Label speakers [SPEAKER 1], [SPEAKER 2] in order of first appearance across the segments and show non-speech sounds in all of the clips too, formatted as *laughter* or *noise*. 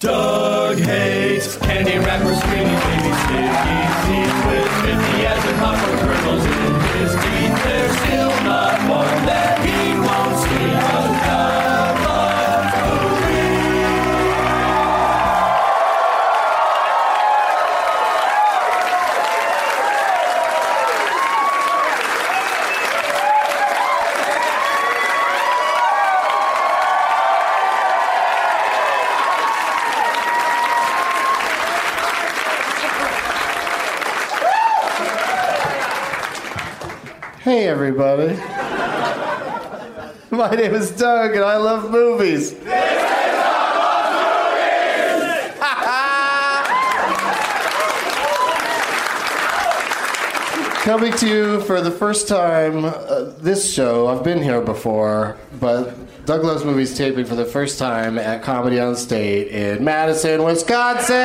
[SPEAKER 1] Doug hates candy wrappers, greeny baby stickies. He's with 50 as a popper kernels in his teeth. There's still not one that he won't see
[SPEAKER 2] Hey, everybody. My name is Doug, and I love movies. This is Coming to you for the first time, uh, this show, I've been here before, but Doug Loves Movies taping for the first time at Comedy on State in Madison, Wisconsin.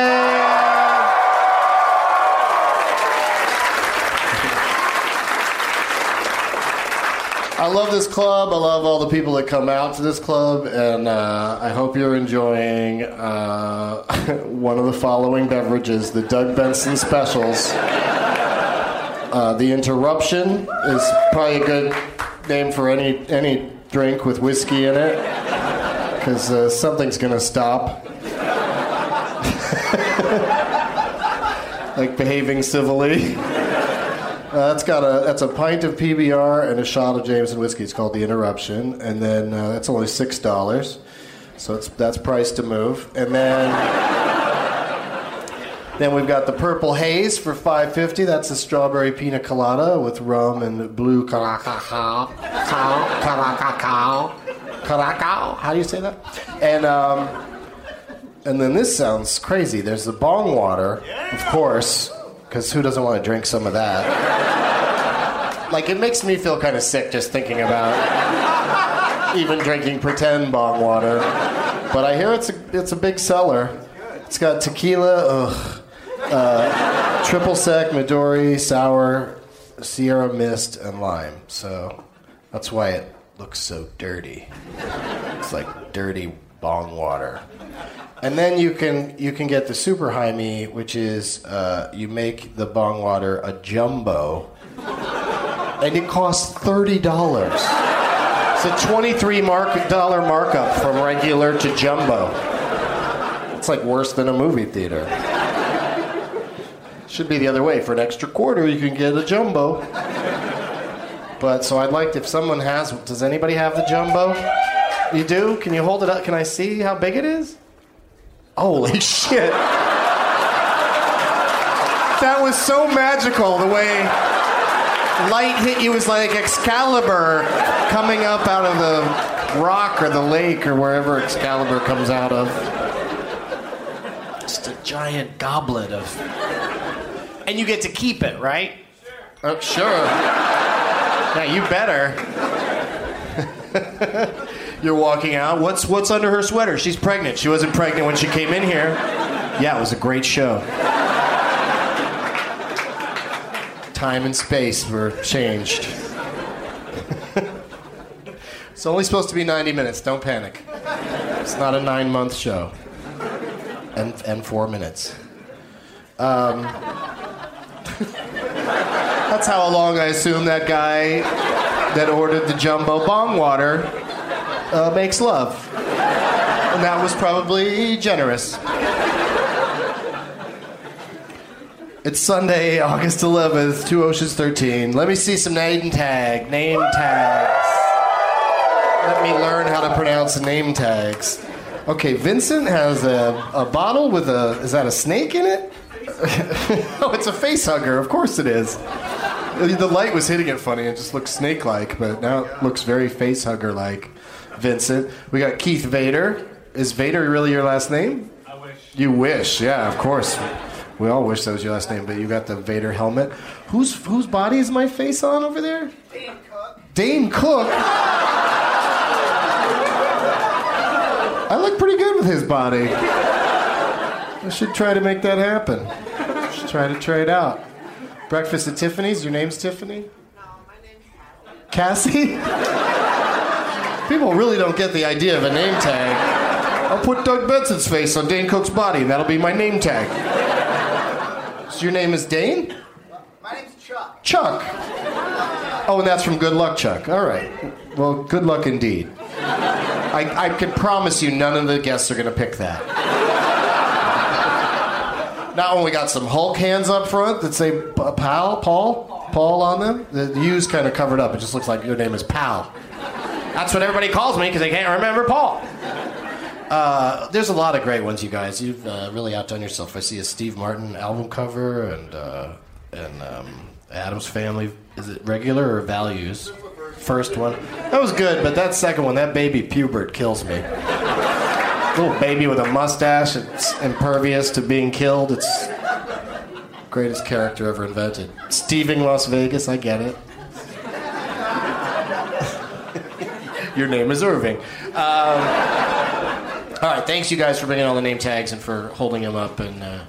[SPEAKER 2] I love this club. I love all the people that come out to this club, and uh, I hope you're enjoying uh, *laughs* one of the following beverages: the Doug Benson specials. Uh, the interruption is probably a good name for any any drink with whiskey in it, because uh, something's gonna stop. *laughs* like behaving civilly. Uh, that's got a that's a pint of PBR and a shot of Jameson whiskey. It's called the Interruption, and then uh, that's only six dollars, so it's that's price to move. And then then we've got the Purple Haze for five fifty. That's a strawberry pina colada with rum and blue caracacao, caracacao, caracacao. How do you say that? And um, and then this sounds crazy. There's the bong water, of course, because who doesn't want to drink some of that? like, it makes me feel kind of sick just thinking about even drinking pretend bong water. But I hear it's a, it's a big seller. It's got tequila, ugh, uh, triple sec, Midori, sour, Sierra Mist, and lime. So that's why it looks so dirty. It's like dirty bong water. And then you can you can get the super high me, which is uh, you make the bong water a jumbo, and it costs thirty dollars. It's a twenty-three mark dollar markup from regular to jumbo. It's like worse than a movie theater. Should be the other way. For an extra quarter, you can get a jumbo. But so I'd like if someone has. Does anybody have the jumbo? You do? Can you hold it up? Can I see how big it is? Holy shit. That was so magical the way light hit you was like Excalibur coming up out of the rock or the lake or wherever Excalibur comes out of. Just a giant goblet of. And you get to keep it, right? Sure. Oh, sure. yeah, you better. *laughs* You're walking out. What's what's under her sweater? She's pregnant. She wasn't pregnant when she came in here. Yeah, it was a great show. Time and space were changed. it's only supposed to be 90 minutes. Don't panic. It's not a nine-month show. And and four minutes. Um, *laughs* that's how long I assume that guy that ordered the jumbo bong water uh, makes love. And that was probably generous. It's Sunday, August 11th, Two Oceans 13. Let me see some name tag. Name tags. Let me learn how to pronounce name tags. Okay, Vincent has a, a bottle with a. Is that a snake in it? *laughs* oh, it's a face hugger. Of course it is. The light was hitting it funny. It just looked snake like, but now it looks very face hugger like. Vincent. We got Keith Vader. Is Vader really your last name? I wish. You wish, yeah, of course. We all wish that was your last name, but you got the Vader helmet. Whose whose body is my face on over there? Dane Cook. Dane Cook. I look pretty good with his body. I should try to make that happen. Should try to trade out. Breakfast at Tiffany's. Your name's Tiffany. Cassie? People really don't get the idea of a name tag. I'll put Doug Benson's face on Dane Cook's body, and that'll be my name tag. So your name is Dane?
[SPEAKER 3] My name's Chuck.
[SPEAKER 2] Chuck. Oh, and that's from Good Luck Chuck. All right. Well, good luck indeed. I, I can promise you none of the guests are going to pick that. Not only got some Hulk hands up front that say P- Pal, Paul, Paul on them. The, the U's kind of covered up. It just looks like your name is Pal. That's what everybody calls me because they can't remember Paul. Uh, there's a lot of great ones, you guys. You've uh, really outdone yourself. I see a Steve Martin album cover and uh, and um, Adam's Family. Is it regular or values? First one. That was good, but that second one, that baby pubert kills me. Little baby with a mustache. It's impervious to being killed. It's greatest character ever invented. Steving Las Vegas. I get it. Your name is Irving. All right, thanks you guys for bringing all the name tags and for holding them up and uh,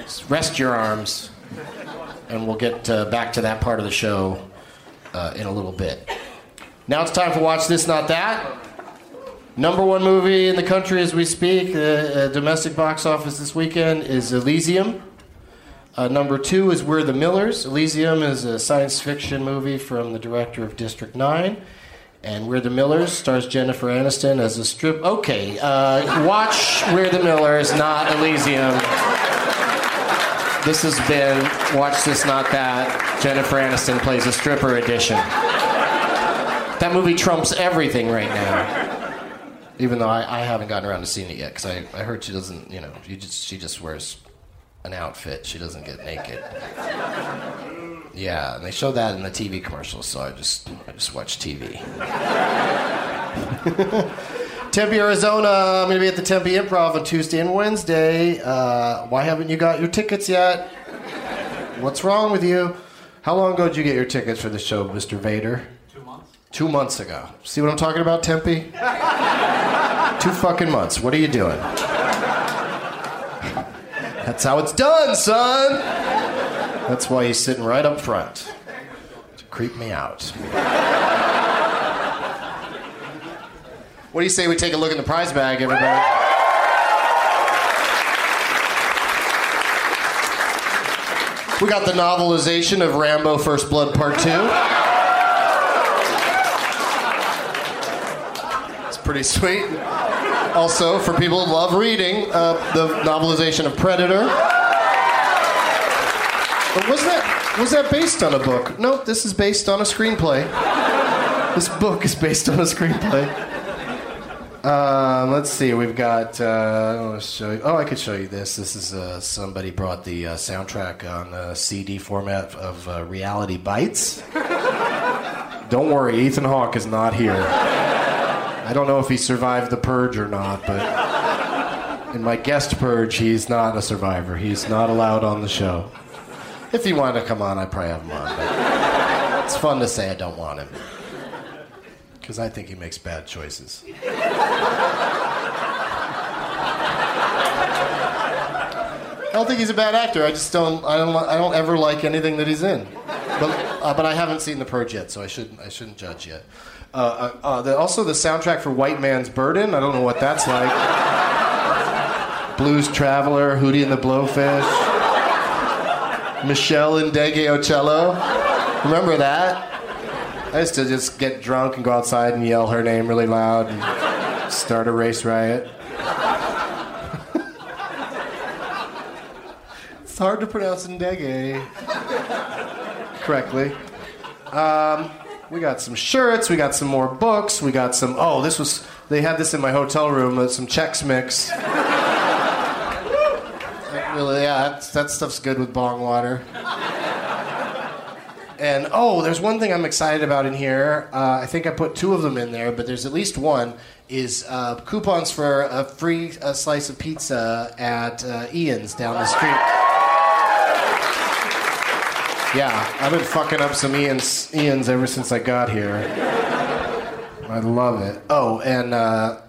[SPEAKER 2] s- rest your arms. And we'll get uh, back to that part of the show uh, in a little bit. Now it's time for Watch This, Not That. Number one movie in the country as we speak, uh, uh, domestic box office this weekend is Elysium. Uh, number two is We're the Millers. Elysium is a science fiction movie from the director of District 9. And We're the Millers stars Jennifer Aniston as a strip. Okay, uh, watch We're the Millers, not Elysium. This has been Watch This, Not That. Jennifer Aniston plays a stripper edition. That movie trumps everything right now. Even though I, I haven't gotten around to seeing it yet, because I, I heard she doesn't, you know, you just, she just wears an outfit. She doesn't get naked. Yeah, and they show that in the TV commercials, so I just I just watch TV. *laughs* Tempe, Arizona. I'm going to be at the Tempe Improv on Tuesday and Wednesday. Uh, why haven't you got your tickets yet? What's wrong with you? How long ago did you get your tickets for the show, Mr. Vader? Two months. Two months ago. See what I'm talking about, *laughs* Tempe? Two fucking months. What are you doing? That's how it's done, son. That's why he's sitting right up front to creep me out. What do you say we take a look in the prize bag, everybody? We got the novelization of Rambo First Blood Part 2. It's pretty sweet. Also, for people who love reading, uh, the novelization of Predator. But was that was that based on a book? No, this is based on a screenplay. This book is based on a screenplay. Um, let's see. We've got. Uh, I want to show you. Oh, I could show you this. This is uh, somebody brought the uh, soundtrack on uh, CD format of uh, Reality Bites. Don't worry, Ethan Hawke is not here. I don't know if he survived the purge or not, but in my guest purge, he's not a survivor. He's not allowed on the show. If he wanted to come on, I'd probably have him on. But it's fun to say I don't want him because I think he makes bad choices. I don't think he's a bad actor. I just don't. I don't. li- I don't ever like anything that he's in. But, uh, but I haven't seen The Purge yet, so I shouldn't. I shouldn't judge yet. Uh, uh, uh, the, also, the soundtrack for White Man's Burden. I don't know what that's like. *laughs* Blues Traveler, Hootie and the Blowfish, Michelle and Dege Ocello. Remember that? I used to just get drunk and go outside and yell her name really loud and start a race riot. it's hard to pronounce Ndege correctly. Um, we got some shirts, we got some more books, we got some. Oh, this was. They had this in my hotel room, uh, some Chex Mix. That really, yeah, that, that stuff's good with bong water. And oh, there's one thing I'm excited about in here. Uh, I think I put two of them in there, but there's at least one is uh, coupons for a free uh slice of pizza at uh, Ian's down the street. Yeah, I've been fucking up some Ian's Ian's ever since I got here. I love it. Oh, and uh,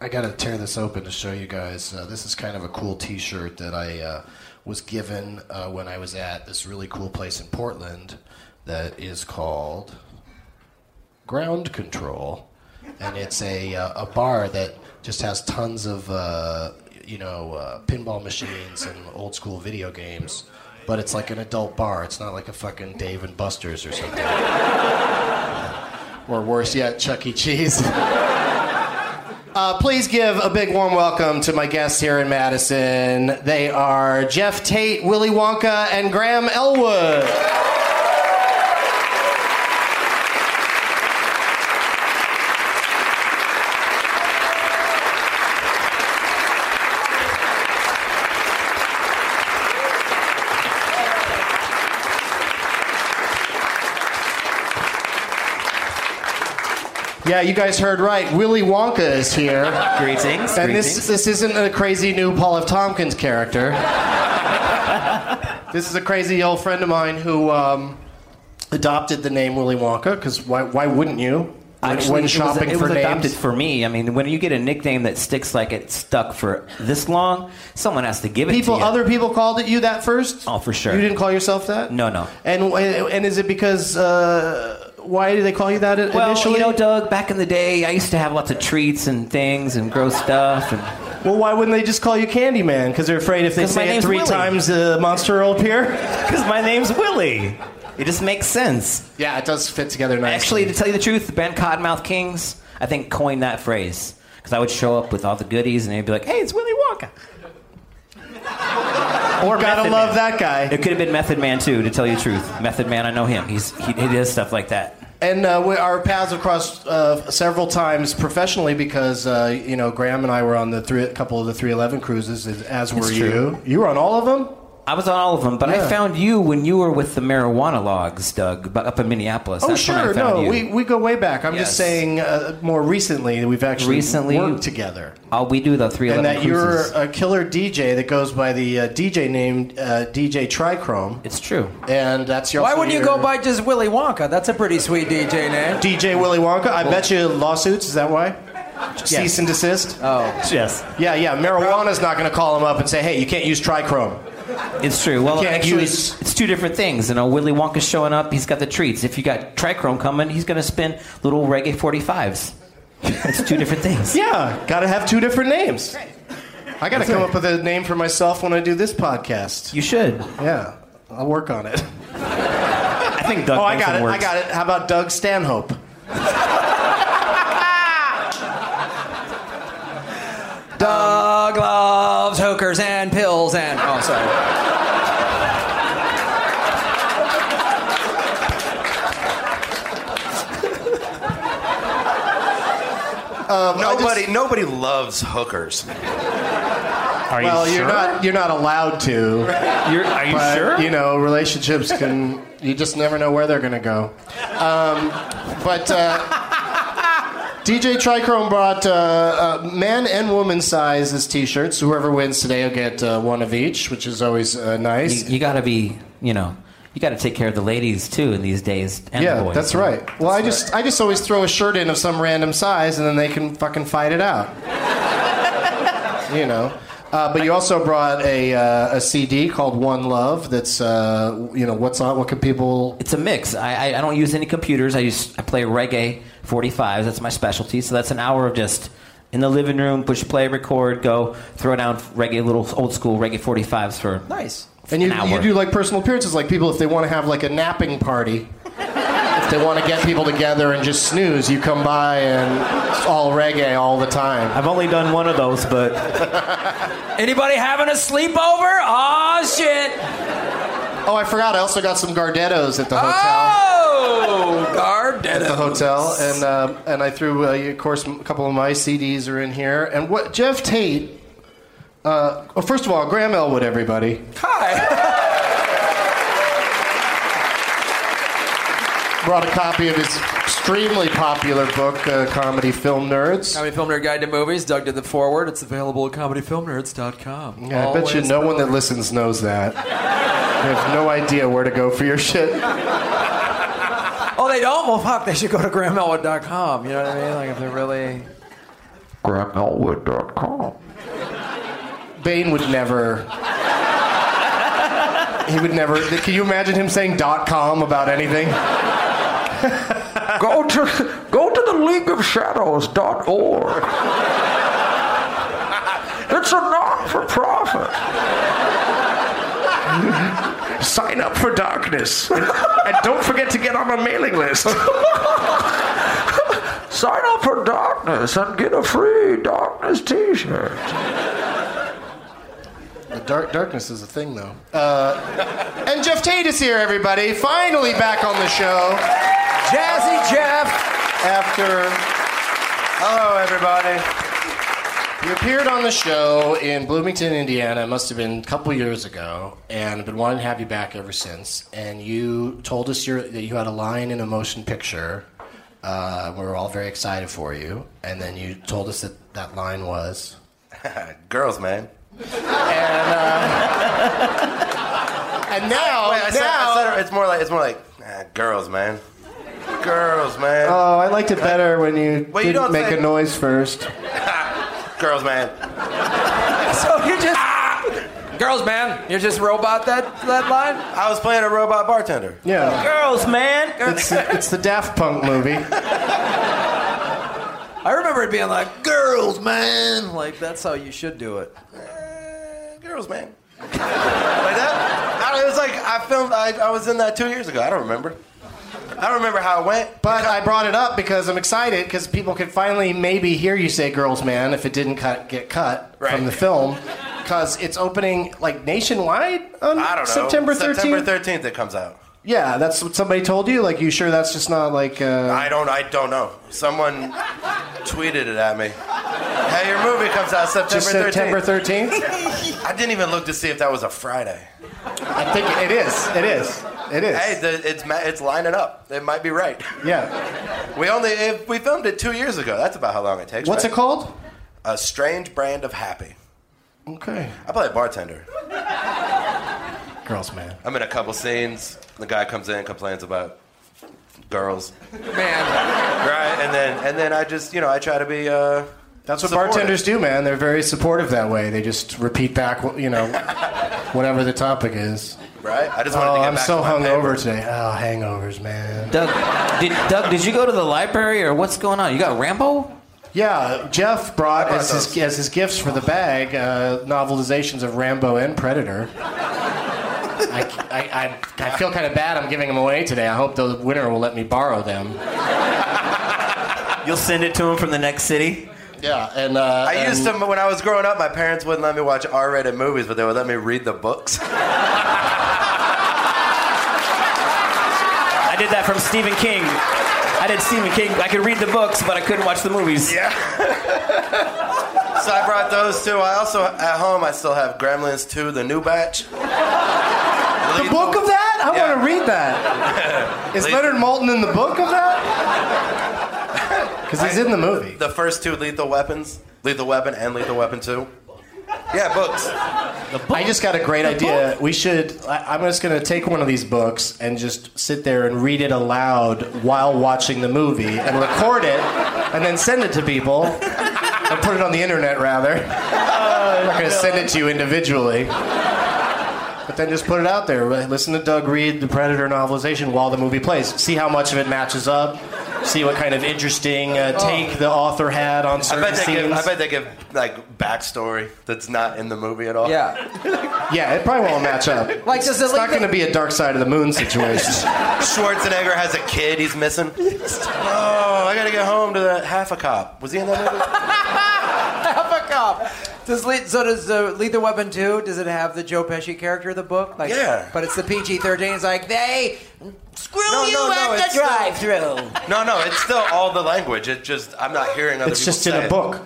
[SPEAKER 2] I gotta tear this open to show you guys. Uh, this is kind of a cool T-shirt that I uh, was given uh, when I was at this really cool place in Portland that is called Ground Control, and it's a uh, a bar that just has tons of uh, you know uh, pinball machines and old school video games. But it's like an adult bar. It's not like a fucking Dave and Buster's or something. or worse yet, Chuck E. Cheese. *laughs* Uh, please give a big warm welcome to my guests here in Madison. They are Jeff Tate, Willy Wonka, and Graham Elwood. Yeah, you guys heard right. Willy Wonka is here.
[SPEAKER 4] Greetings.
[SPEAKER 2] And
[SPEAKER 4] greetings.
[SPEAKER 2] this, this isn't a crazy new Paul F. Tompkins character. this is a crazy old friend of mine who um, adopted the name Willy Wonka, because why, why wouldn't you? When-
[SPEAKER 4] Actually,
[SPEAKER 2] when shopping
[SPEAKER 4] it was,
[SPEAKER 2] for
[SPEAKER 4] it was adopted
[SPEAKER 2] names.
[SPEAKER 4] for me. I mean, when you get a nickname that sticks like it stuck for this long, someone has to give it
[SPEAKER 2] people
[SPEAKER 4] to you.
[SPEAKER 2] other people called it you that first
[SPEAKER 4] Oh, for sure.
[SPEAKER 2] you didn't call yourself that
[SPEAKER 4] No, no.
[SPEAKER 2] and and is it because uh, why did they call you that i-
[SPEAKER 4] well,
[SPEAKER 2] initially
[SPEAKER 4] you know, Doug. Back in the day, I used to have lots of treats and things and gross stuff. And *laughs*
[SPEAKER 2] well why wouldn't they just call you candyman because they're afraid if they
[SPEAKER 4] 'Cause my
[SPEAKER 2] say it
[SPEAKER 4] name's
[SPEAKER 2] three
[SPEAKER 4] Willie.
[SPEAKER 2] times the monster will appear
[SPEAKER 4] because my name's Willie, it just makes sense.
[SPEAKER 2] yeah it does fit together nicely
[SPEAKER 4] Actually, to tell you the truth, Ben Cottonmouth Kings, I think, coined that phrase because I would show up with all the goodies and they'd be like, "Hey, it's Willy Wonka." or
[SPEAKER 2] gotta
[SPEAKER 4] Method
[SPEAKER 2] love
[SPEAKER 4] Man.
[SPEAKER 2] that guy
[SPEAKER 4] It could have been Method Man too, to tell you the truth. Method Man, I know him. He's he, he does stuff like that.
[SPEAKER 2] and uh, we, our paths have crossed uh, several times professionally because uh, you know graham and i were on the three, couple of the 311 cruises as- as were
[SPEAKER 4] It's
[SPEAKER 2] you
[SPEAKER 4] true.
[SPEAKER 2] you were on all of them
[SPEAKER 4] I was on all of them, but
[SPEAKER 2] Yeah.
[SPEAKER 4] I found you when you were with the marijuana logs, Doug, but up in Minneapolis.
[SPEAKER 2] Oh,
[SPEAKER 4] That's when
[SPEAKER 2] sure.
[SPEAKER 4] I found
[SPEAKER 2] No,
[SPEAKER 4] you.
[SPEAKER 2] we, we go way back. I'm just
[SPEAKER 4] Yes.
[SPEAKER 2] saying uh, more recently that we've actually
[SPEAKER 4] Recently-
[SPEAKER 2] worked together.
[SPEAKER 4] oh, we do the three
[SPEAKER 2] And that
[SPEAKER 4] eleven cruises.
[SPEAKER 2] you're uh, a killer DJ that goes by the uh, DJ name uh, DJ Trichrome.
[SPEAKER 4] it's true.
[SPEAKER 2] And that's your.
[SPEAKER 5] Why wouldn't you
[SPEAKER 2] your-
[SPEAKER 5] go by just
[SPEAKER 4] *laughs*
[SPEAKER 5] Willy Wonka? That's a pretty sweet DJ name.
[SPEAKER 2] DJ Willy Wonka? I bet you lawsuits. Is that why? Cease and desist?
[SPEAKER 4] Oh,
[SPEAKER 6] Yes.
[SPEAKER 2] Yeah, yeah. Marijuana's not going to call him up and say, hey, you can't use trichrome.
[SPEAKER 4] it's true. Well,
[SPEAKER 2] You can't
[SPEAKER 4] actually,
[SPEAKER 2] use-
[SPEAKER 4] it's two different things. You know, Willy Wonka's showing up. He's got the treats. If you got trichrome coming, he's going to spin little reggae 45s. It's two
[SPEAKER 2] *laughs*
[SPEAKER 4] different things.
[SPEAKER 2] Yeah, got to have two different names. I got to come up with a name for myself when I do this podcast.
[SPEAKER 4] You should.
[SPEAKER 2] Yeah, I'll work on it.
[SPEAKER 6] I think Doug
[SPEAKER 2] Oh, I
[SPEAKER 6] Benson
[SPEAKER 2] got it.
[SPEAKER 6] works.
[SPEAKER 2] I got it. How about Doug Stanhope?
[SPEAKER 4] Doug loves Uh, hookers and pills and. Oh, sorry.
[SPEAKER 7] Nobody, nobody loves hookers.
[SPEAKER 6] Are
[SPEAKER 2] well,
[SPEAKER 6] you sure?
[SPEAKER 2] you're not you're not allowed to.
[SPEAKER 6] *laughs* You're, are you
[SPEAKER 2] but,
[SPEAKER 6] sure?
[SPEAKER 2] You know, relationships can. You just never know where they're going to go. Um, but uh, *laughs* DJ Trichrome brought uh, uh, man and woman sizes T-shirts. Whoever wins today will get uh, one of each, which is always uh, nice.
[SPEAKER 4] You, you got to be, you know, you got to take care of the ladies too in these days. And
[SPEAKER 2] yeah,
[SPEAKER 4] the boys.
[SPEAKER 2] that's right. Well, I just I just always throw a shirt in of some random size, and then they can fucking fight it out. *laughs* you know. Uh, but you also brought a, uh, a CD called One Love. That's uh, you know what's on. What can people
[SPEAKER 4] It's a mix. I, I, I don't use any computers. I use I play reggae 45s. That's my specialty. So that's an hour of just in the living room, push play, record, go, throw down reggae, little old school reggae 45s for nice.
[SPEAKER 2] And you,
[SPEAKER 4] an hour.
[SPEAKER 2] you do like personal appearances, like people if they want to have like a napping party, if they want to get people together and just snooze, you come by and it's all reggae all the time.
[SPEAKER 6] I've only done one of those, but
[SPEAKER 4] *laughs* Anybody having a sleepover? Oh shit!
[SPEAKER 2] Oh, I forgot. I also got some Gardettos at the hotel.
[SPEAKER 4] Oh,
[SPEAKER 2] At the
[SPEAKER 4] Gardetta.
[SPEAKER 2] hotel, and uh, and I threw, uh, of course, a couple of my CDs are in here. And what Jeff Tate? Uh, well, first of all, Graham Elwood, everybody.
[SPEAKER 4] Hi.
[SPEAKER 2] *laughs* brought a copy of his extremely popular book, uh, Comedy Film Nerds.
[SPEAKER 8] Comedy Film Nerd Guide to Movies. Doug did the forward. It's available at comedyfilmnerds.com.
[SPEAKER 2] Yeah, I bet you
[SPEAKER 8] Always
[SPEAKER 2] no one
[SPEAKER 8] available.
[SPEAKER 2] that listens knows that. You have no idea where to go for your shit.
[SPEAKER 8] Oh, they don't? Well, fuck, they should go to grahamelwood.com. You know what I mean? Like, if they're really.
[SPEAKER 2] Bane would never. He would never. Can you imagine him saying dot com about anything?
[SPEAKER 8] Go to, go to the League of Shadows.org. It's a not for profit.
[SPEAKER 7] Sign up for darkness, and, and don't forget to get on a mailing list.
[SPEAKER 8] Sign up for Darkness and get a free Darkness t shirt.
[SPEAKER 2] The dark darkness is a thing, though. Uh, and Jeff Tate is here, everybody. Finally back on the show
[SPEAKER 8] Jazzy Jeff.
[SPEAKER 2] after. Hello, everybody. You appeared on the show in Bloomington, Indiana. It must have been a couple years ago, and I've been wanting to have you back ever since. And you told us your, that you had a line in a motion picture. Uh, we were all very excited for you, and then you told us that that line was.
[SPEAKER 7] Girls, man.
[SPEAKER 2] And now,
[SPEAKER 7] Wait, I said, I
[SPEAKER 2] now,
[SPEAKER 7] said it- it's more like it's more like ah, girls, man. Girls, man.
[SPEAKER 2] oh, I liked it better when you
[SPEAKER 7] Well, you
[SPEAKER 2] didn't
[SPEAKER 7] don't
[SPEAKER 2] make
[SPEAKER 7] say-
[SPEAKER 2] a noise first.
[SPEAKER 7] girls, man.
[SPEAKER 8] *laughs* So you just. Girls, man, you're just robot that, that line?
[SPEAKER 7] I was playing a robot bartender.
[SPEAKER 2] Yeah,
[SPEAKER 4] Girls, man.
[SPEAKER 2] it's the, it's the Daft Punk movie.
[SPEAKER 8] I remember it being like, girls, man. Like, that's how you should do it.
[SPEAKER 7] Uh, girls, man. like that. I, it was like I filmed. I, I was in that two years ago. I don't remember. I don't remember how it went.
[SPEAKER 2] But I brought it up because I'm excited because people could finally maybe hear you say "Girls Man" if it didn't cut, get cut
[SPEAKER 7] Right.
[SPEAKER 2] from the film because it's opening like nationwide on
[SPEAKER 7] I don't know.
[SPEAKER 2] September 13th.
[SPEAKER 7] September thirteenth, it comes out.
[SPEAKER 2] yeah, that's what somebody told you. Like, you sure that's just not like uh,
[SPEAKER 7] I don't. I don't know. Someone tweeted it at me. Hey, your movie comes out September
[SPEAKER 2] just September
[SPEAKER 7] 13th.
[SPEAKER 2] 13th?
[SPEAKER 7] I didn't even look to see if that was a Friday.
[SPEAKER 2] I think it is. It is. It is.
[SPEAKER 7] Hey, the, it's ma- it's lining up. It might be right.
[SPEAKER 2] yeah.
[SPEAKER 7] We only if we filmed it two years ago. That's about how long it takes.
[SPEAKER 2] What's
[SPEAKER 7] right?
[SPEAKER 2] it called?
[SPEAKER 7] A strange brand of happy.
[SPEAKER 2] Okay.
[SPEAKER 7] I play a bartender.
[SPEAKER 2] Girls Man.
[SPEAKER 7] I'm in a couple scenes. The guy comes in, complains about girls,
[SPEAKER 8] Man.
[SPEAKER 7] right? And then and then I just you know I try to be uh,
[SPEAKER 2] That's what
[SPEAKER 7] Support
[SPEAKER 2] bartenders do, man. They're very supportive that way. They just repeat back, what- you know, whatever the topic is.
[SPEAKER 7] Right? I just wanted
[SPEAKER 2] Oh,
[SPEAKER 7] to get
[SPEAKER 2] I'm
[SPEAKER 7] back
[SPEAKER 2] so
[SPEAKER 7] to my
[SPEAKER 2] hungover
[SPEAKER 7] paper.
[SPEAKER 2] today. Oh, hangovers, man.
[SPEAKER 4] Doug, did, Doug, did you go to the library or what's going on? You got Rambo?
[SPEAKER 2] Yeah, Jeff brought,
[SPEAKER 4] brought
[SPEAKER 2] as, his, as his gifts for the bag uh, novelizations of Rambo and Predator. I, I, I, I feel kind of bad I'm giving them away today. I hope the winner will let me borrow them.
[SPEAKER 4] You'll send it to him from the next city?
[SPEAKER 2] Yeah, and uh,
[SPEAKER 7] I used to
[SPEAKER 2] and-
[SPEAKER 7] when I was growing up. My parents wouldn't let me watch R-rated movies, but they would let me read the books. *laughs*
[SPEAKER 4] I did that from Stephen King. I did Stephen King. I could read the books, but I couldn't watch the movies.
[SPEAKER 7] Yeah. so I brought those too. I also at home I still have Gremlins 2, the new batch.
[SPEAKER 2] The book of that? I want to read
[SPEAKER 7] *laughs*
[SPEAKER 2] that. Is Leonard Moulton in the book of that? *laughs* Because he's in the movie.
[SPEAKER 7] The first two Lethal Weapons, Lethal Weapon and Lethal Weapon 2. Yeah, books.
[SPEAKER 2] I just got a great idea. We should. I, I'm just going to take one of these books and just sit there and read it aloud while watching the movie and record it and then send it to people and put it on the internet rather.
[SPEAKER 7] Oh,
[SPEAKER 2] I'm not going to send it to you individually. But then just put it out there. Listen to Doug read the Predator novelization while the movie plays. See how much of it matches up. See what kind of interesting uh, take the author had on
[SPEAKER 7] Oh. I
[SPEAKER 2] certain
[SPEAKER 7] bet, they
[SPEAKER 2] scenes.
[SPEAKER 7] give, I bet they give like backstory that's not in the movie at all.
[SPEAKER 8] Yeah.
[SPEAKER 2] Yeah, it probably won't match up.
[SPEAKER 8] Like, does it
[SPEAKER 2] it's not
[SPEAKER 8] like-
[SPEAKER 2] going to be a dark side of the moon situation.
[SPEAKER 7] Schwarzenegger has a kid he's missing. Oh, I gotta get home to that half a cop. Was he in that movie?
[SPEAKER 2] *laughs*
[SPEAKER 8] *laughs* Half a cop. Does Le- so does uh, Lethal Weapon 2, does it have the Joe Pesci character of the book? Like,
[SPEAKER 7] Yeah.
[SPEAKER 8] But it's the PG-13. It's like, they screw
[SPEAKER 7] No,
[SPEAKER 8] you
[SPEAKER 7] no, no,
[SPEAKER 8] at
[SPEAKER 7] it's
[SPEAKER 8] the drive-through.
[SPEAKER 7] No, no, it's still all the language. It's just I'm not hearing other
[SPEAKER 2] It's
[SPEAKER 7] people
[SPEAKER 2] just in
[SPEAKER 7] say
[SPEAKER 2] a
[SPEAKER 7] it.
[SPEAKER 2] book.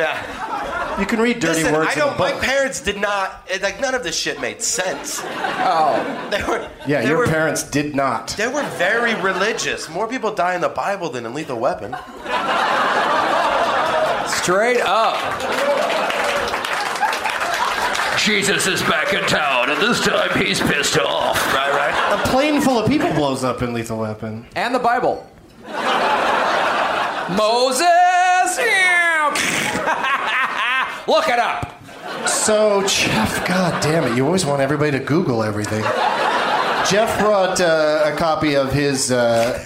[SPEAKER 7] Yeah.
[SPEAKER 2] You can read dirty
[SPEAKER 7] Listen,
[SPEAKER 2] words
[SPEAKER 7] I don't.
[SPEAKER 2] in a book.
[SPEAKER 7] My parents did not. it- Like none of this shit made sense.
[SPEAKER 8] Oh.
[SPEAKER 7] *laughs* They were.
[SPEAKER 2] yeah,
[SPEAKER 7] they
[SPEAKER 2] your
[SPEAKER 7] were,
[SPEAKER 2] parents did not.
[SPEAKER 7] They were very religious. More people die in the Bible than in Lethal Weapon.
[SPEAKER 8] Straight up.
[SPEAKER 9] Jesus is back in town, and this time he's pissed off.
[SPEAKER 7] Right, right.
[SPEAKER 2] A plane full of people blows up in Lethal Weapon.
[SPEAKER 8] And
[SPEAKER 4] *laughs*
[SPEAKER 8] the Bible. Moses!
[SPEAKER 4] *laughs*
[SPEAKER 8] Yeah. Look it up.
[SPEAKER 2] So, Jeff, god damn it, you always want everybody to Google everything. Jeff brought uh, a copy of his uh,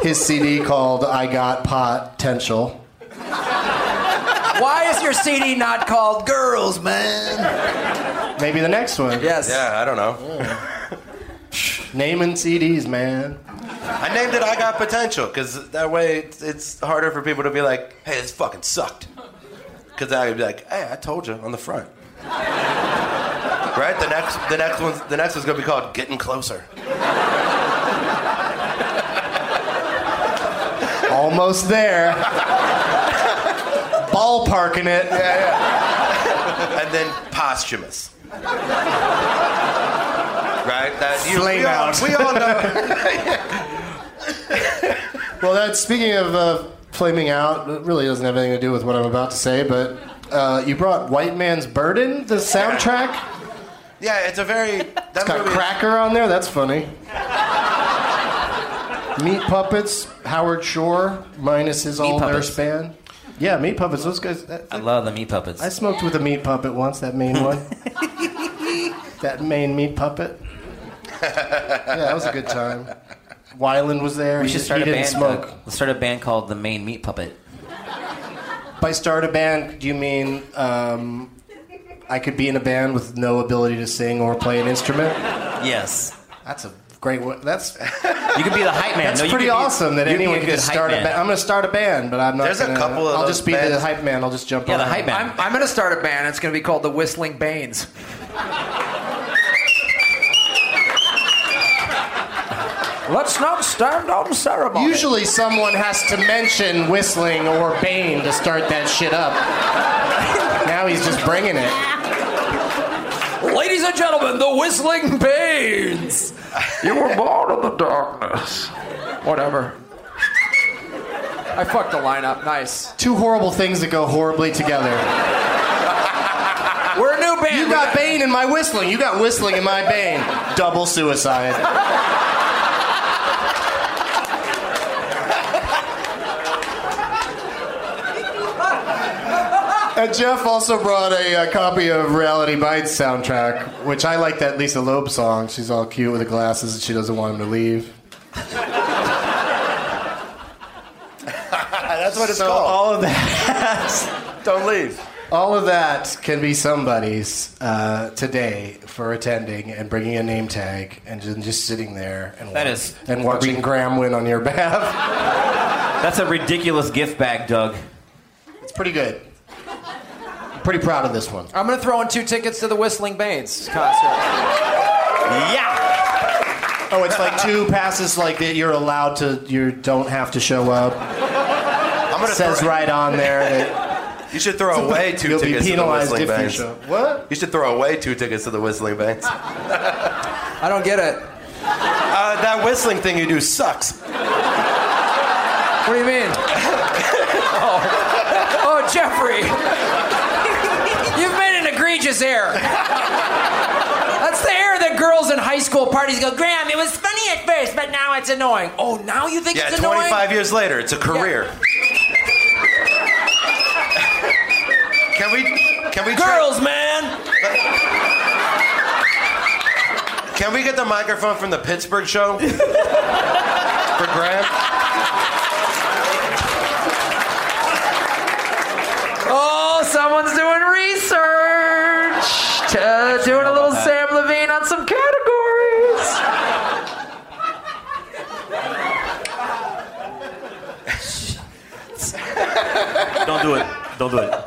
[SPEAKER 2] *laughs* his CD called "I Got Potential."
[SPEAKER 8] Why is your CD not called Girls, Man?
[SPEAKER 2] Maybe the next one.
[SPEAKER 8] Yes.
[SPEAKER 7] Yeah, I don't know.
[SPEAKER 2] Naming CDs, man.
[SPEAKER 7] I named it I Got Potential because that way it's, it's harder for people to be like, hey, this fucking sucked. Because I would be like, hey, I told you on the front. *laughs* right? The next, the next one's, the next one's gonna be called Getting Closer.
[SPEAKER 2] Almost there. *laughs* Ballparking it.
[SPEAKER 7] and then posthumous. right? That you,
[SPEAKER 2] Flame
[SPEAKER 7] we all-
[SPEAKER 2] out.
[SPEAKER 7] we all know.
[SPEAKER 2] Well, that's speaking of uh, flaming out. It really doesn't have anything to do with what I'm about to say, but uh, you brought "White Man's Burden," the soundtrack.
[SPEAKER 7] Yeah, it's a very. That
[SPEAKER 2] It's got
[SPEAKER 7] movie,
[SPEAKER 2] Cracker on there. That's funny. Meat Puppets, Howard Shore, minus his
[SPEAKER 4] Meat
[SPEAKER 2] all nurse
[SPEAKER 4] Puppets.
[SPEAKER 2] band. Yeah, Meat Puppets. Those guys. That,
[SPEAKER 4] I love the meat puppets.
[SPEAKER 2] I smoked with a meat puppet once. That main
[SPEAKER 4] *laughs*
[SPEAKER 2] one. that main meat puppet. Yeah, that was a good time. Wyland was there.
[SPEAKER 4] we
[SPEAKER 2] He-
[SPEAKER 4] should start
[SPEAKER 2] he
[SPEAKER 4] a
[SPEAKER 2] didn't
[SPEAKER 4] band.
[SPEAKER 2] smoke.
[SPEAKER 4] Doug. Let's start a band called the Main Meat Puppet.
[SPEAKER 2] By start a band, do you mean um, I could be in a band with no ability to sing or play an instrument?
[SPEAKER 4] Yes.
[SPEAKER 2] That's a great one. That's *laughs*
[SPEAKER 4] You could be the hype man.
[SPEAKER 2] that's
[SPEAKER 4] No, you
[SPEAKER 2] pretty
[SPEAKER 4] could be-
[SPEAKER 2] awesome that
[SPEAKER 4] you'd be
[SPEAKER 2] anyone
[SPEAKER 4] a
[SPEAKER 2] can
[SPEAKER 4] good
[SPEAKER 2] just
[SPEAKER 4] hype
[SPEAKER 2] start a
[SPEAKER 4] man.
[SPEAKER 2] band. I'm going to start a band, but I'm not.
[SPEAKER 7] There's a
[SPEAKER 2] gonna-
[SPEAKER 7] couple of
[SPEAKER 2] I'll
[SPEAKER 7] those
[SPEAKER 2] just be the
[SPEAKER 7] bands.
[SPEAKER 2] hype man. I'll just jump.
[SPEAKER 4] Yeah, the
[SPEAKER 2] on.
[SPEAKER 4] hype man.
[SPEAKER 8] I'm, I'm going to start a band. It's going to be called the Whistling Banes. Let's not stand on ceremony.
[SPEAKER 2] Usually, someone has to mention whistling or Bane to start that shit up. now he's just bringing it.
[SPEAKER 8] Ladies and gentlemen, the Whistling Banes.
[SPEAKER 9] You were born in the darkness.
[SPEAKER 8] Whatever. I fucked the line up. Nice.
[SPEAKER 2] Two horrible things that go horribly together.
[SPEAKER 8] We're a new band.
[SPEAKER 2] You
[SPEAKER 8] We
[SPEAKER 2] got Bane in my whistling. You got whistling in my Bane. Double suicide. Uh, Jeff also brought a, uh copy of Reality Bites soundtrack, which I like that Lisa Loeb song. She's all cute with the glasses and she doesn't want him to leave.
[SPEAKER 7] *laughs* That's what it's
[SPEAKER 2] So
[SPEAKER 7] called.
[SPEAKER 2] all of that.
[SPEAKER 7] *laughs* Don't leave.
[SPEAKER 2] All of that can be somebody's uh, today for attending and bringing a name tag and just, just sitting there and,
[SPEAKER 4] That
[SPEAKER 2] wa-
[SPEAKER 4] is-
[SPEAKER 2] and watching Graham win on your *laughs* behalf.
[SPEAKER 4] That's a ridiculous gift bag, Doug.
[SPEAKER 2] It's pretty good. I'm pretty proud of this one.
[SPEAKER 8] I'm gonna throw in two tickets to the Whistling Banes concert.
[SPEAKER 2] Yeah. Oh, it's like two passes like that you're allowed to you don't have to show up.
[SPEAKER 7] I'm gonna
[SPEAKER 2] says
[SPEAKER 7] throw-
[SPEAKER 2] right on there that
[SPEAKER 7] You should *laughs* throw away 2
[SPEAKER 2] You'll be
[SPEAKER 7] tickets to the
[SPEAKER 2] penalized
[SPEAKER 7] Whistling
[SPEAKER 2] if you
[SPEAKER 7] Bangs.
[SPEAKER 2] show- What?
[SPEAKER 7] You should throw away two tickets to the Whistling Bangs.
[SPEAKER 8] I don't get it.
[SPEAKER 7] Uh, that whistling thing you do sucks.
[SPEAKER 8] What do you mean? oh. oh, Jeffrey, *laughs* you've made an egregious error. That's the error that girls in high school parties go, Graham. It was funny at first, but now it's annoying. Oh, now you think
[SPEAKER 7] Yeah,
[SPEAKER 8] it's annoying?
[SPEAKER 7] 25 years later, it's a career. Can we? Can we?
[SPEAKER 8] Girls, man.
[SPEAKER 7] Can we get the microphone from the Pittsburgh show for Graham?
[SPEAKER 8] Oh, someone's doing research. Uh, doing a little Sam Levine on some categories.
[SPEAKER 10] Don't do it. Don't do it.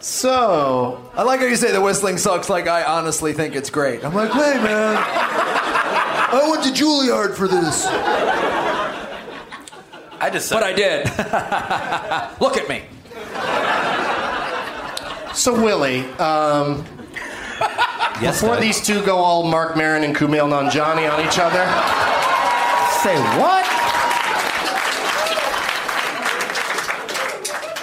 [SPEAKER 2] So
[SPEAKER 8] I like how you say the whistling sucks. Like I honestly think it's great. I'm like, hey man, I went to Juilliard for this.
[SPEAKER 7] I just.
[SPEAKER 8] But I did.
[SPEAKER 4] *laughs*
[SPEAKER 8] Look at me.
[SPEAKER 2] So Willie, um, before
[SPEAKER 11] Doug?
[SPEAKER 2] these two go all Mark Marin and Kumail Nanjiani on each other, say what?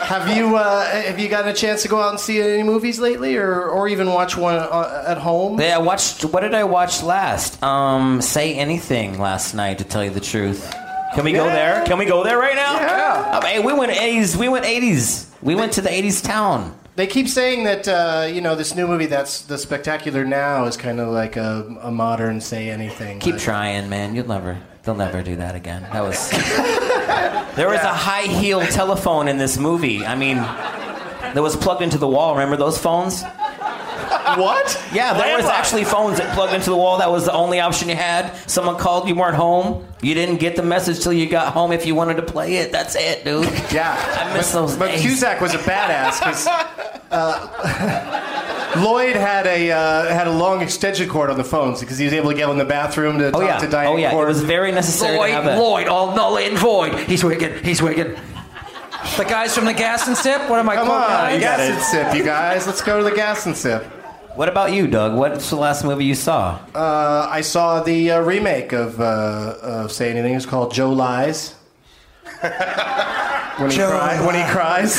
[SPEAKER 2] Have you uh, have you gotten a chance to go out and see any movies lately, or or even watch one uh, at home?
[SPEAKER 4] Yeah, I watched. What did I watch last? Um, say anything last night to tell you the truth. Can we go there? Can we go there right now? Yeah. hey, we went eighties. We went eighties. We went to the eighties town.
[SPEAKER 2] They keep saying that uh, you know this new movie that's the spectacular now is kind of like a, a modern say anything.
[SPEAKER 4] Keep
[SPEAKER 2] like-
[SPEAKER 4] trying, man. You'll never. They'll never do that again. That was.
[SPEAKER 8] *laughs*
[SPEAKER 4] there was a high heel telephone in this movie. I mean, that was plugged into the wall. Remember those phones?
[SPEAKER 2] What?
[SPEAKER 4] Yeah, there was actually phones that plugged into the wall. That was the only option you had. Someone called, you weren't home. You didn't get the message till you got home. If you wanted to play it, that's it,
[SPEAKER 8] *laughs*
[SPEAKER 4] dude.
[SPEAKER 2] Yeah,
[SPEAKER 4] I miss those
[SPEAKER 2] But
[SPEAKER 4] days.
[SPEAKER 2] Cusack was a badass *laughs* 'cause, uh, *laughs* Lloyd had a uh, had a long extension cord on the phones because he was able to get in the bathroom to talk
[SPEAKER 4] yeah.
[SPEAKER 2] to Diane.
[SPEAKER 4] Oh, yeah. It
[SPEAKER 2] Cord.
[SPEAKER 4] was very necessary to
[SPEAKER 8] Lloyd,
[SPEAKER 4] have that.
[SPEAKER 8] Lloyd, all null and void. He's wicked. He's wicked. The guys from the Gas and Sip. What am I?
[SPEAKER 2] Come
[SPEAKER 8] called,
[SPEAKER 2] on,
[SPEAKER 8] guys?
[SPEAKER 2] gas and sip, you guys. Let's go to the gas and sip.
[SPEAKER 4] What about you, Doug? What's the last movie you saw?
[SPEAKER 2] Uh, I saw the uh, remake of, uh, of Say Anything. It's called Joe Lies. when, he
[SPEAKER 8] Joe
[SPEAKER 2] cry, when he cries.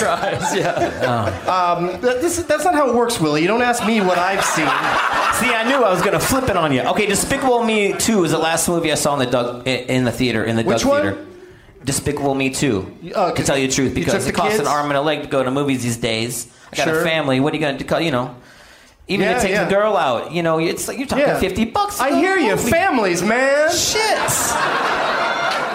[SPEAKER 2] *laughs*
[SPEAKER 8] Cries,
[SPEAKER 2] yeah. Um, that- this, that's not how it works, Willie. You don't ask me what I've seen.
[SPEAKER 4] *laughs* See, I knew I was gonna flip it on you. Okay, Despicable Me Two is the last movie I saw in the Doug, in in the theater in the
[SPEAKER 2] Which
[SPEAKER 4] Doug
[SPEAKER 2] one?
[SPEAKER 4] theater. Despicable Me Two.
[SPEAKER 2] Oh,
[SPEAKER 4] to tell you the truth,
[SPEAKER 2] you took
[SPEAKER 4] because
[SPEAKER 2] the
[SPEAKER 4] it costs
[SPEAKER 2] kids?
[SPEAKER 4] an arm and a leg to go to movies these days. I got
[SPEAKER 2] Sure.
[SPEAKER 4] a family. What are you gonna do? You know, even
[SPEAKER 2] Yeah,
[SPEAKER 4] to take
[SPEAKER 2] yeah.
[SPEAKER 4] the girl out, you know, it's like you're talking
[SPEAKER 2] Yeah.
[SPEAKER 4] fifty bucks. to
[SPEAKER 2] I
[SPEAKER 4] go to
[SPEAKER 2] hear
[SPEAKER 4] the
[SPEAKER 2] you.
[SPEAKER 4] movie.
[SPEAKER 2] Families, man.
[SPEAKER 4] Shit.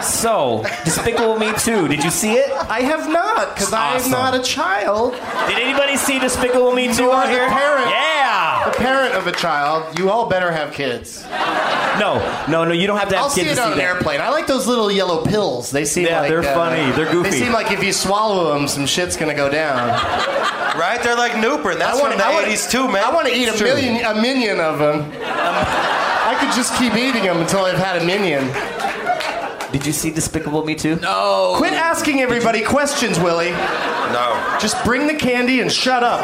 [SPEAKER 4] So, Despicable Me Two. Did you see it?
[SPEAKER 2] I have not, because I'm
[SPEAKER 4] Awesome.
[SPEAKER 2] not a child.
[SPEAKER 4] Did anybody see Despicable Me Two
[SPEAKER 2] You
[SPEAKER 4] out
[SPEAKER 2] are the
[SPEAKER 4] here?
[SPEAKER 2] parent.
[SPEAKER 4] Yeah.
[SPEAKER 2] The parent of a child. You all better have kids.
[SPEAKER 4] No, no, no. You don't have to have
[SPEAKER 2] I'll see
[SPEAKER 4] kids
[SPEAKER 2] it
[SPEAKER 4] to
[SPEAKER 2] on
[SPEAKER 4] see
[SPEAKER 2] an
[SPEAKER 4] that.
[SPEAKER 2] airplane. I like those little yellow pills. They seem
[SPEAKER 10] Yeah,
[SPEAKER 2] like uh,
[SPEAKER 10] they're funny. They're goofy.
[SPEAKER 2] They seem like if you swallow them, some shit's gonna go down.
[SPEAKER 7] Right? They're like Nooper. That's
[SPEAKER 2] I wanna-
[SPEAKER 7] from the
[SPEAKER 2] I wanna-
[SPEAKER 7] 80s too, man.
[SPEAKER 2] I want to eat
[SPEAKER 7] It's
[SPEAKER 2] a
[SPEAKER 7] true.
[SPEAKER 2] million, a minion of them. I could just keep eating them until I've had a minion.
[SPEAKER 4] Did you see Despicable Me Two?
[SPEAKER 8] No.
[SPEAKER 2] Quit asking everybody questions, Willie.
[SPEAKER 7] Oh. No.
[SPEAKER 2] Just bring the candy and shut up.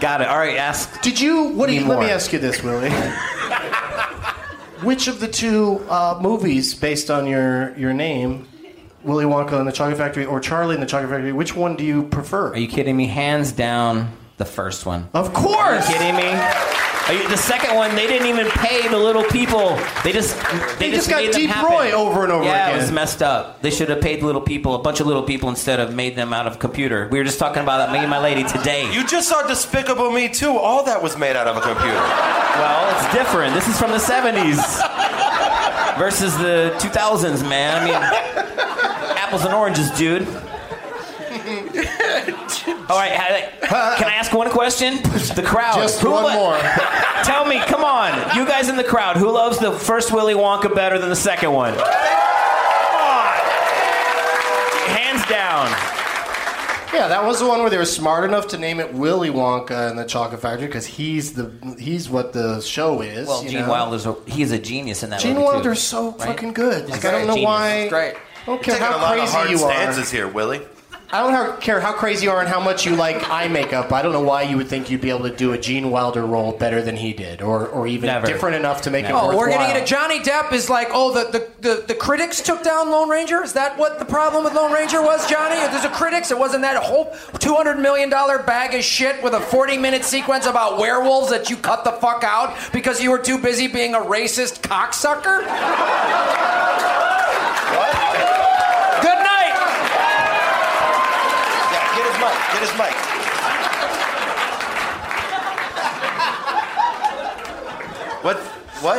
[SPEAKER 4] Got it. All right, ask.
[SPEAKER 2] Did you? What? Do
[SPEAKER 4] Need
[SPEAKER 2] you, let me
[SPEAKER 4] more.
[SPEAKER 2] ask you this, Willie. Which of the two uh, movies, based on your your name, Willy Wonka and the Chocolate Factory or Charlie and the Chocolate Factory, which one do you prefer?
[SPEAKER 4] Are you kidding me? Hands down, the first one.
[SPEAKER 2] Of course.
[SPEAKER 4] Kidding me? Are you- The second one, they didn't even pay the little people. They just
[SPEAKER 2] They
[SPEAKER 4] they,
[SPEAKER 2] just got
[SPEAKER 4] made them
[SPEAKER 2] Deep
[SPEAKER 4] happen.
[SPEAKER 2] Roy over and over
[SPEAKER 4] yeah, it
[SPEAKER 2] again.
[SPEAKER 4] was messed up. They should have paid the little people, a bunch of little people, instead of made them out of computer. We were just talking about that, me and my lady today.
[SPEAKER 7] You just saw Despicable Me too. All that was made out of a computer.
[SPEAKER 4] Well, it's different. This is from the *laughs* 70s versus the 2000s, man. I mean, apples and oranges, dude. All right, I- can I ask one question? The crowd.
[SPEAKER 2] Just one more.
[SPEAKER 4] *laughs* Tell me, come on, you guys in the crowd, who loves the first Willy Wonka better than the second one? Come on. Hands down.
[SPEAKER 2] Yeah, that was the one where they were smart enough to name it Willy Wonka and the Chocolate Factory because he's the he's what the show is.
[SPEAKER 4] Well,
[SPEAKER 2] you
[SPEAKER 4] Gene
[SPEAKER 2] know?
[SPEAKER 4] Wilder's a, he's a genius in that.
[SPEAKER 2] Gene
[SPEAKER 4] movie, too.
[SPEAKER 2] Wilder's so
[SPEAKER 4] Right?
[SPEAKER 2] fucking good. Like
[SPEAKER 4] He's
[SPEAKER 2] I don't know
[SPEAKER 4] a
[SPEAKER 2] why.
[SPEAKER 4] genius. Great.
[SPEAKER 2] I don't
[SPEAKER 7] You're
[SPEAKER 2] care
[SPEAKER 7] taking a
[SPEAKER 2] how
[SPEAKER 7] lot of hard
[SPEAKER 2] crazy you are.
[SPEAKER 7] stances here, Willie.
[SPEAKER 2] I don't how- care how crazy you are and how much you like eye makeup. I don't know why you would think you'd be able to do a Gene Wilder role better than he did, or or even
[SPEAKER 4] Never.
[SPEAKER 2] different enough to make it
[SPEAKER 8] Oh,
[SPEAKER 2] worthwhile.
[SPEAKER 8] we're gonna get a Johnny Depp is like, oh, the, the, the, the critics took down Lone Ranger. Is that what the problem with Lone Ranger was, Johnny? If there's a critics, it wasn't that whole two hundred million dollar bag of shit with a forty minute sequence about werewolves that you cut the fuck out because you were too busy being a racist cocksucker. Good night.
[SPEAKER 7] Yeah, get his mic. Get his mic. What? What?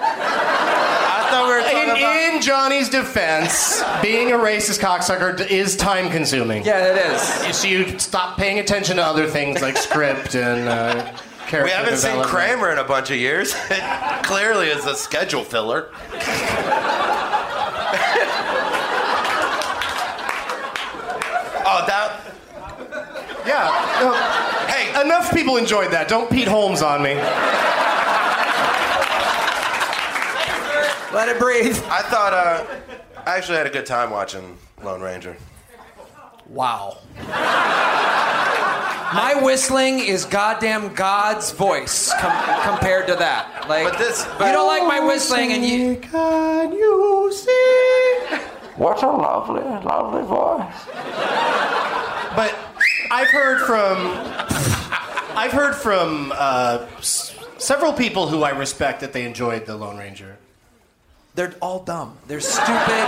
[SPEAKER 7] I thought we were talking
[SPEAKER 2] In,
[SPEAKER 7] about.
[SPEAKER 2] in Johnny's defense, being a racist cocksucker d- is time consuming.
[SPEAKER 8] Yeah, it is.
[SPEAKER 2] You see, you stop paying attention to other things like script and uh, character.
[SPEAKER 7] We haven't seen
[SPEAKER 2] development.
[SPEAKER 7] Kramer in a bunch of years. *laughs* It clearly is a schedule filler. *laughs* oh, that.
[SPEAKER 2] Yeah. no. hey, enough people enjoyed that. Don't Pete Holmes on me.
[SPEAKER 8] Let it breathe.
[SPEAKER 7] I thought. Uh, I actually had a good time watching Lone Ranger.
[SPEAKER 8] Wow. My whistling is goddamn God's voice com- compared to that. Like,
[SPEAKER 7] But this-
[SPEAKER 8] you don't like my whistling, and you
[SPEAKER 2] Can you see?
[SPEAKER 9] What a lovely, lovely voice.
[SPEAKER 2] But I've heard from I've heard from uh, s- several people who I respect that they enjoyed the Lone Ranger.
[SPEAKER 8] They're all dumb. They're stupid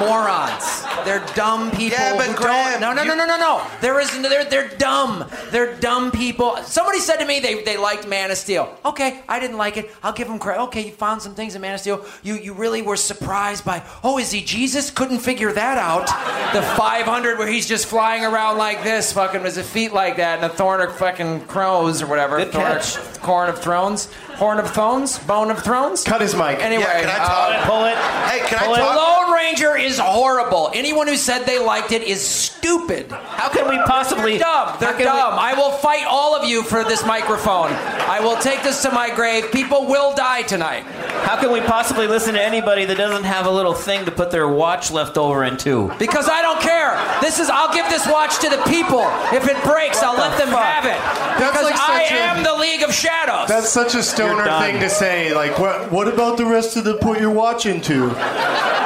[SPEAKER 8] morons. They're dumb people.
[SPEAKER 7] Yeah, but
[SPEAKER 8] who
[SPEAKER 7] Graham,
[SPEAKER 8] don't, no, no,
[SPEAKER 7] you-
[SPEAKER 8] no, no, no, no. There is they're they're dumb. They're dumb people. Somebody said to me they, they liked Man of Steel. Okay, I didn't like it. I'll give them credit. Okay, you found some things in Man of Steel. You you really were surprised by. Oh, is he Jesus? Couldn't figure that out. The 500 where he's just flying around like this, fucking with his feet like that, and a thorn of fucking crows or whatever.
[SPEAKER 4] Good
[SPEAKER 8] thorn
[SPEAKER 4] catch.
[SPEAKER 8] Of, corn of thrones, horn of thrones, bone of thrones.
[SPEAKER 2] Cut his mic.
[SPEAKER 8] Anyway,
[SPEAKER 7] Yeah, can I
[SPEAKER 8] uh,
[SPEAKER 7] talk?
[SPEAKER 4] Pull it.
[SPEAKER 2] uh,
[SPEAKER 7] Hey, can
[SPEAKER 4] Pull
[SPEAKER 7] I
[SPEAKER 4] it.
[SPEAKER 7] talk?
[SPEAKER 8] the Lone Ranger is horrible. Anyone who said they liked it is stupid.
[SPEAKER 4] How can we possibly?
[SPEAKER 8] They're dumb.
[SPEAKER 4] how
[SPEAKER 8] They're
[SPEAKER 4] can we-
[SPEAKER 8] dumb. I will fight all of you for this microphone. I will take this to my grave. People will die tonight.
[SPEAKER 4] How can we possibly listen to anybody that doesn't have a little thing to put their watch left over into?
[SPEAKER 8] Because I don't care. This is I'll give this watch to the people. If it breaks, I'll let
[SPEAKER 4] the
[SPEAKER 8] them
[SPEAKER 4] fuck?
[SPEAKER 8] have it.
[SPEAKER 2] That's
[SPEAKER 8] because
[SPEAKER 2] like
[SPEAKER 8] I
[SPEAKER 2] such a-
[SPEAKER 8] am the League of Shadows.
[SPEAKER 2] That's such a stoner
[SPEAKER 4] done.
[SPEAKER 2] thing to say. Like, what? What about the rest of the put your watch into?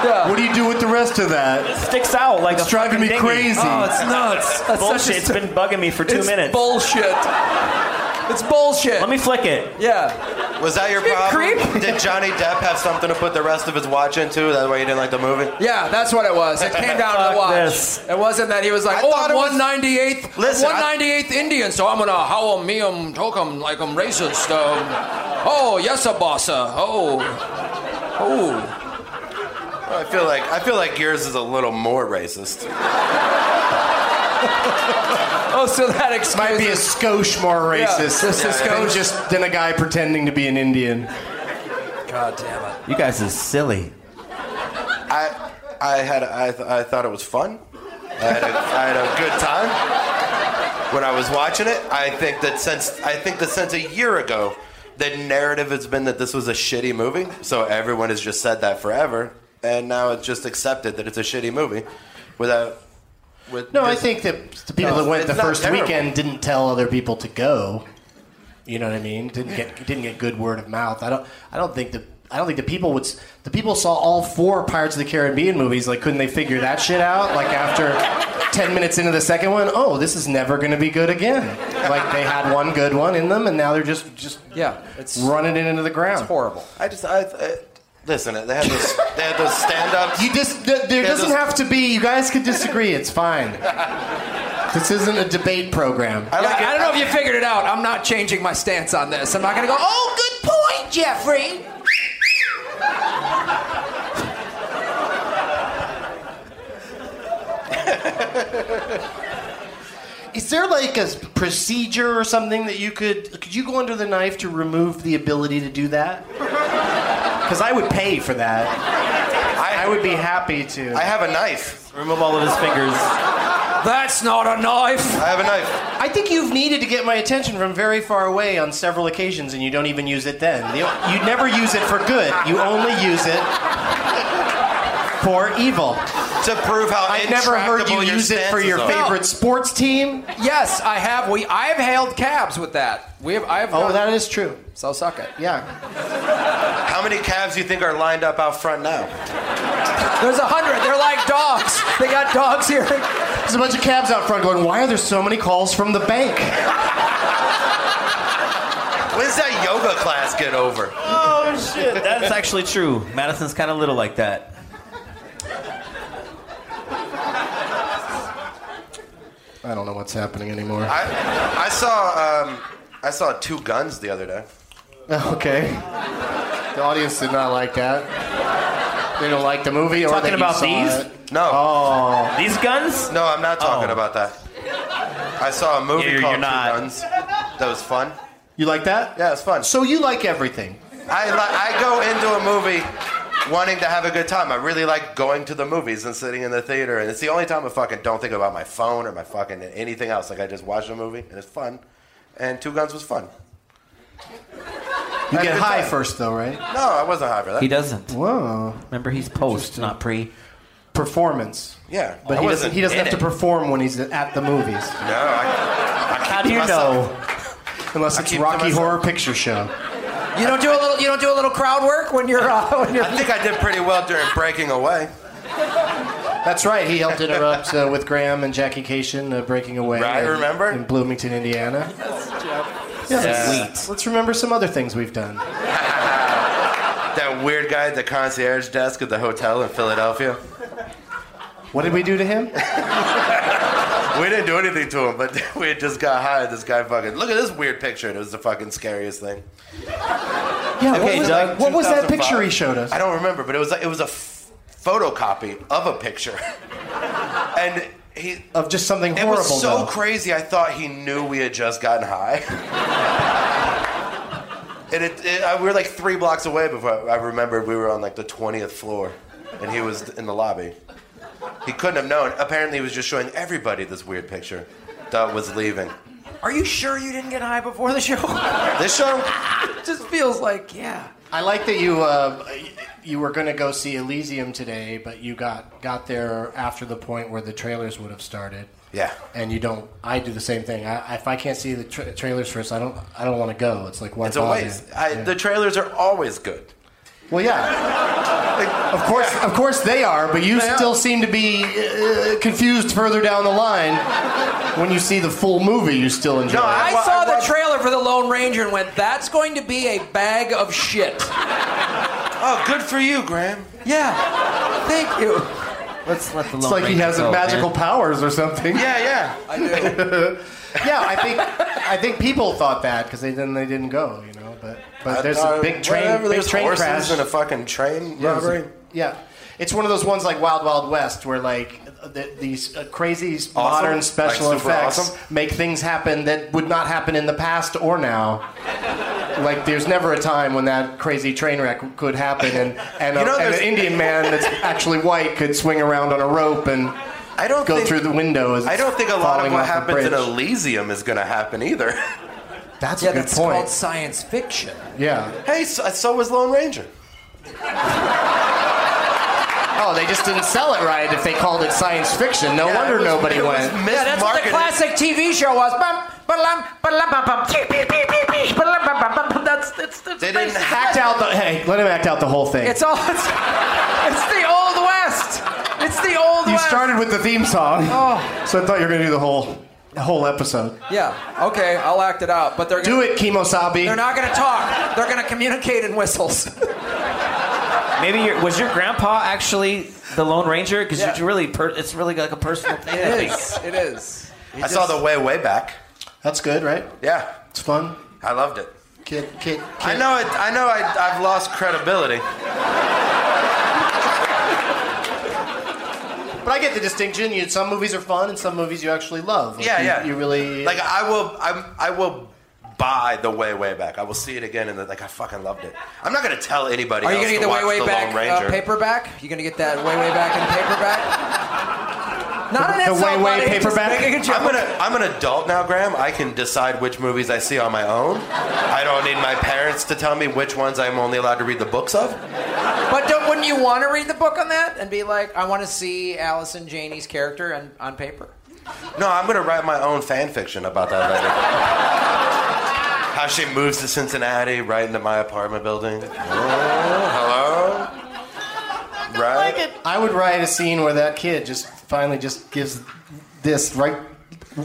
[SPEAKER 8] Yeah.
[SPEAKER 2] What do you do with the rest of that?
[SPEAKER 4] Sticks out like
[SPEAKER 2] It's
[SPEAKER 4] a
[SPEAKER 2] driving me
[SPEAKER 4] fucking dinghy.
[SPEAKER 2] crazy.
[SPEAKER 8] oh, it's nuts. That's
[SPEAKER 4] Bullshit. It's
[SPEAKER 8] Such a,
[SPEAKER 4] been bugging me for two
[SPEAKER 8] it's
[SPEAKER 4] minutes.
[SPEAKER 8] bullshit. It's bullshit.
[SPEAKER 4] Let me flick it.
[SPEAKER 8] yeah.
[SPEAKER 7] Was that your
[SPEAKER 8] Big
[SPEAKER 7] problem?
[SPEAKER 8] creep.
[SPEAKER 7] Did Johnny Depp have something to put the rest of his watch into? That's why you didn't like the movie?
[SPEAKER 8] Yeah, that's what it was. It came down to
[SPEAKER 4] Fuck
[SPEAKER 8] the watch.
[SPEAKER 4] this.
[SPEAKER 8] It wasn't that he was like,
[SPEAKER 7] I
[SPEAKER 8] oh,
[SPEAKER 7] thought
[SPEAKER 8] I'm
[SPEAKER 7] it was-
[SPEAKER 8] 198th,
[SPEAKER 7] Listen, I-
[SPEAKER 8] 198th Indian, so I'm gonna how 'em, me 'em, talk 'em like I'm racist. Um, oh, yes, a bossa. Oh, oh.
[SPEAKER 7] I feel like I feel like yours is a little more racist.
[SPEAKER 8] Oh, so that excuses.
[SPEAKER 2] Might be a skosh more
[SPEAKER 8] Yeah,
[SPEAKER 2] racist
[SPEAKER 8] just a
[SPEAKER 2] than
[SPEAKER 8] skosh.
[SPEAKER 2] just than a guy pretending to be an Indian.
[SPEAKER 8] God damn it.
[SPEAKER 4] You guys is silly.
[SPEAKER 7] I I had I, th- I thought it was fun. I had, a, I had a good time when I was watching it. I think that since I think that since a year ago, the narrative has been that this was a shitty movie. So everyone has just said that forever, and now it's just accepted that it's a shitty movie, without. With
[SPEAKER 2] No, I think that the people
[SPEAKER 7] No,
[SPEAKER 2] that went
[SPEAKER 7] it's
[SPEAKER 2] the
[SPEAKER 7] not
[SPEAKER 2] first
[SPEAKER 7] terrible.
[SPEAKER 2] weekend didn't tell other people to go. You know what I mean? Didn't get didn't get good word of mouth. I don't I don't think that I don't think the people would. s- The people saw all four Pirates of the Caribbean movies. Like, couldn't they figure that shit out? Like after ten minutes into the second one, oh, this is never going to be good again. Like they had one good one in them, and now they're just just
[SPEAKER 8] yeah,
[SPEAKER 2] running it into the ground. It's
[SPEAKER 8] horrible.
[SPEAKER 7] I just, I, I listen. They had those, they had those stand-ups.
[SPEAKER 2] You just, there
[SPEAKER 7] They had
[SPEAKER 2] doesn't
[SPEAKER 7] those-
[SPEAKER 2] have to be. You guys could disagree. It's *laughs* fine. This isn't a debate program.
[SPEAKER 8] I, I don't know if you figured it out. I'm not changing my stance on this. I'm not going to go, oh, good point, Jeffrey.
[SPEAKER 2] Is there like a procedure or something that you could could you go under the knife to remove the ability to do *laughs* that? Because I would pay for that. I, would be happy to. I
[SPEAKER 7] have a knife.
[SPEAKER 2] Remove all of his fingers.
[SPEAKER 8] That's not a knife.
[SPEAKER 7] I have a knife.
[SPEAKER 2] I think you've needed to get my attention from very far away on several occasions, and you don't even use it then. You, you never use it for good. You only use *laughs* it for evil.
[SPEAKER 7] To prove how
[SPEAKER 2] I've never heard you
[SPEAKER 8] intractable your
[SPEAKER 2] use it for your
[SPEAKER 8] stances are.
[SPEAKER 2] favorite sports team.
[SPEAKER 8] Yes, I have. We, I have hailed cabs with that. We have, I have.
[SPEAKER 2] Oh, that is true.
[SPEAKER 8] So suck it.
[SPEAKER 2] Yeah.
[SPEAKER 7] How many calves do you think are lined up out front now?
[SPEAKER 8] There's a hundred. They're like dogs. They got dogs here.
[SPEAKER 2] There's a bunch of cabs out front going, why are there so many calls from the bank?
[SPEAKER 7] When's that yoga class get over?
[SPEAKER 4] *laughs*
[SPEAKER 2] Oh, shit.
[SPEAKER 4] That's actually true. Madison's kind of little like that.
[SPEAKER 2] I don't know what's happening anymore.
[SPEAKER 7] I, I saw, um, I saw Two Guns the other day.
[SPEAKER 2] *laughs* Okay. The audience did not like that. They don't like the movie. or that
[SPEAKER 7] Talking
[SPEAKER 2] you
[SPEAKER 7] about
[SPEAKER 2] saw
[SPEAKER 7] these?
[SPEAKER 2] it.
[SPEAKER 7] No.
[SPEAKER 2] Oh.
[SPEAKER 7] These guns? No, I'm not talking about that. I saw a movie
[SPEAKER 2] You're-
[SPEAKER 7] called
[SPEAKER 2] you're not.
[SPEAKER 7] Two Guns. That was fun.
[SPEAKER 2] You like that?
[SPEAKER 7] Yeah, it's fun.
[SPEAKER 2] So you like everything.
[SPEAKER 7] I li- I go into a movie wanting to have a good time. I really like going to the movies and sitting in the theater, and it's the only time I fucking don't think about my phone or my fucking anything else. Like I just watch a movie and it's fun. And Two Guns was fun.
[SPEAKER 2] You
[SPEAKER 7] Had a
[SPEAKER 2] get
[SPEAKER 7] good
[SPEAKER 2] high
[SPEAKER 7] time.
[SPEAKER 2] first, though, right?
[SPEAKER 7] No, I wasn't high for that.
[SPEAKER 4] He doesn't.
[SPEAKER 2] Whoa.
[SPEAKER 4] Remember, he's post, not pre.
[SPEAKER 2] Performance.
[SPEAKER 7] Yeah,
[SPEAKER 2] But he
[SPEAKER 7] I
[SPEAKER 2] doesn't.
[SPEAKER 7] wasn't
[SPEAKER 2] He doesn't
[SPEAKER 7] in
[SPEAKER 2] have to
[SPEAKER 7] it.
[SPEAKER 2] perform when he's at the movies.
[SPEAKER 7] No, I, I
[SPEAKER 2] How do you know? Unless it's Rocky Horror Picture Show.
[SPEAKER 8] You don't do a little. You don't do a little crowd work when you're. Uh, when you're.
[SPEAKER 7] I think I did pretty well during Breaking Away.
[SPEAKER 2] That's right. He helped interrupt uh, with Graham and Jackie Cation uh, breaking away.
[SPEAKER 7] Right,
[SPEAKER 2] in-
[SPEAKER 7] remember?
[SPEAKER 2] in Bloomington,
[SPEAKER 7] *laughs*
[SPEAKER 2] Indiana.
[SPEAKER 7] Yeah.
[SPEAKER 2] Yeah, Let's, let's remember some other things we've done.
[SPEAKER 7] That weird guy at the concierge desk at the hotel in Philadelphia.
[SPEAKER 2] What did we do to him?
[SPEAKER 7] We didn't do anything to him, but *laughs* we had just got high. This guy fucking look at this weird picture. and It was the fucking scariest thing.
[SPEAKER 2] Yeah.
[SPEAKER 7] Okay,
[SPEAKER 2] what was,
[SPEAKER 7] Doug,
[SPEAKER 2] like, what was that
[SPEAKER 7] 2005?
[SPEAKER 2] picture he showed us?
[SPEAKER 7] I don't remember, but it was like, it was a f- photocopy of a picture, *laughs* and he
[SPEAKER 2] Of just something
[SPEAKER 7] it
[SPEAKER 2] horrible.
[SPEAKER 7] was so
[SPEAKER 2] though.
[SPEAKER 7] crazy. I thought he knew we had just gotten high. *laughs* And it, it, I, we were like three blocks away before I, I remembered we were on like the 20th floor and he was in the lobby. He couldn't have known. Apparently, he was just showing everybody this weird picture that was leaving.
[SPEAKER 8] Are you sure you didn't get high before the show?
[SPEAKER 7] This show?
[SPEAKER 8] it just feels like yeah.
[SPEAKER 2] I like that you uh, you were going to go see Elysium today, but you got got there after the point where the trailers would have started.
[SPEAKER 7] Yeah.
[SPEAKER 2] And you don't. I do the same thing. I, if I can't see the tra- trailers first, I don't. I don't want to go. It's like why
[SPEAKER 7] It's a
[SPEAKER 2] bother?
[SPEAKER 7] waste. I,
[SPEAKER 2] Yeah.
[SPEAKER 7] The trailers are always good.
[SPEAKER 2] well, yeah. of course, of course they are. But you
[SPEAKER 7] They are.
[SPEAKER 2] still seem to be uh, confused further down the line. When you see the full movie, you still enjoy. it.
[SPEAKER 8] I saw the trailer for the Lone Ranger and went, "That's going to be a bag of shit."
[SPEAKER 7] Oh, good for you, Graham.
[SPEAKER 8] Yeah. Thank you.
[SPEAKER 4] Let's let the
[SPEAKER 2] It's like he has magical powers or something.
[SPEAKER 7] Yeah, yeah.
[SPEAKER 8] I do.
[SPEAKER 7] *laughs*
[SPEAKER 2] yeah, I think I think people thought that because they then they didn't go, you know. But but there's
[SPEAKER 7] Uh,
[SPEAKER 2] a big train,
[SPEAKER 7] whatever,
[SPEAKER 2] big
[SPEAKER 7] there's
[SPEAKER 2] train
[SPEAKER 7] horses
[SPEAKER 2] crash
[SPEAKER 7] and a fucking train
[SPEAKER 2] Yeah, it's-
[SPEAKER 7] robbery.
[SPEAKER 2] Yeah, it's one of those ones like Wild Wild West where like th these uh, crazy modern special
[SPEAKER 7] Like, super
[SPEAKER 2] effects
[SPEAKER 7] awesome?
[SPEAKER 2] make things happen that would not happen in the past or now. Like there's never a time when that crazy train wreck could happen, and and, a-
[SPEAKER 7] You know,
[SPEAKER 2] and
[SPEAKER 7] there's-
[SPEAKER 2] an Indian man that's actually white could swing around on a rope and
[SPEAKER 7] I don't
[SPEAKER 2] go
[SPEAKER 7] think-
[SPEAKER 2] through the window. As
[SPEAKER 7] I don't
[SPEAKER 2] it's
[SPEAKER 7] think a lot of
[SPEAKER 2] falling
[SPEAKER 7] what
[SPEAKER 2] off a
[SPEAKER 7] happens in
[SPEAKER 2] bridge.
[SPEAKER 7] Elysium is going to happen either. *laughs*
[SPEAKER 2] That's
[SPEAKER 8] yeah,
[SPEAKER 2] a good
[SPEAKER 8] that's
[SPEAKER 2] point.
[SPEAKER 8] called science fiction.
[SPEAKER 2] Yeah.
[SPEAKER 7] Hey, so, so was Lone Ranger.
[SPEAKER 2] Oh, they just didn't sell it right if they called it science fiction. No wonder nobody went.
[SPEAKER 8] Yeah, that's what the classic TV show was. Bum, ba-lum, ba-lum, ba-bum, beep, beep, beep, beep, beep, ba-lum, ba-bum, ba-bum. That's, that's, that's
[SPEAKER 2] They didn't act out the. Hey, let him act out the whole thing.
[SPEAKER 8] It's all. It's, it's the old west. It's the old
[SPEAKER 2] you
[SPEAKER 8] west.
[SPEAKER 2] started with the theme song,
[SPEAKER 8] Oh.
[SPEAKER 2] so I thought you were going to do the whole, the whole episode.
[SPEAKER 8] Yeah. Okay, I'll act it out. But they're gonna,
[SPEAKER 2] Do it, Kemosabe.
[SPEAKER 8] They're not going to talk. They're going to communicate in whistles.
[SPEAKER 4] Maybe your, was your grandpa actually the Lone Ranger? Because
[SPEAKER 8] Yeah.
[SPEAKER 4] it's really per, it's really like a personal thing. I
[SPEAKER 8] It
[SPEAKER 4] think.
[SPEAKER 8] is. It is.
[SPEAKER 7] I saw the way way back.
[SPEAKER 2] That's good, right?
[SPEAKER 7] Yeah,
[SPEAKER 2] It's fun.
[SPEAKER 7] I loved it.
[SPEAKER 2] Kid, kid, kid.
[SPEAKER 7] I know it. I know. I, I've lost credibility.
[SPEAKER 2] But I get the distinction. You, some movies are fun, and some movies you actually love. Like,
[SPEAKER 7] yeah,
[SPEAKER 2] you,
[SPEAKER 7] yeah.
[SPEAKER 2] You really
[SPEAKER 7] like. I will. I'm, I will buy the way way back. I will see it again, and then, like I fucking loved it. I'm not gonna tell anybody.
[SPEAKER 8] Are you
[SPEAKER 7] else
[SPEAKER 8] gonna
[SPEAKER 7] to
[SPEAKER 8] get the way
[SPEAKER 7] watch
[SPEAKER 8] way
[SPEAKER 7] the
[SPEAKER 8] back
[SPEAKER 7] Lone Ranger.
[SPEAKER 8] uh, paperback? You gonna get that way way back in paperback? Not an
[SPEAKER 2] The- the
[SPEAKER 8] insult,
[SPEAKER 2] way, way
[SPEAKER 8] buddy, just
[SPEAKER 2] paperback?
[SPEAKER 8] making a joke.
[SPEAKER 7] I'm gonna. I'm an adult now, Graham. I can decide which movies I see on my own. I don't need my parents to tell me which ones I'm only allowed to read the books of.
[SPEAKER 8] But don't, wouldn't you want to read the book on that and be like, I want to see Allison Janey's character on, on paper?
[SPEAKER 7] No, I'm gonna write my own fan fiction about that later. How she moves to Cincinnati, right into my apartment building. Oh, hello. Right.
[SPEAKER 2] I would write a scene where that kid just finally just gives this right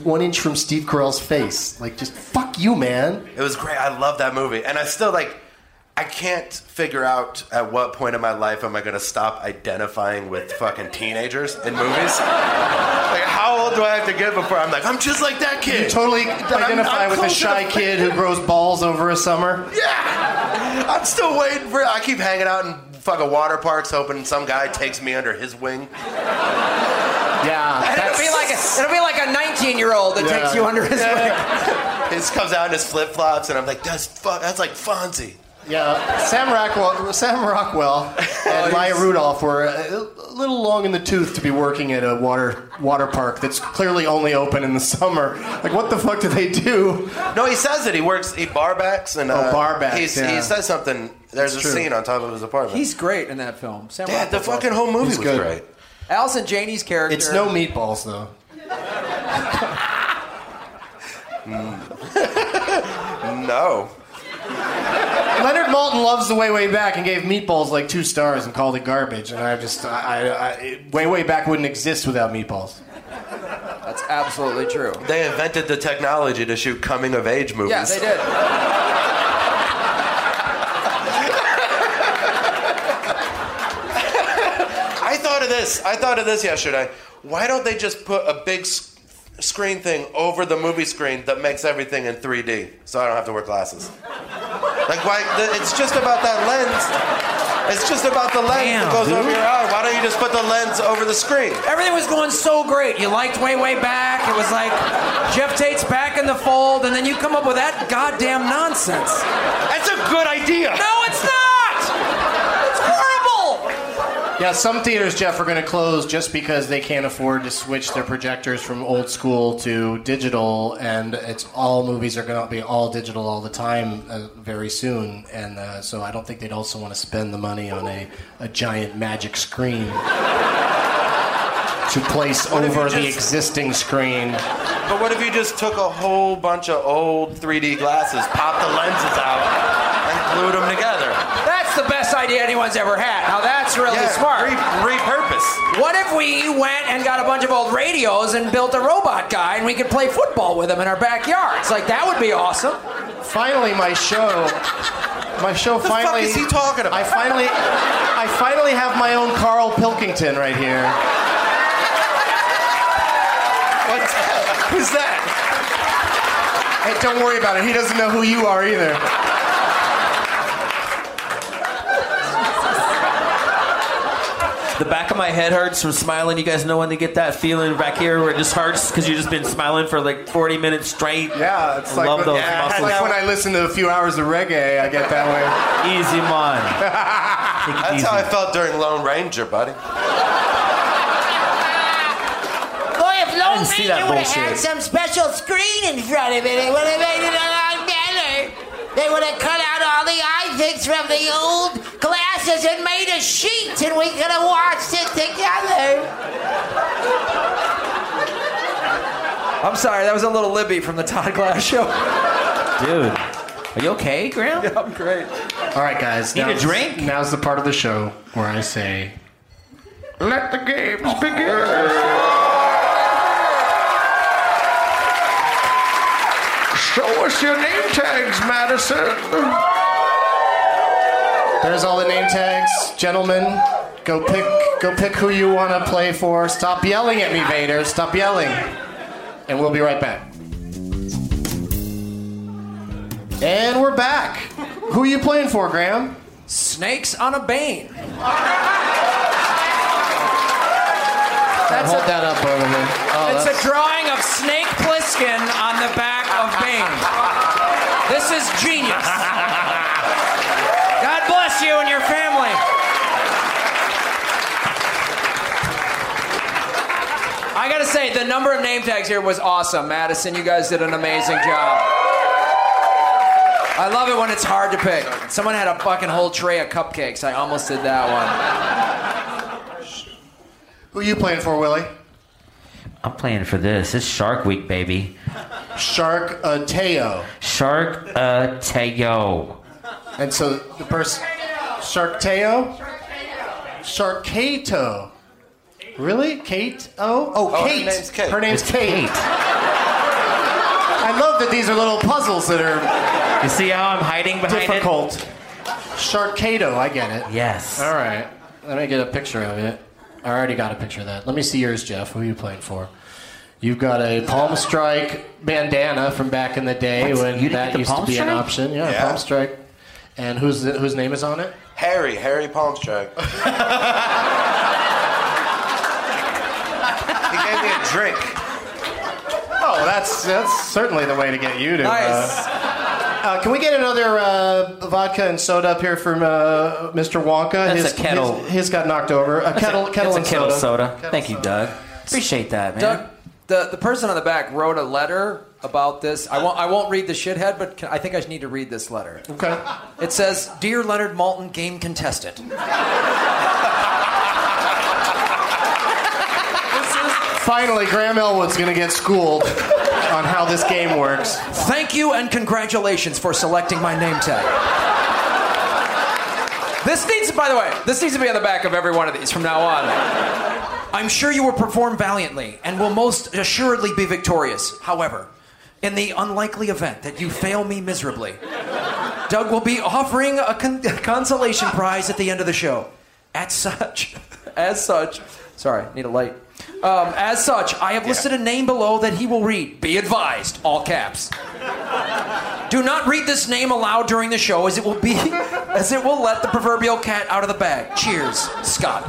[SPEAKER 2] one inch from Steve Carell's face, like just fuck you, man.
[SPEAKER 7] It was great. I love that movie, and I still like. I can't figure out at what point in my life am I going to stop identifying with fucking teenagers in movies. like, how old do I have to get before I'm like, I'm just like that kid.
[SPEAKER 2] You totally
[SPEAKER 7] And I'm-
[SPEAKER 2] identify
[SPEAKER 7] I'm
[SPEAKER 2] with the
[SPEAKER 7] close to
[SPEAKER 2] shy
[SPEAKER 7] the-
[SPEAKER 2] kid who grows balls over a summer.
[SPEAKER 7] I'm still waiting for. I keep hanging out in fucking water parks, hoping some guy takes me under his wing. *laughs*
[SPEAKER 2] Yeah,
[SPEAKER 8] And it'll be like a, it'll be like a 19 year old that
[SPEAKER 2] Yeah.
[SPEAKER 8] takes you under his wing.
[SPEAKER 7] He just comes out in his flip flops, and I'm like, that's fu- That's like Fonzie.
[SPEAKER 2] yeah. Sam Rockwell, Sam
[SPEAKER 7] *laughs*
[SPEAKER 2] Rockwell,
[SPEAKER 7] Oh,
[SPEAKER 2] and Maya Rudolph were a, a little long in the tooth to be working at a water water park that's clearly only open in the summer. Like, what the fuck do they do?
[SPEAKER 7] No, he says it. He works. He barbacks and
[SPEAKER 2] Oh,
[SPEAKER 7] uh,
[SPEAKER 2] barbacks,
[SPEAKER 7] he's-
[SPEAKER 2] yeah.
[SPEAKER 7] He says something. There's
[SPEAKER 2] That's
[SPEAKER 7] a
[SPEAKER 2] true.
[SPEAKER 7] scene on top of his apartment.
[SPEAKER 8] He's great in that film. Sam
[SPEAKER 7] Dad, the
[SPEAKER 8] Rockwell's
[SPEAKER 7] fucking whole movie
[SPEAKER 2] He's
[SPEAKER 7] was
[SPEAKER 2] good.
[SPEAKER 7] great.
[SPEAKER 8] awesome. Allison Janey's character.
[SPEAKER 2] It's no meatballs though.
[SPEAKER 7] No.
[SPEAKER 2] Leonard Malton loves the Way Way Back and gave Meatballs like two stars and called it garbage. And I just, I, I, I, Way Way Back wouldn't exist without Meatballs.
[SPEAKER 8] That's absolutely true.
[SPEAKER 7] They invented the technology to shoot coming of age movies.
[SPEAKER 8] Yeah, they did.
[SPEAKER 7] I thought of this. I thought of this yesterday. Why don't they just put a big s- screen thing over the movie screen that makes everything in 3D so I don't have to wear glasses? Like, why? th- It's just about that lens. It's just about the lens
[SPEAKER 8] Damn,
[SPEAKER 7] that goes
[SPEAKER 8] dude.
[SPEAKER 7] over your eye. Why don't you just put the lens over the screen?
[SPEAKER 8] Everything was going so great. You liked Way Way Back. It was like Jeff Tate's back in the fold, and then you come up with that goddamn nonsense.
[SPEAKER 7] That's a good idea.
[SPEAKER 8] No, it's not! It's horrible!
[SPEAKER 2] Yeah, some theaters, Jeff, are going to close just because they can't afford to switch their projectors from old school to digital, and it's all movies are going to be all digital all the time uh, very soon. And uh, so I don't think they'd also want to spend the money on a, a giant magic
[SPEAKER 7] *laughs*
[SPEAKER 2] screen to place
[SPEAKER 7] What if you
[SPEAKER 2] over the
[SPEAKER 7] just-
[SPEAKER 2] existing screen.
[SPEAKER 7] But what if you just took a whole bunch of old 3D glasses, popped the lenses out, and glued them together?
[SPEAKER 8] That's the best idea anyone's ever had. Now that's really
[SPEAKER 7] Yeah,
[SPEAKER 8] smart.
[SPEAKER 7] Re- repurpose.
[SPEAKER 8] what if we went and got a bunch of old radios and built a robot guy and we could play football with him in our backyards? Like that would be awesome.
[SPEAKER 2] finally my show my show
[SPEAKER 7] fuck
[SPEAKER 2] finally
[SPEAKER 7] is he talking about?
[SPEAKER 2] i finally i finally have my own carl pilkington right here
[SPEAKER 7] What's Who's that?
[SPEAKER 2] hey don't worry about it he doesn't know who you are either
[SPEAKER 4] The back of my head hurts from smiling. You guys know when they get that feeling back here where it just hurts because you've just been smiling for like 40 minutes straight.
[SPEAKER 2] yeah it's like,
[SPEAKER 4] Love those
[SPEAKER 2] yeah, it's
[SPEAKER 4] muscles.
[SPEAKER 2] like when i listen to a few hours of reggae i get that way
[SPEAKER 4] Easy, man. Take it easy.
[SPEAKER 7] That's how I felt during Lone Ranger, buddy.
[SPEAKER 12] Boy, if Lone
[SPEAKER 4] didn't see
[SPEAKER 12] Ranger
[SPEAKER 4] that
[SPEAKER 12] would have had
[SPEAKER 4] bullshit.
[SPEAKER 12] some special screen in front of it, it would have made it a lot better. They would have cut out all the eye things from the old glass mattress and made a sheet, and we're gonna watch it together.
[SPEAKER 8] I'm sorry, that was a little Libby from the Todd Glass show.
[SPEAKER 4] Dude, are you okay, Graham?
[SPEAKER 8] Yeah, I'm great.
[SPEAKER 2] All right, guys.
[SPEAKER 8] Need a
[SPEAKER 2] now's-
[SPEAKER 8] drink?
[SPEAKER 2] Now's the part of the show where I say,
[SPEAKER 9] Let the games begin. Show us your name tags, Madison.
[SPEAKER 2] "There's all the name tags, gentlemen. Go pick, go pick who you want to play for. Stop yelling at me, Vader. Stop yelling." And we'll be right back. And we're back. Who are you playing for, Graham?
[SPEAKER 8] Snakes on a Bane.
[SPEAKER 2] That's Hold that up, Overman. Oh,
[SPEAKER 8] it's
[SPEAKER 2] that's-
[SPEAKER 8] a drawing of Snake Plissken on the back of Bane. This is genius. God bless you and your family. I gotta say, the number of name tags here was awesome. Madison, you guys did an amazing job. I love it when it's hard to pick. Someone had a fucking whole tray of cupcakes. I almost did that one.
[SPEAKER 2] who are you playing for, Willie?
[SPEAKER 4] I'm playing for this. It's Shark Week, baby.
[SPEAKER 2] Shark Ateo.
[SPEAKER 4] Shark uh Tayo.
[SPEAKER 2] And so the person, Sharkteo, Sharkato. Really, Kate? Oh, oh,
[SPEAKER 7] Oh, her
[SPEAKER 2] Kate.
[SPEAKER 7] name's Kate.
[SPEAKER 2] Her name's
[SPEAKER 7] It's
[SPEAKER 2] Kate. I love that these are little puzzles that are.
[SPEAKER 4] You see how I'm hiding behind it?
[SPEAKER 2] difficult. Sharkado, I get it.
[SPEAKER 4] Yes.
[SPEAKER 2] All right. Let me get a picture of it. I already got a picture of that. Let me see yours, Jeff. Who are you playing for? You've got a Palm Strike bandana from back in the day
[SPEAKER 7] What?
[SPEAKER 2] when
[SPEAKER 7] You didn't get
[SPEAKER 2] that
[SPEAKER 7] the
[SPEAKER 2] used to
[SPEAKER 7] Palm
[SPEAKER 2] be an
[SPEAKER 7] Strike?
[SPEAKER 2] option. Yeah,
[SPEAKER 7] Yeah.
[SPEAKER 2] Palm Strike. And whose whose name is on it?
[SPEAKER 7] Harry, Harry *laughs* Palmstrike. he gave me a drink.
[SPEAKER 2] Oh, that's that's certainly the way to get you to. uh,
[SPEAKER 7] Nice.
[SPEAKER 2] uh, can we get another uh, vodka and soda up here from uh, Mr. Wonka?
[SPEAKER 4] That's a kettle.
[SPEAKER 2] His, his got knocked over. A
[SPEAKER 4] That's
[SPEAKER 2] kettle, kettle
[SPEAKER 4] that's
[SPEAKER 2] and
[SPEAKER 4] a kettle
[SPEAKER 2] soda.
[SPEAKER 4] soda. Thank you, Doug. Appreciate that, man.
[SPEAKER 8] Doug, the, the person on the back wrote a letter about this. I won't, I won't read the shithead, but can, I think I need to read this letter.
[SPEAKER 2] Okay.
[SPEAKER 8] It says Dear Leonard Malton, game contestant.
[SPEAKER 2] Finally, Graham Elwood's going to get schooled on how this game works.
[SPEAKER 8] Thank you and congratulations for selecting my name tag. This needs, by the way, this needs to be on the back of every one of these from now on. I'm sure you will perform valiantly and will most assuredly be victorious. However, in the unlikely event that you fail me miserably, Doug will be offering a, con- a consolation prize at the end of the show. At such, *laughs* as such, sorry, need a light. Um, as such, I have listed a name below that he will read. Be advised, all caps. Do not read this name aloud during the show, as it will be, *laughs* as it will let the proverbial cat out of the bag. Cheers, Scott.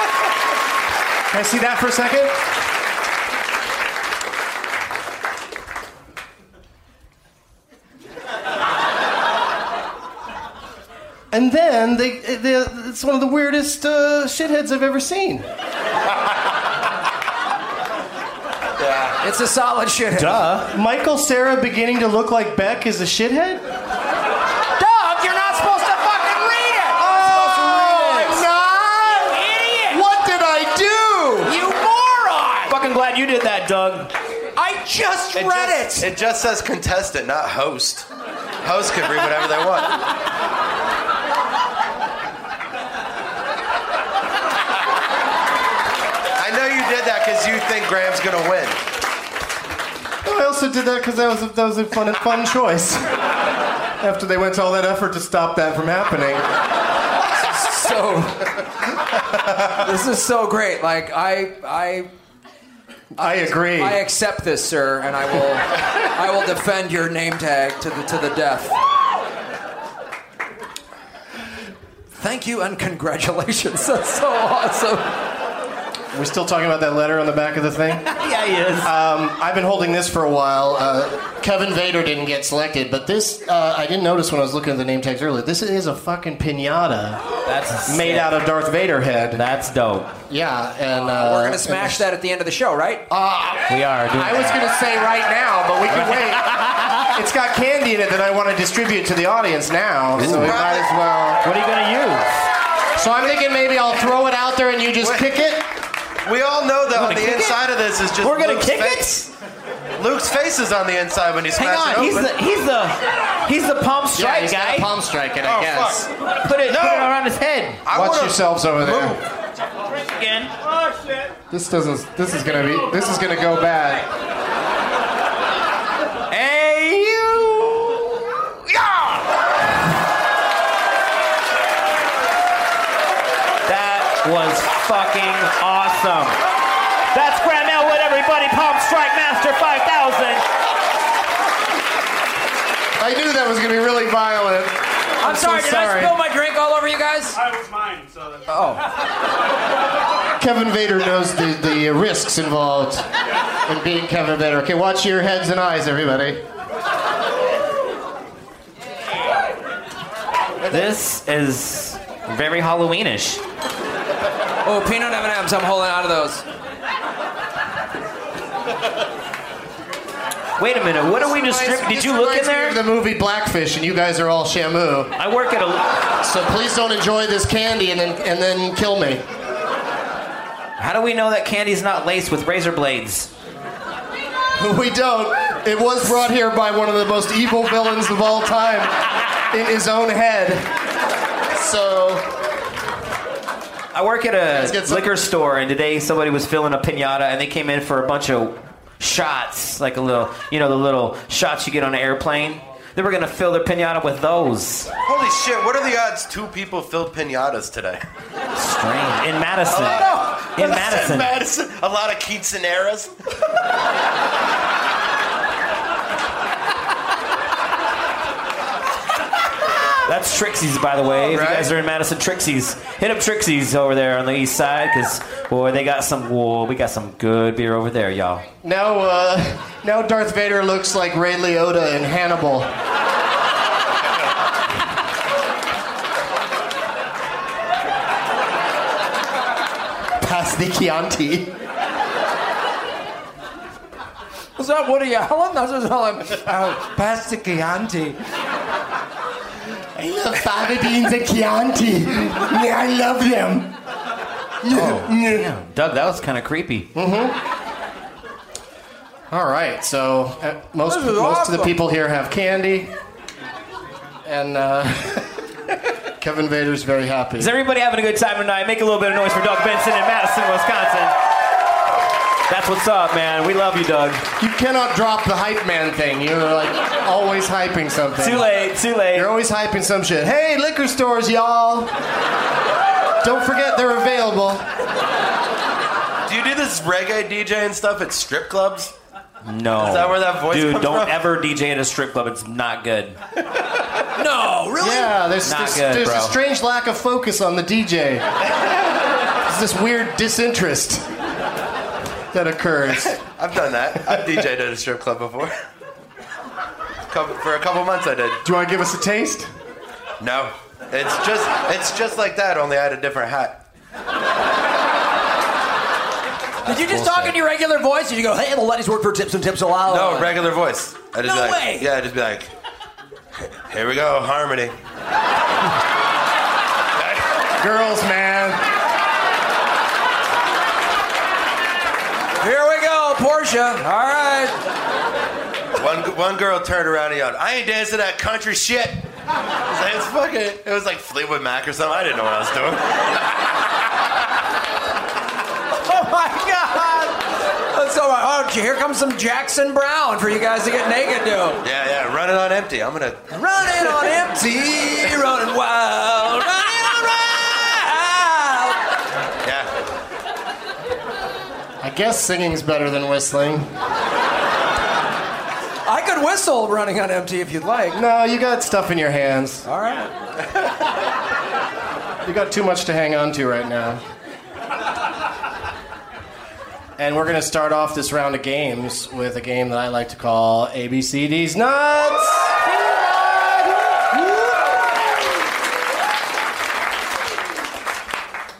[SPEAKER 2] Can I see that for a second? And then they, they, it's one of the weirdest uh, shitheads I've ever seen.
[SPEAKER 7] Yeah.
[SPEAKER 8] It's a solid shithead.
[SPEAKER 2] Duh. Uh, Michael Sarah beginning to look like Beck is a shithead?
[SPEAKER 8] Doug, you're not supposed to fucking read it.
[SPEAKER 2] Oh, not.
[SPEAKER 8] Idiot.
[SPEAKER 2] What did I do?
[SPEAKER 8] You moron.
[SPEAKER 4] Fucking glad you did that, Doug.
[SPEAKER 8] I just read
[SPEAKER 7] just, it. just says contestant, not host. Host can read whatever they want. I know you did that because you think Graham's gonna win.
[SPEAKER 2] I also did that because that was a, that was a fun fun choice. After they went to all that effort to stop that from happening.
[SPEAKER 8] *laughs* so this is so great. Like I I
[SPEAKER 2] I agree.
[SPEAKER 8] I accept this, sir, and I will I will defend your name tag to the to the death. Thank you and congratulations. *laughs* That's so awesome.
[SPEAKER 2] We're still talking about that letter on the back of the thing?
[SPEAKER 4] yeah, he is.
[SPEAKER 2] Um, I've been holding this for a while. Uh, Kevin Vader didn't get selected, but this, uh, I didn't notice when I was looking at the name tags earlier. This is a fucking pinata
[SPEAKER 4] That's
[SPEAKER 2] made out of Darth Vader head.
[SPEAKER 4] That's dope.
[SPEAKER 2] Yeah, and. Uh,
[SPEAKER 8] We're gonna smash that at the end of the show, right?
[SPEAKER 2] Uh,
[SPEAKER 4] We are doing
[SPEAKER 2] I was
[SPEAKER 4] that.
[SPEAKER 8] *laughs*
[SPEAKER 2] going to say right now, but we can wait. it's got candy in it that I want to distribute to the audience now. So we might as well. What are you going to use? So I'm thinking maybe I'll throw it out there and you just kick it.
[SPEAKER 7] We all know
[SPEAKER 2] You
[SPEAKER 7] though
[SPEAKER 2] wanna
[SPEAKER 7] on the
[SPEAKER 2] kick it?
[SPEAKER 7] inside of this is just
[SPEAKER 2] We're gonna
[SPEAKER 7] Luke's
[SPEAKER 2] kick it?
[SPEAKER 7] face. Luke's face is on the inside when he
[SPEAKER 4] Hang
[SPEAKER 7] smashes
[SPEAKER 4] on, he's
[SPEAKER 7] open.
[SPEAKER 4] the he's the he's the palm strike
[SPEAKER 7] he's
[SPEAKER 4] guy.
[SPEAKER 7] gotta palm strike it, I
[SPEAKER 4] oh,
[SPEAKER 7] guess.
[SPEAKER 4] Fuck. Put it
[SPEAKER 7] No!
[SPEAKER 4] put it around his head.
[SPEAKER 2] Watch yourselves over there.
[SPEAKER 4] Again.
[SPEAKER 1] Oh, shit.
[SPEAKER 2] This doesn't. This is gonna be. This is gonna go bad.
[SPEAKER 4] Hey you. Yeah. That was fucking awesome. That's Graham Elwood, everybody. Palm Strike Master 5000.
[SPEAKER 2] I knew that was gonna be really violent.
[SPEAKER 8] I'm,
[SPEAKER 2] I'm so
[SPEAKER 8] sorry, did
[SPEAKER 2] sorry.
[SPEAKER 8] I spill Oh, my drink all over you guys?
[SPEAKER 1] I was mine, so that's.
[SPEAKER 2] Kevin Vader knows the, the risks involved in being Kevin Vader. Okay, watch your heads and eyes, everybody.
[SPEAKER 4] This is very Halloweenish.
[SPEAKER 8] Oh, peanut M&Ms. I'm holding out of those.
[SPEAKER 4] Wait a minute. What are we distributing? Did you look in there?
[SPEAKER 2] The movie Blackfish, and you guys are all Shamu.
[SPEAKER 4] I work at a.
[SPEAKER 2] So please don't enjoy this candy and then and then kill me. *laughs*
[SPEAKER 4] How do we know that candy's not laced with razor blades?
[SPEAKER 2] We don't. It was brought here by one of the most evil villains of all time in his own head. So
[SPEAKER 4] I work at
[SPEAKER 2] Let's get
[SPEAKER 4] a
[SPEAKER 2] some-
[SPEAKER 4] liquor store, and today somebody was filling a pinata, and they came in for a bunch of shots, like a little, you know, the little shots you get on an airplane. They were gonna fill their pinata with those.
[SPEAKER 7] Holy shit! What are the odds two people filled pinatas today?
[SPEAKER 4] Strange. In Madison.
[SPEAKER 2] Oh,
[SPEAKER 4] In Madison.
[SPEAKER 7] *laughs* Madison. A lot of quinceaneras.
[SPEAKER 4] That's Trixie's, by the way. If you guys are in Madison, Trixie's, hit up Trixie's over there on the east side, cause boy, they got some. Whoa, we got some good beer over there, y'all.
[SPEAKER 2] now uh, now Darth Vader looks like Ray Liotta in Hannibal. *laughs* Pass the Chianti.
[SPEAKER 8] Was that Woody Allen? That's just all I'm. Uh, Pasta Chianti.
[SPEAKER 2] I love fava beans and Chianti. Yeah, I love them.
[SPEAKER 4] Oh, damn. Doug, that was kind of creepy.
[SPEAKER 2] Mm-hmm. All right, so uh, most
[SPEAKER 8] This
[SPEAKER 2] most
[SPEAKER 8] is
[SPEAKER 2] of
[SPEAKER 8] awesome.
[SPEAKER 2] the people here have candy, and uh, *laughs* Kevin Vader's very happy.
[SPEAKER 4] Is everybody having a good time tonight? Make a little bit of noise for Doug Benson in Madison, Wisconsin. That's what's up, man. We love you, Doug.
[SPEAKER 2] You cannot drop the hype man thing. You're like always hyping something.
[SPEAKER 4] Too late, too late.
[SPEAKER 2] You're always hyping some shit. Hey, liquor stores, y'all. Don't forget they're available.
[SPEAKER 7] Do you do this reggae DJ and stuff at strip clubs?
[SPEAKER 4] No.
[SPEAKER 7] Is that where that voice
[SPEAKER 4] Dude,
[SPEAKER 7] comes
[SPEAKER 4] don't
[SPEAKER 7] from?
[SPEAKER 4] ever DJ at a strip club. It's not good.
[SPEAKER 8] No, really?
[SPEAKER 2] Yeah, there's
[SPEAKER 4] Not
[SPEAKER 2] there's,
[SPEAKER 4] good,
[SPEAKER 2] there's
[SPEAKER 4] bro.
[SPEAKER 2] a strange lack of focus on the DJ. There's this weird disinterest that occurs.
[SPEAKER 7] I've done that. I've DJed at a strip club before. Couple- For a couple months, I did.
[SPEAKER 2] Do you want to give us a taste?
[SPEAKER 7] No, it's just it's just like that. Only I had a different hat.
[SPEAKER 8] Did you just talk in your regular voice? Did you go, hey, the ladies work for tips and tips a lot?
[SPEAKER 7] No, regular voice. I just
[SPEAKER 8] Oh. No
[SPEAKER 7] like,
[SPEAKER 8] way.
[SPEAKER 7] Yeah, I just be like, here we go, harmony.
[SPEAKER 2] Girls, man.
[SPEAKER 8] Here we go, Portia. All right.
[SPEAKER 7] One one girl turned around and yelled, "I ain't dancing that country shit." It was, like, it's fucking. It was like Fleetwood Mac or something. I didn't know what I was doing.
[SPEAKER 8] Oh my God. That's so much. Oh, here comes some Jackson Brown for you guys to get naked to.
[SPEAKER 7] Yeah, yeah, running on empty. I'm gonna.
[SPEAKER 8] Running on empty, running wild, running wild.
[SPEAKER 7] Yeah.
[SPEAKER 2] I guess singing's better than whistling.
[SPEAKER 8] I could whistle running on empty if you'd like.
[SPEAKER 2] No, you got stuff in your hands.
[SPEAKER 8] All right.
[SPEAKER 2] You got too much to hang on to right now. And we're going to start off this round of games with a game that I like to call ABCD's Nuts.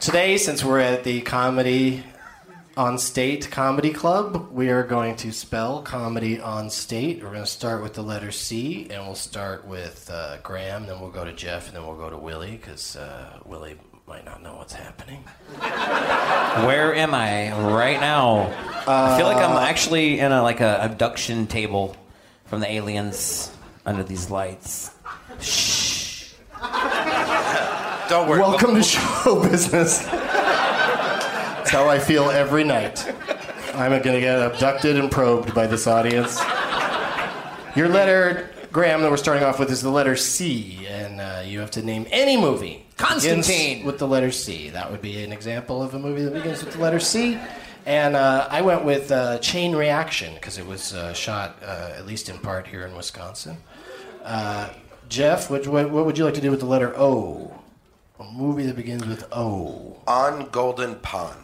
[SPEAKER 2] Today, since we're at the comedy on State Comedy Club. We are going to spell comedy on state. We're going to start with the letter C, and we'll start with uh, Graham, then we'll go to Jeff, and then we'll go to Willie, because uh, Willie might not know what's happening.
[SPEAKER 4] Where am I right now? I feel like I'm
[SPEAKER 7] Uh,
[SPEAKER 4] actually in a like a abduction table from the aliens under these lights.
[SPEAKER 7] Don't worry.
[SPEAKER 2] Welcome to show *laughs* business. That's how I feel every night. I'm going to get abducted and probed by this audience. Your letter, Graham, that we're starting off with is the letter C, and uh, you have to name any movie.
[SPEAKER 8] Constantine.
[SPEAKER 2] Begins With the letter C. That would be an example of a movie that begins with the letter C. And uh, I went with uh, Chain Reaction because it was uh, shot, uh, at least in part, here in Wisconsin. Uh, Jeff, what, what, what would you like to do with the letter O? A movie that begins with O.
[SPEAKER 7] On Golden Pond.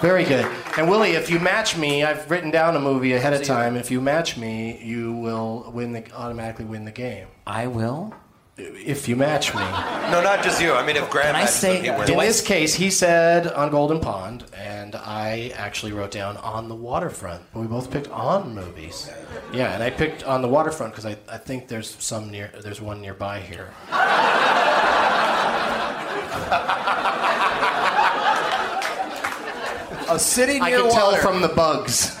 [SPEAKER 2] Very good. And Willie, if you match me, I've written down a movie ahead of time. If you match me, you will win the automatically win the game.
[SPEAKER 4] I will.
[SPEAKER 2] If you match me.
[SPEAKER 7] No, not just you. I mean, if Graham.
[SPEAKER 2] I
[SPEAKER 7] matches
[SPEAKER 2] say-
[SPEAKER 7] them, he wins.
[SPEAKER 2] in this case, he said on Golden Pond, and I actually wrote down on the waterfront. But we both picked on movies. Yeah, and I picked on the waterfront because I, I think there's some near there's one nearby here.
[SPEAKER 13] A city
[SPEAKER 2] I
[SPEAKER 13] near
[SPEAKER 2] can tell
[SPEAKER 13] water.
[SPEAKER 2] from the bugs.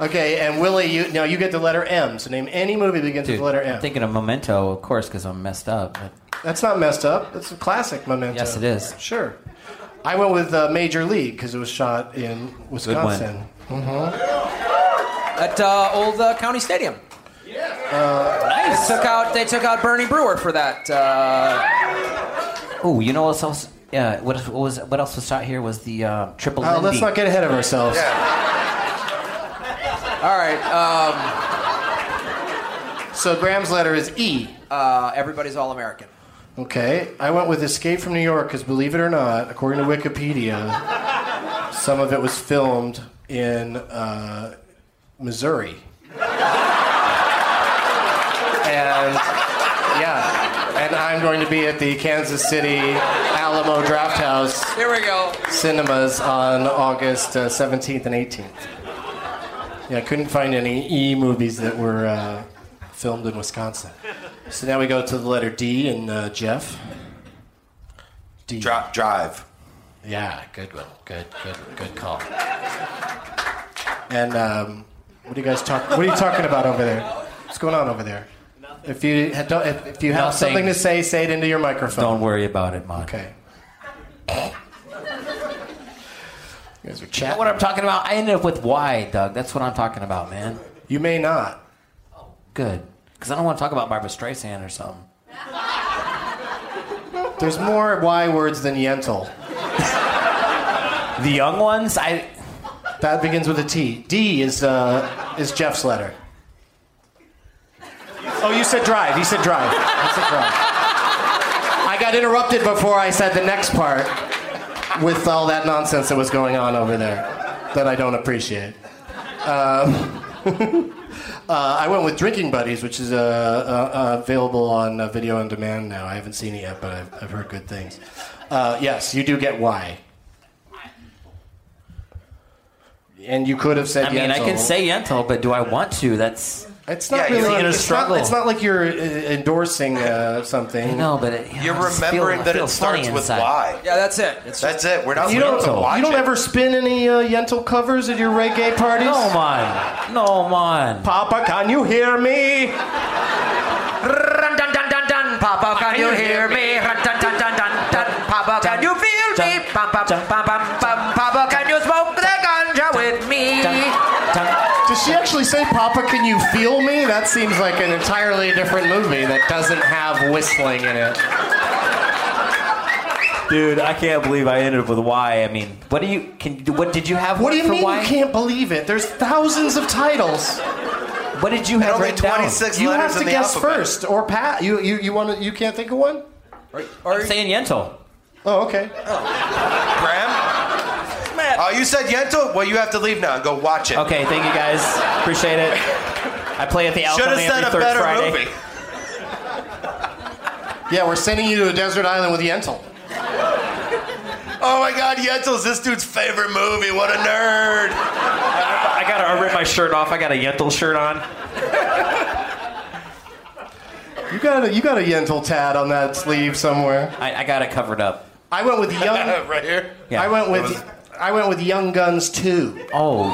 [SPEAKER 2] okay, and Willie, you now you get the letter M. So name any movie that begins with
[SPEAKER 4] Dude,
[SPEAKER 2] the letter M.
[SPEAKER 4] I'm thinking of Memento, of course, because I'm messed up. But
[SPEAKER 2] That's not messed up. That's a classic memento.
[SPEAKER 4] Yes, it is.
[SPEAKER 2] Sure. I went with uh, Major League because it was shot in Wisconsin.
[SPEAKER 8] At uh, old uh, County Stadium. Uh, nice. They took out they took out Bernie Brewer for that. Uh,
[SPEAKER 4] oh, you know what else? Yeah, what, what was what else was shot here was the uh, triple.
[SPEAKER 7] Oh,
[SPEAKER 2] Uh, let's
[SPEAKER 4] Lindy.
[SPEAKER 2] not get ahead of ourselves.
[SPEAKER 8] all right. uh,
[SPEAKER 2] Um, so Graham's letter is E.
[SPEAKER 8] Um, uh, everybody's all American.
[SPEAKER 2] Okay. I went with Escape from New York because, believe it or not, according to Wikipedia, some of it was filmed in uh, Missouri. and yeah, and I'm going to be at the Kansas City Alamo Draft House
[SPEAKER 8] Here we go.
[SPEAKER 2] cinemas on August uh, 17th and 18th. Yeah, I couldn't find any E movies that were uh, filmed in Wisconsin. So now we go to the letter D and uh, Jeff. D.
[SPEAKER 7] drive.
[SPEAKER 2] Yeah, good one. Good, good, good call. And um, what are you guys talking? What are you talking about over there? What's going on over there? If you ha- don't, if, if you have
[SPEAKER 4] Nothing.
[SPEAKER 2] something to say, say it into your microphone.
[SPEAKER 4] Don't worry about it,
[SPEAKER 2] *coughs*
[SPEAKER 4] Mon.
[SPEAKER 2] Okay. You guys are
[SPEAKER 4] You know
[SPEAKER 2] chatting.
[SPEAKER 4] what I'm talking about? I ended up with Y, Doug. That's what I'm talking about, man.
[SPEAKER 2] You may not.
[SPEAKER 4] Good. Because I don't want to talk about Barbara Streisand or something.
[SPEAKER 2] There's more Y words than Yentl.
[SPEAKER 4] the young ones? I.
[SPEAKER 2] That begins with a T. D is uh, is Jeff's letter. Oh, you said drive. He said drive. I said drive. I got interrupted before I said the next part with all that nonsense that was going on over there that I don't appreciate. Um, *laughs* uh, I went with Drinking Buddies, which is uh, uh, uh, available on uh, video on demand now. I haven't seen it yet, but I've, I've heard good things. Uh, yes, you do get Y. And you could have said.
[SPEAKER 4] I mean, I can
[SPEAKER 2] Yentl.
[SPEAKER 4] say Yentl, but do I want to? That's.
[SPEAKER 2] It's not really.
[SPEAKER 4] in a
[SPEAKER 2] it's,
[SPEAKER 4] struggle.
[SPEAKER 2] Not, it's not like you're uh, endorsing uh, something.
[SPEAKER 4] No, but it,
[SPEAKER 7] You're
[SPEAKER 4] I just
[SPEAKER 7] remembering
[SPEAKER 4] feel,
[SPEAKER 7] that
[SPEAKER 4] I feel
[SPEAKER 7] it starts
[SPEAKER 4] funny
[SPEAKER 7] with
[SPEAKER 4] inside.
[SPEAKER 7] Y.
[SPEAKER 8] Yeah, that's it. It's
[SPEAKER 7] That's it. We're not.
[SPEAKER 2] You
[SPEAKER 7] we
[SPEAKER 2] don't,
[SPEAKER 7] don't watch
[SPEAKER 2] you don't
[SPEAKER 7] it.
[SPEAKER 2] ever spin any uh, Yentl covers at your reggae parties?
[SPEAKER 4] No, man. No, man.
[SPEAKER 2] Papa, can you hear me?
[SPEAKER 8] Run, dun, dun, dun, dun. Papa, can you hear me? Run, dun, dun, dun, dun, dun. Papa, can you feel me? Bum, bum, bum, bum, bum. Papa, can you smoke the ganja with me?
[SPEAKER 2] Does she actually say, Papa, can you feel me? That seems like an entirely different movie that doesn't have whistling in it.
[SPEAKER 4] Dude, I can't believe I ended up with Y. I mean, what do you can? What did you have?
[SPEAKER 2] What do you
[SPEAKER 4] for
[SPEAKER 2] mean
[SPEAKER 4] Y?
[SPEAKER 2] you can't believe it? There's thousands of titles.
[SPEAKER 4] What did you have?
[SPEAKER 7] only
[SPEAKER 4] written down?
[SPEAKER 7] 26
[SPEAKER 2] You have
[SPEAKER 7] letters in
[SPEAKER 2] to
[SPEAKER 7] the
[SPEAKER 2] guess
[SPEAKER 7] alphabet.
[SPEAKER 2] first, or Pat. You, you, you, wanna, you can't think of one?
[SPEAKER 4] I'm saying Yentl.
[SPEAKER 2] Oh, okay.
[SPEAKER 7] Graham. Oh, you said Yentl. Well, you have to leave now and go watch it.
[SPEAKER 4] Okay, thank you guys. Appreciate it. I play at the
[SPEAKER 7] Should
[SPEAKER 4] Alchemy
[SPEAKER 7] have said
[SPEAKER 4] every third
[SPEAKER 7] a better
[SPEAKER 4] Friday.
[SPEAKER 7] movie.
[SPEAKER 2] Yeah, we're sending you to a desert island with Yentl.
[SPEAKER 7] *laughs* Oh my God, Yentl's this dude's favorite movie. What a nerd. *laughs*
[SPEAKER 10] I gotta I rip my shirt off. I got a Yentl shirt on.
[SPEAKER 2] You got a you got a Yentl tat on that sleeve somewhere.
[SPEAKER 4] I, I got it covered up.
[SPEAKER 2] I went with
[SPEAKER 7] *laughs*
[SPEAKER 2] young.
[SPEAKER 7] right here.
[SPEAKER 2] I went with I went with Young Guns too.
[SPEAKER 4] Oh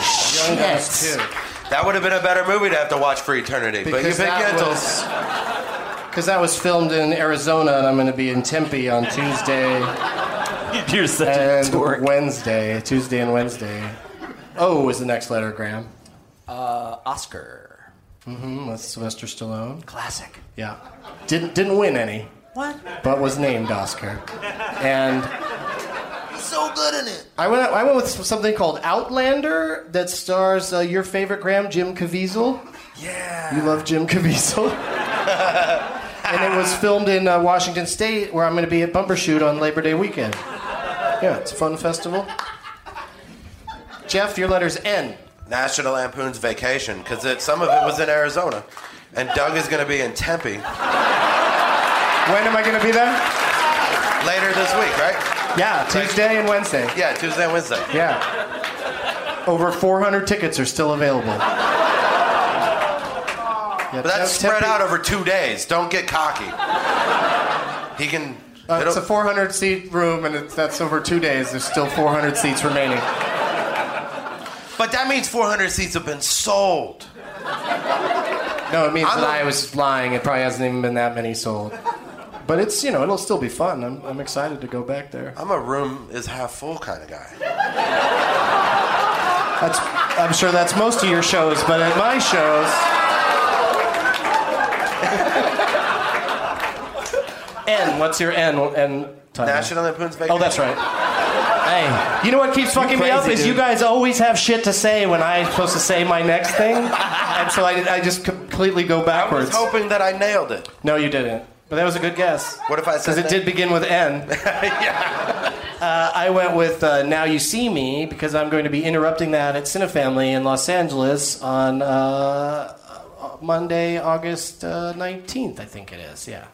[SPEAKER 2] Young Guns 2.
[SPEAKER 7] That would have been a better movie to have to watch for eternity. but you
[SPEAKER 2] Because
[SPEAKER 7] picked
[SPEAKER 2] that
[SPEAKER 7] Yentl.
[SPEAKER 2] was- Because that was filmed in Arizona, and I'm going to be in Tempe on Tuesday.
[SPEAKER 4] *laughs* You're such
[SPEAKER 2] and Wednesday, Tuesday and Wednesday. Oh, is the next letter, Graham.
[SPEAKER 8] Uh, Oscar.
[SPEAKER 2] Mm-hmm. With Sylvester Stallone.
[SPEAKER 8] Classic.
[SPEAKER 2] Yeah. Didn't didn't win any,
[SPEAKER 8] What?
[SPEAKER 2] but was named Oscar. And
[SPEAKER 8] He's so good in it.
[SPEAKER 2] I went I went with something called Outlander that stars uh, your favorite Graham, Jim Caviezel. Yeah. You love Jim
[SPEAKER 8] *laughs*
[SPEAKER 2] Caviezel. and it was filmed in uh, Washington State, where I'm going to be at Bumbershoot on Labor Day weekend. Yeah, it's a fun festival. Jeff, your letter's N.
[SPEAKER 7] National Lampoon's Vacation, because some of it was in Arizona. And Doug is going to be in Tempe
[SPEAKER 2] When am I going to be there?
[SPEAKER 7] later this week, right?
[SPEAKER 2] Yeah, Tuesday and Wednesday.
[SPEAKER 7] Yeah, Tuesday and Wednesday.
[SPEAKER 2] Yeah. Over 400 tickets are still available.
[SPEAKER 7] But that's spread out over two days. Don't get cocky. He can.
[SPEAKER 2] Uh,
[SPEAKER 7] it'll-
[SPEAKER 2] it's a 400 seat room, and it's, that's over two days. There's still 400 seats remaining.
[SPEAKER 7] but that means 400 seats have been sold.
[SPEAKER 2] No, it means
[SPEAKER 7] I'm
[SPEAKER 2] that
[SPEAKER 7] a-
[SPEAKER 2] I was lying. It probably hasn't even been that many sold. But it's, you know, it'll still be fun. I'm, I'm excited to go back there.
[SPEAKER 7] I'm a room is half full kind of guy.
[SPEAKER 2] That's, I'm sure that's most of your shows, but at my
[SPEAKER 7] *laughs*
[SPEAKER 2] shows. N, what's your N? N title?
[SPEAKER 7] National Lampoon's Vacation.
[SPEAKER 2] Oh, that's right. Hey, you know what keeps fucking me up
[SPEAKER 7] crazy,
[SPEAKER 2] is you
[SPEAKER 7] dude.
[SPEAKER 2] guys always have shit to say when I'm supposed to say my next
[SPEAKER 7] *laughs*
[SPEAKER 2] thing, and so I, I just completely go
[SPEAKER 7] I was
[SPEAKER 2] backwards.
[SPEAKER 7] hoping that I nailed it.
[SPEAKER 2] No, you didn't. But that was a good guess.
[SPEAKER 7] What if I said
[SPEAKER 2] Because it
[SPEAKER 7] that?
[SPEAKER 2] did begin with
[SPEAKER 7] *laughs*
[SPEAKER 2] N. uh, I went with uh, Now You See Me because I'm going to be interrupting that at Cinefamily in Los Angeles on uh, uh, Monday, August uh, 19th, I think it is. Yeah.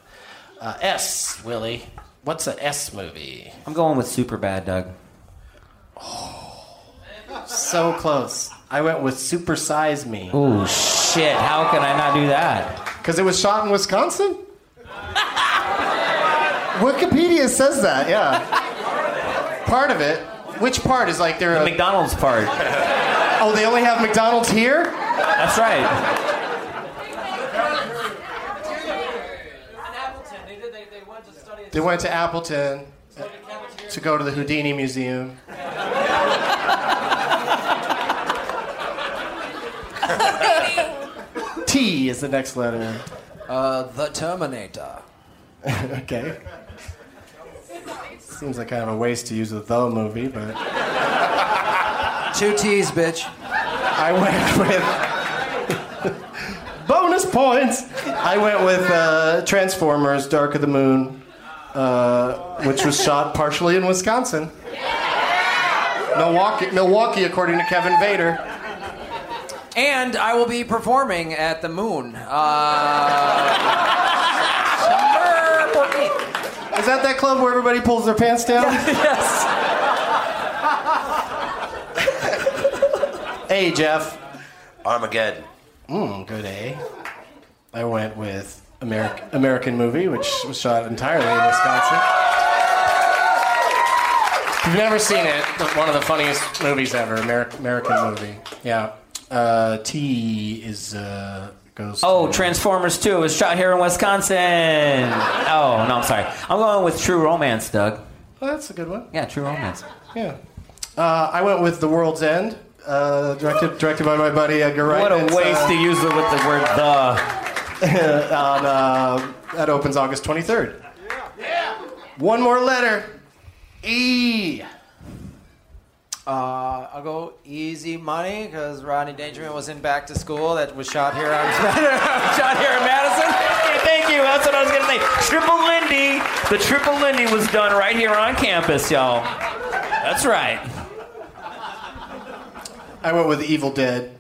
[SPEAKER 2] Uh, S, Willie. What's an S movie?
[SPEAKER 4] I'm going with super bad, Doug.
[SPEAKER 2] So close. I went with Super Size Me.
[SPEAKER 4] Oh shit! How can I not do that?
[SPEAKER 2] Because it was shot in
[SPEAKER 4] *laughs*
[SPEAKER 2] Wisconsin? Wikipedia says that, yeah. Part of it. Which part is like they're
[SPEAKER 4] The
[SPEAKER 2] a-
[SPEAKER 4] McDonald's part.
[SPEAKER 2] Oh, they only have McDonald's here?
[SPEAKER 4] That's right.
[SPEAKER 2] They went to Appleton uh, to go to the Houdini Museum. T is the next letter.
[SPEAKER 8] Uh, the Terminator.
[SPEAKER 2] *laughs* okay. Seems like kind of a waste to use the the movie, but
[SPEAKER 8] Two T's, bitch.
[SPEAKER 2] I went with *laughs* bonus points. I went with uh, Transformers: Dark of the Moon, uh, which was shot partially in Wisconsin, Milwaukee, Milwaukee, according to Kevin Vader.
[SPEAKER 8] And I will be performing at the Moon. Uh, September 14th.
[SPEAKER 2] Is that that club where everybody pulls their pants down?
[SPEAKER 8] yes.
[SPEAKER 2] Hey, Jeff.
[SPEAKER 7] Armageddon.
[SPEAKER 2] Mm, good A. I went with American American movie, which was shot entirely in Wisconsin. If you've never seen it, the- one of the funniest movies ever. Ameri- American movie. Yeah. Uh, T is uh, goes.
[SPEAKER 4] Oh,
[SPEAKER 2] to-
[SPEAKER 4] Transformers 2 was shot here in Wisconsin. Oh no, I'm sorry. I'm going with True Romance, Doug.
[SPEAKER 2] Oh, that's a good one.
[SPEAKER 4] Yeah, True Romance.
[SPEAKER 2] Yeah. Uh, I went with The World's End, uh, directed directed by my buddy Edgar Wright.
[SPEAKER 4] What a
[SPEAKER 2] It's,
[SPEAKER 4] waste
[SPEAKER 2] uh,
[SPEAKER 4] to use it with the word the.
[SPEAKER 2] on, uh, that opens August 23rd. One more letter. E.
[SPEAKER 8] Uh, I'll go easy money because Rodney Dangerman was in Back to School that was shot here. on shot here in Madison.
[SPEAKER 4] Hey, thank you. That's what I was gonna say. Triple Lindy. The Triple Lindy was done right here on campus, y'all. That's right. *laughs*
[SPEAKER 2] I went with Evil Dead.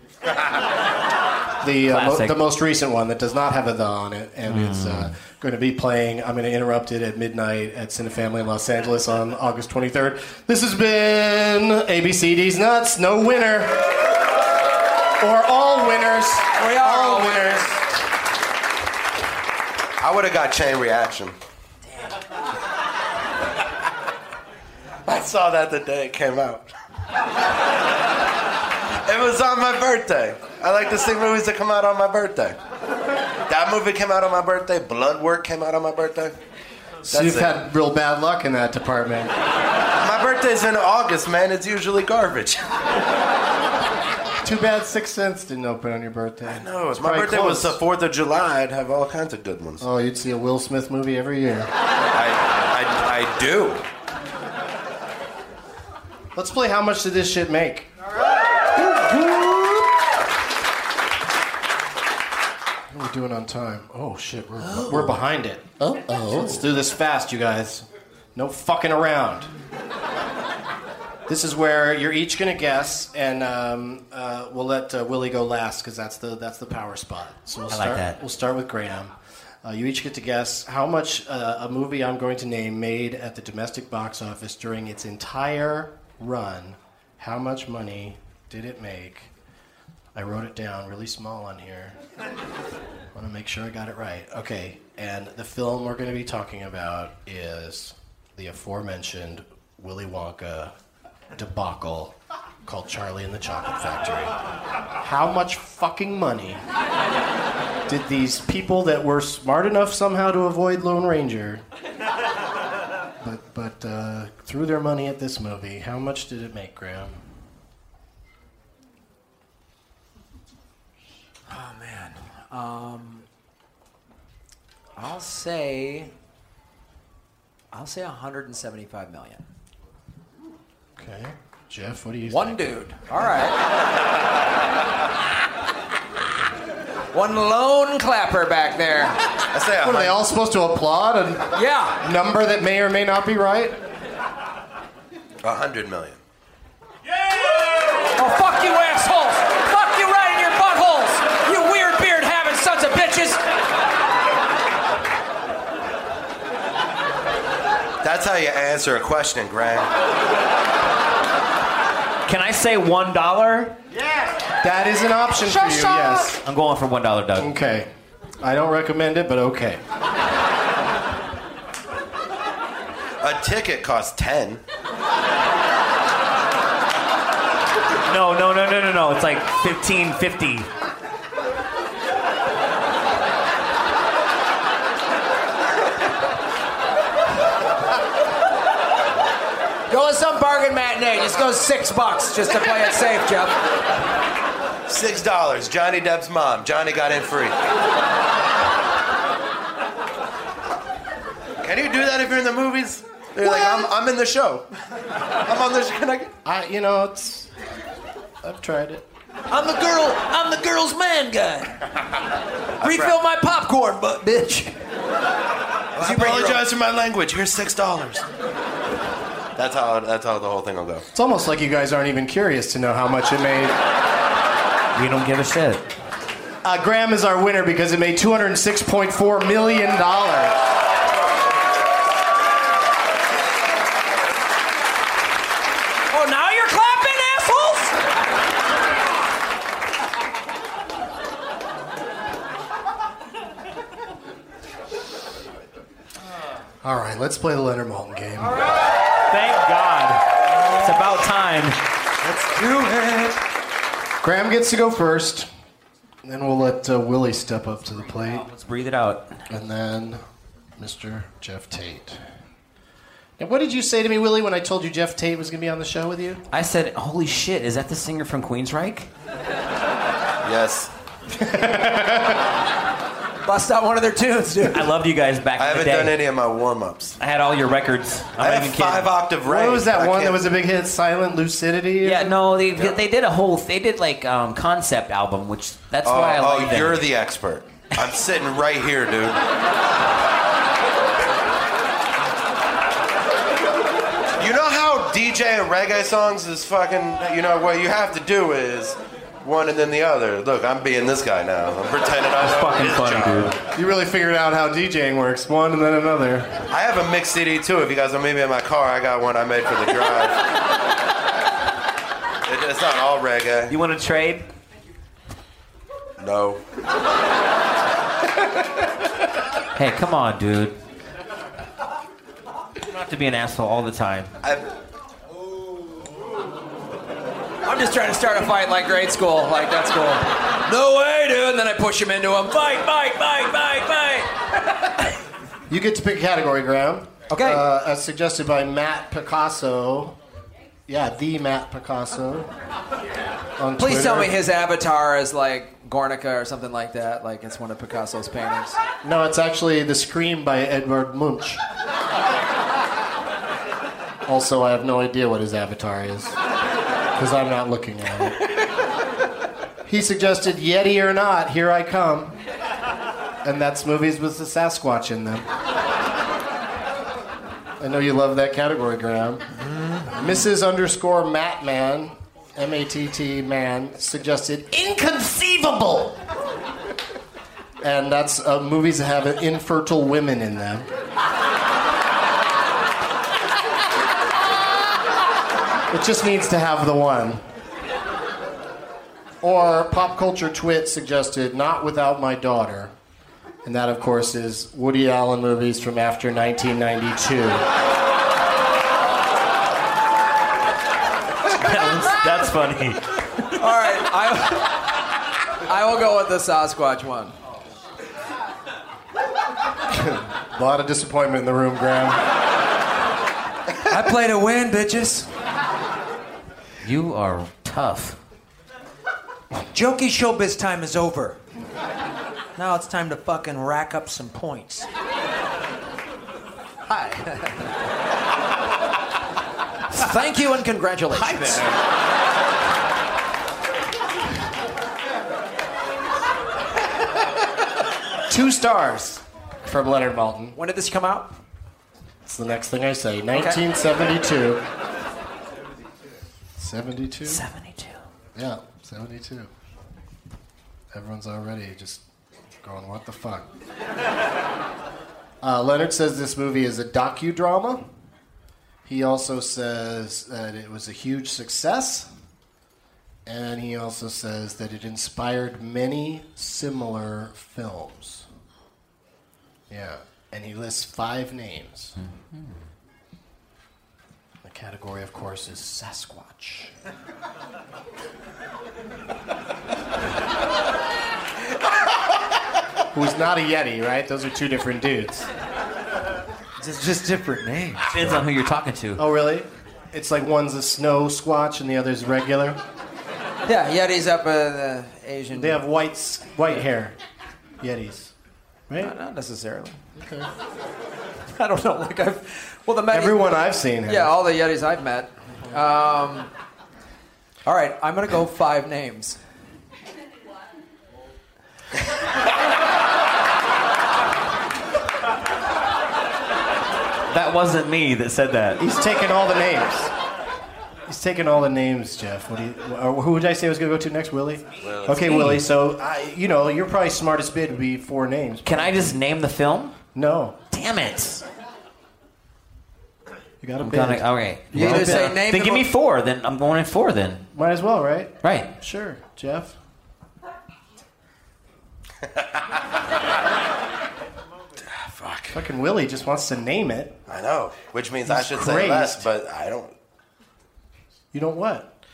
[SPEAKER 2] the uh, mo-
[SPEAKER 4] Classic.
[SPEAKER 2] the most recent one that does not have a the on it, and it's
[SPEAKER 4] Mm.
[SPEAKER 2] uh, going to be playing. I'm going to interrupt it at midnight at Cinefamily in Los Angeles on August 23rd. This has been ABCD's Nuts. No winner, or all winners. We are all winners.
[SPEAKER 7] I would have got chain reaction. *laughs* I saw that the day it came out. it was on my birthday. I like to see movies that come out on my birthday. That movie came out on my birthday. Blood Work came out on my birthday.
[SPEAKER 2] So you've
[SPEAKER 7] it.
[SPEAKER 2] had real bad luck in that department.
[SPEAKER 7] My birthday's in August, man. It's usually
[SPEAKER 2] *laughs*
[SPEAKER 7] garbage.
[SPEAKER 2] Too bad Sixth Sense didn't open on your birthday. I
[SPEAKER 7] No, it's my birthday was the 4th of July. I'd have all kinds of good ones.
[SPEAKER 2] Oh, you'd see a Will Smith movie every year.
[SPEAKER 7] I, I, I do.
[SPEAKER 2] Let's play How Much Did This Shit Make? What are we doing on time? Oh, shit, we're, we're behind it. Oh, oh. Let's do this fast, you guys. No fucking around. This is where you're each gonna guess, and um, uh, we'll let uh, Willie go last because that's the that's the power spot. So we'll
[SPEAKER 4] I like
[SPEAKER 2] start.
[SPEAKER 4] that.
[SPEAKER 2] We'll start with Graham. Uh, you each get to guess how much uh, a movie I'm going to name made at the domestic box office during its entire run. How much money did it make? I wrote it down really small on here. Want to make sure I got it right. Okay, and the film we're going to be talking about is the aforementioned Willy Wonka debacle called Charlie and the Chocolate Factory. How much fucking money did these people that were smart enough somehow to avoid Lone Ranger, but but uh, threw their money at this movie? How much did it make, Graham?
[SPEAKER 8] Oh man. Um, I'll say. I'll say 175 million.
[SPEAKER 2] Okay, Jeff, what do you?
[SPEAKER 8] One dude. All right. One lone clapper back there. I
[SPEAKER 7] say
[SPEAKER 2] What, are they all supposed to applaud a
[SPEAKER 8] Yeah.
[SPEAKER 2] number that may or may not be right?
[SPEAKER 7] A hundred million.
[SPEAKER 8] Oh, fuck you assholes! Fuck you right in your buttholes! You weird beard having sons of bitches!
[SPEAKER 7] That's how you answer a question, Graham.
[SPEAKER 4] Can I say one dollar?
[SPEAKER 2] That is an option for you. Yes.
[SPEAKER 4] I'm going for one dollar, Doug.
[SPEAKER 2] Okay. I don't recommend it, but okay.
[SPEAKER 7] A ticket costs ten.
[SPEAKER 4] No, no, no, no, no, no. It's like fifteen fifty.
[SPEAKER 8] Go to some bargain matinee. Just go six bucks just to play it safe, Jeff.
[SPEAKER 7] Six dollars. Johnny Depp's mom. Johnny got in free. Can you do that if you're in the movies? They're like, I'm, I'm in the show. I'm on the show. Can I get-
[SPEAKER 2] I, you know, it's. I've tried it.
[SPEAKER 8] I'm the girl. I'm the girl's man guy. *laughs* Refill my popcorn, butt bitch.
[SPEAKER 7] I apologize for my language. Here's six dollars. That's how. That's how the whole thing will go.
[SPEAKER 2] It's almost like you guys aren't even curious to know how much it made.
[SPEAKER 4] We don't give a shit.
[SPEAKER 2] Uh, Graham is our winner because it made two hundred six point four million dollars.
[SPEAKER 8] Oh, now you're clapping, assholes!
[SPEAKER 2] All right, let's play the Leonard Malton game.
[SPEAKER 4] Thank God. It's about time.
[SPEAKER 2] Let's do it. Graham gets to go first. and Then we'll let uh, Willie step up to the plate.
[SPEAKER 4] Let's breathe it out.
[SPEAKER 2] And then Mr. Jeff Tate. Now, what did you say to me, Willie, when I told you Jeff Tate was going to be on the show with you?
[SPEAKER 4] I said, "Holy shit! Is that the singer from Queensryche?"
[SPEAKER 7] Yes.
[SPEAKER 8] Bust out one of their tunes, dude.
[SPEAKER 4] I loved you guys back
[SPEAKER 7] I
[SPEAKER 4] in the
[SPEAKER 7] haven't
[SPEAKER 4] day.
[SPEAKER 7] done any of my warm ups.
[SPEAKER 4] I had all your records. I'm not
[SPEAKER 7] I have
[SPEAKER 4] even kidding.
[SPEAKER 7] five octave range.
[SPEAKER 2] What was that
[SPEAKER 7] I
[SPEAKER 2] one that
[SPEAKER 7] can't-
[SPEAKER 2] was a big hit? Silent Lucidity?
[SPEAKER 4] Yeah, no, they they did a whole they did like um, concept album, which that's
[SPEAKER 7] oh,
[SPEAKER 4] why I
[SPEAKER 7] oh,
[SPEAKER 4] like them.
[SPEAKER 7] you're the expert. I'm sitting right here, dude. You know how DJ and reggae songs is fucking. You know what you have to do is one and then the other. Look, I'm being this guy now. I'm pretending I'm fucking funny,
[SPEAKER 2] dude. You really figured out how DJing works. One and then another.
[SPEAKER 7] I have a mixed CD too. If you guys are maybe in my car, I got one I made for the drive. It- it's not all reggae.
[SPEAKER 4] You want to trade?
[SPEAKER 7] No.
[SPEAKER 4] Hey, come on, dude. You don't have to be an asshole all the time. *laughs*
[SPEAKER 8] I'm just trying to start a fight like grade school. Like, that's cool. No way, dude. And then I push him into him. Fight, fight, fight, fight, fight.
[SPEAKER 2] You get to pick a category, Graham.
[SPEAKER 8] Okay.
[SPEAKER 2] Uh, as suggested by Matt Picasso. Yeah, the Matt Picasso. on
[SPEAKER 8] Please tell me
[SPEAKER 2] Twitter.
[SPEAKER 8] his avatar is like Gornica or something like that. Like, it's one of Picasso's paintings.
[SPEAKER 2] No, it's actually The Scream by Edvard Munch. also, I have no idea what his avatar is because I'm not looking at it. He suggested Yeti or not, here I come. And that's movies with the Sasquatch in them. I know you love that category, Graham. Mrs. underscore Mattman, M A T T man, suggested inconceivable. And that's uh, movies that have infertile women in them. It just needs to have the one. Or Pop Culture Twit suggested Not Without My Daughter. And that, of course, is Woody Allen movies from after 1992.
[SPEAKER 4] That's funny.
[SPEAKER 8] All right. I, I *laughs* will go with the Sasquatch one.
[SPEAKER 2] A lot of disappointment in the room, Graham.
[SPEAKER 8] I play to win, bitches.
[SPEAKER 4] You are tough.
[SPEAKER 8] Jokey showbiz time is over. Now it's time to fucking rack up some points. Hi. Thank you and congratulations.
[SPEAKER 2] Two stars from Leonard Malton.
[SPEAKER 8] When did this come out?
[SPEAKER 2] It's the next thing I say. 1972. 72?
[SPEAKER 8] 72.
[SPEAKER 2] Yeah, 72. Everyone's already just going, what the fuck? Uh, Leonard says this movie is a docudrama. He also says that it was a huge success. And he also says that it inspired many similar films. Yeah. And he lists five names. The category, of course, is Sasquatch. Who's not a Yeti, right? Those are two different dudes.
[SPEAKER 4] It's just different names. Depends on who you're talking to.
[SPEAKER 2] Oh, really? It's like one's a snow squatch and the other's regular.
[SPEAKER 8] Yeah, Yeti's up in the Asian.
[SPEAKER 2] They have white s- white hair. Yetis. Right?
[SPEAKER 8] Not, not necessarily.
[SPEAKER 2] Okay.
[SPEAKER 8] I don't know. Like I've well the Met-
[SPEAKER 2] Everyone I've seen has.
[SPEAKER 8] Yeah, all the Yetis I've met. Um, all right, I'm gonna go five names.
[SPEAKER 4] That wasn't me that said that.
[SPEAKER 2] He's taking all the names. He's taking all the names, Jeff. What do you, or who would I say I was going to go to next? Willie.
[SPEAKER 4] Willie.
[SPEAKER 2] Okay,
[SPEAKER 4] It's me.
[SPEAKER 2] Willie. So I, you know, your probably smartest bid would be four names.
[SPEAKER 4] Can I just name the film?
[SPEAKER 2] No.
[SPEAKER 4] Damn it.
[SPEAKER 2] You got to
[SPEAKER 4] I'm
[SPEAKER 2] bid.
[SPEAKER 4] gonna, okay.
[SPEAKER 2] You either say name
[SPEAKER 4] Then
[SPEAKER 2] the
[SPEAKER 4] give me
[SPEAKER 2] mo-
[SPEAKER 4] four. Then I'm going in four. Then
[SPEAKER 2] Might as well, right?
[SPEAKER 4] right.
[SPEAKER 2] Sure, Jeff. Fuck. Fucking Willie just wants to name it.
[SPEAKER 7] I know, which means I
[SPEAKER 2] He's
[SPEAKER 7] should say
[SPEAKER 2] crazed.
[SPEAKER 7] less, but I don't.
[SPEAKER 2] You don't what?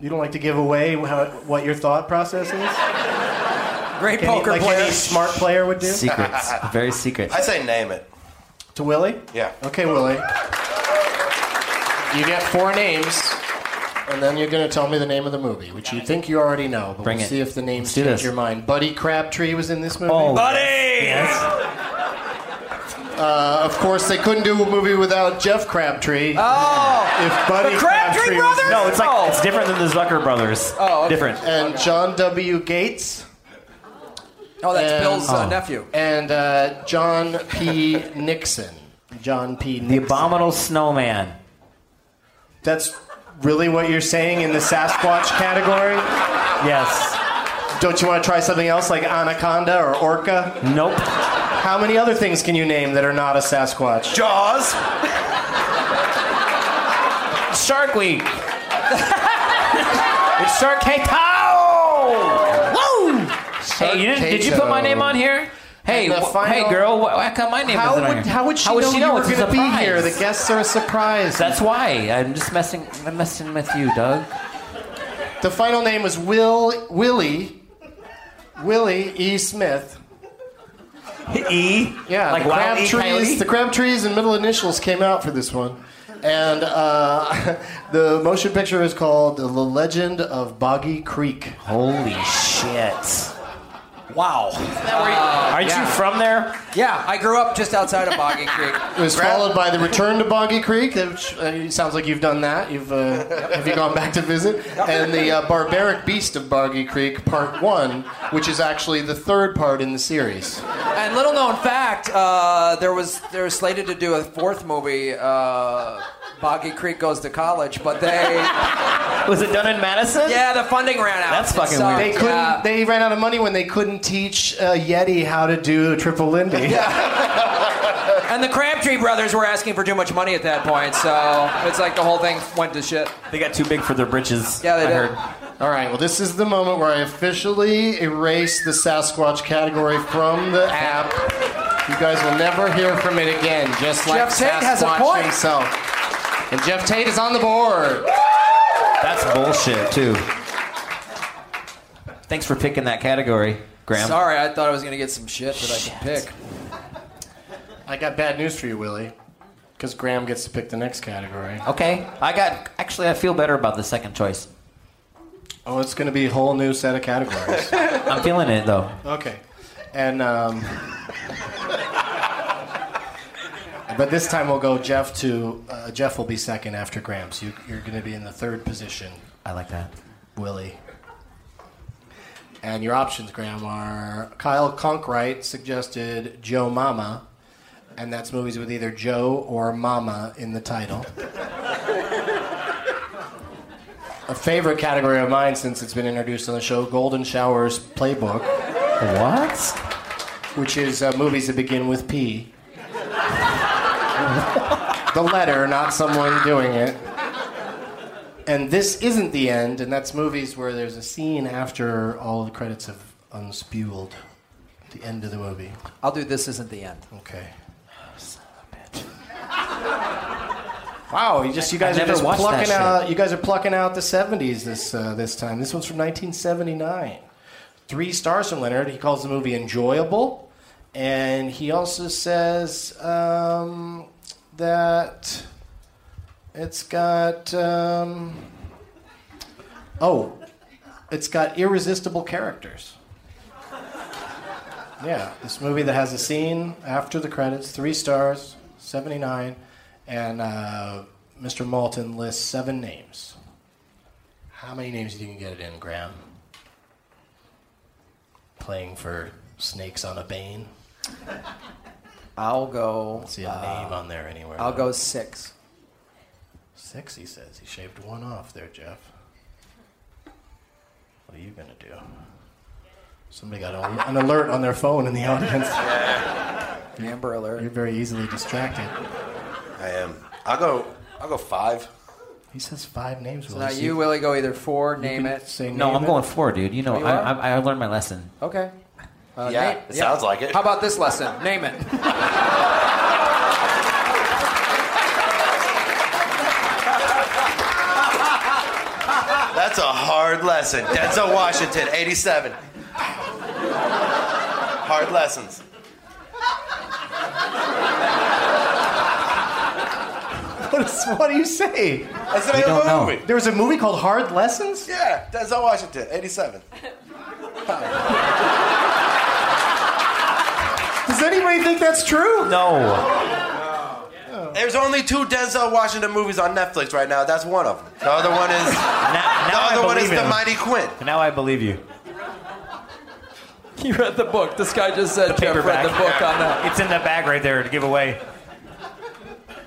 [SPEAKER 2] You don't like to give away how, what your thought process is?
[SPEAKER 8] Great
[SPEAKER 2] Any-
[SPEAKER 8] poker
[SPEAKER 2] like
[SPEAKER 8] player.
[SPEAKER 2] any smart player would do?
[SPEAKER 4] Secrets. Very secret.
[SPEAKER 7] I say name it.
[SPEAKER 2] To Willie?
[SPEAKER 7] Yeah.
[SPEAKER 2] Okay, Willie. You get four names, and then you're going to tell me the name of the movie, which you think you already know, but
[SPEAKER 4] Bring
[SPEAKER 2] we'll
[SPEAKER 4] it.
[SPEAKER 2] see if the names
[SPEAKER 4] Let's do
[SPEAKER 2] change
[SPEAKER 4] this.
[SPEAKER 2] your mind. Buddy Crabtree was in this movie.
[SPEAKER 4] Oh,
[SPEAKER 2] Buddy!
[SPEAKER 4] Yes.
[SPEAKER 2] Uh, of course, they couldn't do a movie without Jeff Crabtree.
[SPEAKER 8] Oh,
[SPEAKER 2] If Buddy
[SPEAKER 8] the Crabtree
[SPEAKER 2] was-
[SPEAKER 8] brothers.
[SPEAKER 4] No, it's like
[SPEAKER 8] oh.
[SPEAKER 4] it's different than the Zucker brothers.
[SPEAKER 8] Oh, okay.
[SPEAKER 4] different.
[SPEAKER 2] And John W. Gates.
[SPEAKER 8] Oh, that's
[SPEAKER 2] and-
[SPEAKER 8] Bill's uh,
[SPEAKER 4] Oh.
[SPEAKER 8] nephew.
[SPEAKER 2] And uh, John P. Nixon. John P.
[SPEAKER 4] The
[SPEAKER 2] Nixon.
[SPEAKER 4] Abominable Snowman.
[SPEAKER 2] That's really what you're saying in the Sasquatch category? Yes. Don't you want to try something else like anaconda or orca?
[SPEAKER 4] Nope.
[SPEAKER 2] How many other things can you name that are not a Sasquatch?
[SPEAKER 7] Jaws.
[SPEAKER 4] Shark Week. *laughs* it's Shark Kato. Woo! Hey, you didn't, did you put my name on here? Hey,
[SPEAKER 2] And the
[SPEAKER 4] wh-
[SPEAKER 2] final-
[SPEAKER 4] hey, girl, wh- how come my name
[SPEAKER 2] How
[SPEAKER 4] isn't on
[SPEAKER 2] would-
[SPEAKER 4] here?
[SPEAKER 2] how would she know you were
[SPEAKER 4] It's a
[SPEAKER 2] gonna be
[SPEAKER 4] surprise.
[SPEAKER 2] here? The guests are a surprise.
[SPEAKER 4] That's why I'm just messing. I'm messing with you, Doug.
[SPEAKER 2] The final name was Will Willie Willie E. Smith.
[SPEAKER 10] E.
[SPEAKER 2] Yeah,
[SPEAKER 10] Like
[SPEAKER 2] the
[SPEAKER 10] Wild
[SPEAKER 2] crab
[SPEAKER 10] E. Coyote?
[SPEAKER 2] trees. The crab trees and middle initials came out for this one, and uh, *laughs* the motion picture is called "The Legend of Boggy Creek."
[SPEAKER 4] Holy shit!
[SPEAKER 8] Wow.
[SPEAKER 4] Aren't you from there?
[SPEAKER 8] Yeah, I grew up just outside of Boggy Creek.
[SPEAKER 2] It was followed by the return to Boggy Creek, which uh, it sounds like you've done that. You've uh, have you gone back to visit? And the uh, barbaric beast of Boggy Creek, part one, which is actually the third part in the series.
[SPEAKER 8] And little known fact, uh, there was they were slated to do a fourth movie, uh, Boggy Creek Goes to College, but
[SPEAKER 2] *laughs*
[SPEAKER 8] they
[SPEAKER 4] was it done in Madison?
[SPEAKER 8] Yeah, the funding ran out. It sucked,
[SPEAKER 2] They couldn't.
[SPEAKER 8] yeah.
[SPEAKER 2] They ran out of money when they couldn't teach uh, Yeti how to do triple Lindy.
[SPEAKER 8] And the Crabtree brothers were asking for too much money at that point, so it's like the whole thing went to shit.
[SPEAKER 4] They got too big for their britches.
[SPEAKER 8] Yeah, they
[SPEAKER 2] I
[SPEAKER 8] did.
[SPEAKER 2] heard. All right. Well, this is the moment where I officially erase the Sasquatch category from the app. You guys will never hear from it again. Just like
[SPEAKER 8] Jeff Tate
[SPEAKER 2] Sasquatch
[SPEAKER 8] has a point.
[SPEAKER 2] himself. And Jeff Tate is on the board.
[SPEAKER 4] That's bullshit too. Thanks for picking that category, Graham.
[SPEAKER 8] Sorry, I thought I was gonna get some shit that I could pick.
[SPEAKER 2] I got bad news for you, Willie. Because Graham gets to pick the next category.
[SPEAKER 4] Okay, I got. Actually, I feel better about the second choice.
[SPEAKER 2] Oh, it's going to be a whole new set of categories.
[SPEAKER 4] I'm feeling it though.
[SPEAKER 2] Okay. And um, but this time we'll go Jeff to uh, Jeff will be second after Graham, so you, you're going to be in the third position.
[SPEAKER 4] I like that,
[SPEAKER 2] Willie. And your options, Graham, are Kyle Conkright suggested Joe Mama, and that's movies with either Joe or Mama in the title. A favorite category of mine since it's been introduced on the show, Golden Showers Playbook.
[SPEAKER 4] What?
[SPEAKER 2] Which is uh, movies that begin with P. the letter, not someone doing it. And this isn't the end, and that's movies where there's a scene after all the credits have unspewled. The end of the movie.
[SPEAKER 8] I'll do this isn't the end.
[SPEAKER 2] Okay. *laughs* Wow, you just you
[SPEAKER 8] I
[SPEAKER 2] guys are
[SPEAKER 8] never
[SPEAKER 2] just
[SPEAKER 8] watched that
[SPEAKER 2] plucking
[SPEAKER 8] shit.
[SPEAKER 2] out you guys are plucking out the 70s this uh, this time. This one's from 1979. 3 stars from Leonard. He calls the movie enjoyable and he also says um, that it's got um, oh, it's got irresistible characters. Yeah, this movie that has a scene after the credits, three stars, 79, and uh, Mr. Malton lists seven names. How many names do you think you can get it in, Graham? Playing for Snakes on a Bane?
[SPEAKER 8] I'll go.
[SPEAKER 2] see a name on there anywhere.
[SPEAKER 8] Uh, I'll go six.
[SPEAKER 2] Six, he says. He shaved one off there, Jeff. What are you going to do? Somebody got a, an alert on their phone in the *laughs* audience.
[SPEAKER 8] Amber alert.
[SPEAKER 2] You're very easily distracted.
[SPEAKER 7] I am. I'll go. I'll go five.
[SPEAKER 2] He says five names.
[SPEAKER 8] So
[SPEAKER 2] Willie.
[SPEAKER 8] now
[SPEAKER 2] So
[SPEAKER 8] you, Willie, go either four, name it.
[SPEAKER 4] No, I'm going four, dude. You know,
[SPEAKER 8] Oh, you
[SPEAKER 4] I,
[SPEAKER 8] are?
[SPEAKER 4] I, I learned my lesson.
[SPEAKER 8] Okay. Uh,
[SPEAKER 7] Yeah,
[SPEAKER 8] name-
[SPEAKER 7] it sounds like it.
[SPEAKER 8] How about this lesson? Name it.
[SPEAKER 7] That's a hard lesson. Denzel Washington, 87. Hard lessons.
[SPEAKER 2] *laughs* What, is, what do you say?
[SPEAKER 7] That's the name of the movie.
[SPEAKER 2] There was a movie called Hard Lessons?
[SPEAKER 7] Yeah, Denzel Washington, 87.
[SPEAKER 2] Does anybody think that's true?
[SPEAKER 4] No.
[SPEAKER 7] There's only two Denzel Washington movies on Netflix right now. That's one of them. The other one is the
[SPEAKER 4] I
[SPEAKER 7] other one is
[SPEAKER 4] believe
[SPEAKER 7] The
[SPEAKER 4] him.
[SPEAKER 7] Mighty Quinn.
[SPEAKER 4] Now I believe you.
[SPEAKER 13] *laughs*
[SPEAKER 8] You read the book. This guy just said Jeff read the book on that.
[SPEAKER 4] It's in the bag right there to give away.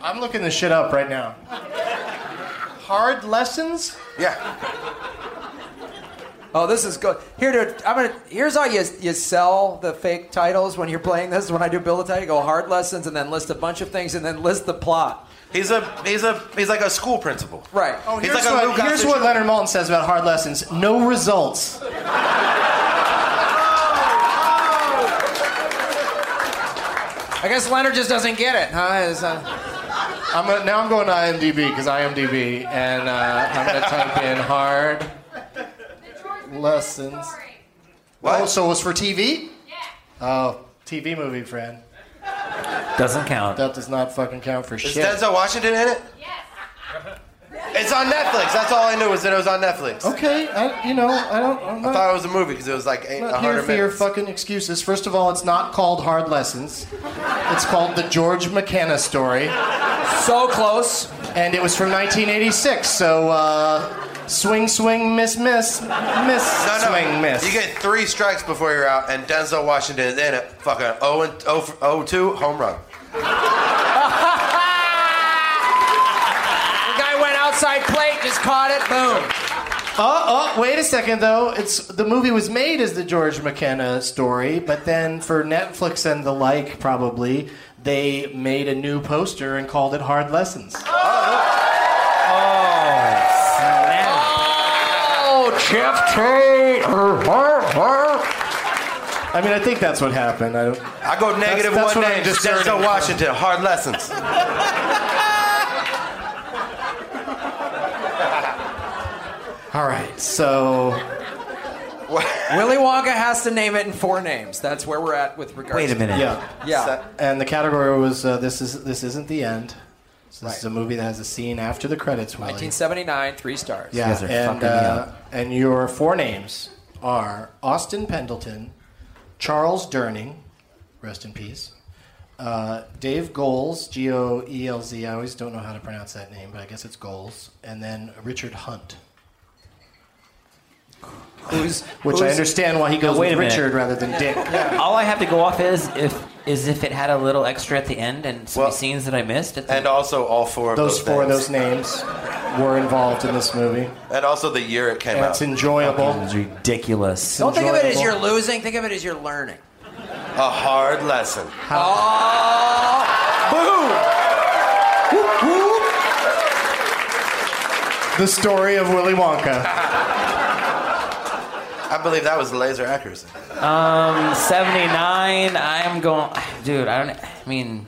[SPEAKER 2] I'm looking this shit up right now. hard lessons?
[SPEAKER 7] Yeah.
[SPEAKER 13] Oh, this is good. Here, dude, I'm gonna. Here's how you you sell the fake titles when you're playing this. When I do build a title, you go hard lessons and then list a bunch of things and then list the plot.
[SPEAKER 7] He's a he's a he's like a school principal.
[SPEAKER 13] Right.
[SPEAKER 2] Oh, here's, what, here's what Leonard Maltin says about hard lessons no results.
[SPEAKER 8] I guess Leonard just doesn't get it, huh? Is, uh,
[SPEAKER 2] I'm gonna, now I'm going to IMDb because IMDb, and uh, I'm going to type in hard lessons. What? Oh, so it was for TV? Yeah. Oh, TV movie, friend.
[SPEAKER 4] Doesn't count.
[SPEAKER 2] That does not fucking count for
[SPEAKER 7] Is
[SPEAKER 2] shit.
[SPEAKER 7] Denzel Washington in it? It's on Netflix. That's all I knew was that it was on Netflix.
[SPEAKER 2] Okay, I, you know, I don't. I'm
[SPEAKER 7] I thought it was a movie because it was like eight,
[SPEAKER 2] not here
[SPEAKER 7] 100
[SPEAKER 2] for your
[SPEAKER 7] minutes.
[SPEAKER 2] fucking excuses. First of all, it's not called Hard Lessons. It's called The George McKenna Story.
[SPEAKER 13] So close.
[SPEAKER 2] And it was from 1986. So, uh, swing, swing, miss, miss, miss, swing, miss.
[SPEAKER 7] You get three strikes before you're out, and Denzel Washington is in it. Fucking 0 and 0 for- 0 2 home run.
[SPEAKER 8] the guy went outside plate, just caught it, boom.
[SPEAKER 2] Oh, oh, wait a second though. It's the movie was made as the George McKenna story, but then for Netflix and the like, probably they made a new poster and called it Hard Lessons.
[SPEAKER 8] Oh, Jeff
[SPEAKER 2] Tate. I mean, I think that's what happened. I, don't-
[SPEAKER 7] I go negative
[SPEAKER 2] That's- that's
[SPEAKER 7] one
[SPEAKER 2] what
[SPEAKER 7] name.
[SPEAKER 2] I'm discerning
[SPEAKER 7] Denzel
[SPEAKER 2] from.
[SPEAKER 7] Washington, hard lessons.
[SPEAKER 2] All right, so
[SPEAKER 13] Willy Wonka has to name it in four names. That's where we're at with regards.
[SPEAKER 2] Wait a minute.
[SPEAKER 13] To
[SPEAKER 2] Yeah.
[SPEAKER 13] Yeah.
[SPEAKER 2] and the category was uh, this is this isn't the end. So this is a movie that has a scene after the credits. Willie.
[SPEAKER 13] 1979, three stars.
[SPEAKER 2] Yeah, and, uh, and your four names are Austin Pendleton, Charles Durning, rest in peace, uh, Dave Goles, G O E L Z. I always don't know how to pronounce that name, but I guess it's Goles, and then Richard Hunt.
[SPEAKER 13] Who's,
[SPEAKER 2] Which I understand why he goes
[SPEAKER 4] Now, wait
[SPEAKER 2] with
[SPEAKER 4] a minute.
[SPEAKER 2] Richard rather than Dick.
[SPEAKER 4] All I have to go off is if is if it had a little extra at the end and some scenes that I missed. At the
[SPEAKER 7] and also all four of
[SPEAKER 2] Those
[SPEAKER 7] those,
[SPEAKER 2] four,
[SPEAKER 7] things.
[SPEAKER 2] those names were involved in this movie.
[SPEAKER 7] And also the year it came
[SPEAKER 2] And
[SPEAKER 7] out.
[SPEAKER 2] it's enjoyable.
[SPEAKER 4] It was ridiculous.
[SPEAKER 8] Don't think of it as you're losing, think of it as you're learning.
[SPEAKER 7] A hard lesson.
[SPEAKER 2] The story of Willy Wonka.
[SPEAKER 7] I believe that was laser accuracy.
[SPEAKER 4] Um, 79. I'm going, dude. I don't. I mean,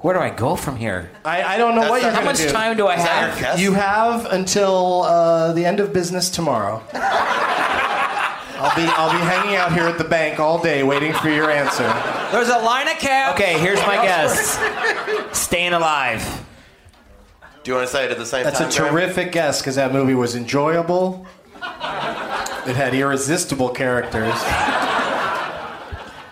[SPEAKER 4] where do I go from here?
[SPEAKER 2] I, I don't know
[SPEAKER 4] That's
[SPEAKER 2] what
[SPEAKER 4] not-
[SPEAKER 2] you're
[SPEAKER 4] How
[SPEAKER 2] gonna
[SPEAKER 4] much time do I Is that have? your guess?
[SPEAKER 2] You have until uh, the end of business
[SPEAKER 4] *laughs*
[SPEAKER 2] tomorrow. I'll be I'll be hanging out here at the bank all day waiting for your answer.
[SPEAKER 8] There's a line of cabs.
[SPEAKER 4] Okay, here's my guess. Staying alive.
[SPEAKER 7] Do you want to say it at the same
[SPEAKER 2] That's
[SPEAKER 7] time?
[SPEAKER 2] a
[SPEAKER 7] Graham?
[SPEAKER 2] terrific guess because that movie was enjoyable. It had irresistible characters.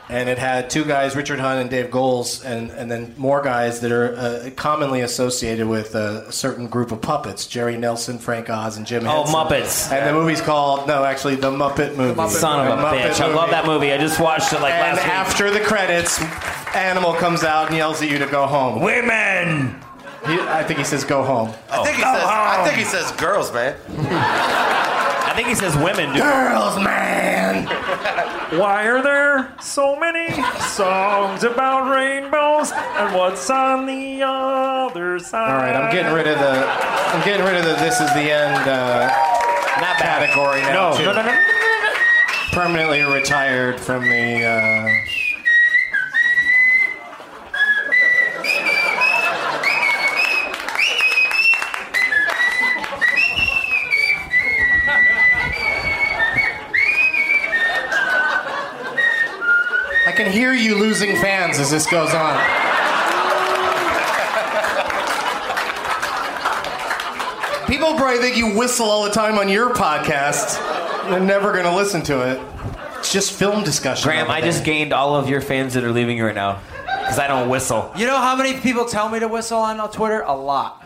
[SPEAKER 2] And it had two guys, Richard Hunt and Dave Goles, and, and then more guys that are uh, commonly associated with uh, a certain group of puppets Jerry Nelson, Frank Oz, and Jim
[SPEAKER 4] Oh,
[SPEAKER 2] Henson.
[SPEAKER 4] Muppets.
[SPEAKER 2] And the movie's called, no, actually, The Muppet Movie.
[SPEAKER 4] Son of a
[SPEAKER 2] Muppet
[SPEAKER 4] bitch. I love that movie. I just watched it like
[SPEAKER 2] and
[SPEAKER 4] last week.
[SPEAKER 2] after the credits, Animal comes out and yells at you to go home.
[SPEAKER 4] Women!
[SPEAKER 2] He, I think he says go home.
[SPEAKER 7] I think he
[SPEAKER 2] Oh.
[SPEAKER 7] says. I think he says girls, man.
[SPEAKER 4] I think he says women, dude.
[SPEAKER 2] Girls, man!
[SPEAKER 14] Why are there so many songs about rainbows and what's on the other side?
[SPEAKER 2] All right, I'm getting rid of the. I'm getting rid of the. This is the end. Uh,
[SPEAKER 4] Not
[SPEAKER 2] category now.
[SPEAKER 14] No,
[SPEAKER 2] too.
[SPEAKER 14] no, no, no,
[SPEAKER 2] Permanently retired from the. Uh, I can hear you losing fans as this goes on. People probably think you whistle all the time on your podcast. They're never going to listen to it. It's just film discussion.
[SPEAKER 4] Graham,
[SPEAKER 2] all
[SPEAKER 4] I
[SPEAKER 2] day.
[SPEAKER 4] just gained all of your fans that are leaving you right now because I don't whistle.
[SPEAKER 8] You know how many people tell me to whistle
[SPEAKER 13] uh,
[SPEAKER 8] on Twitter? A lot.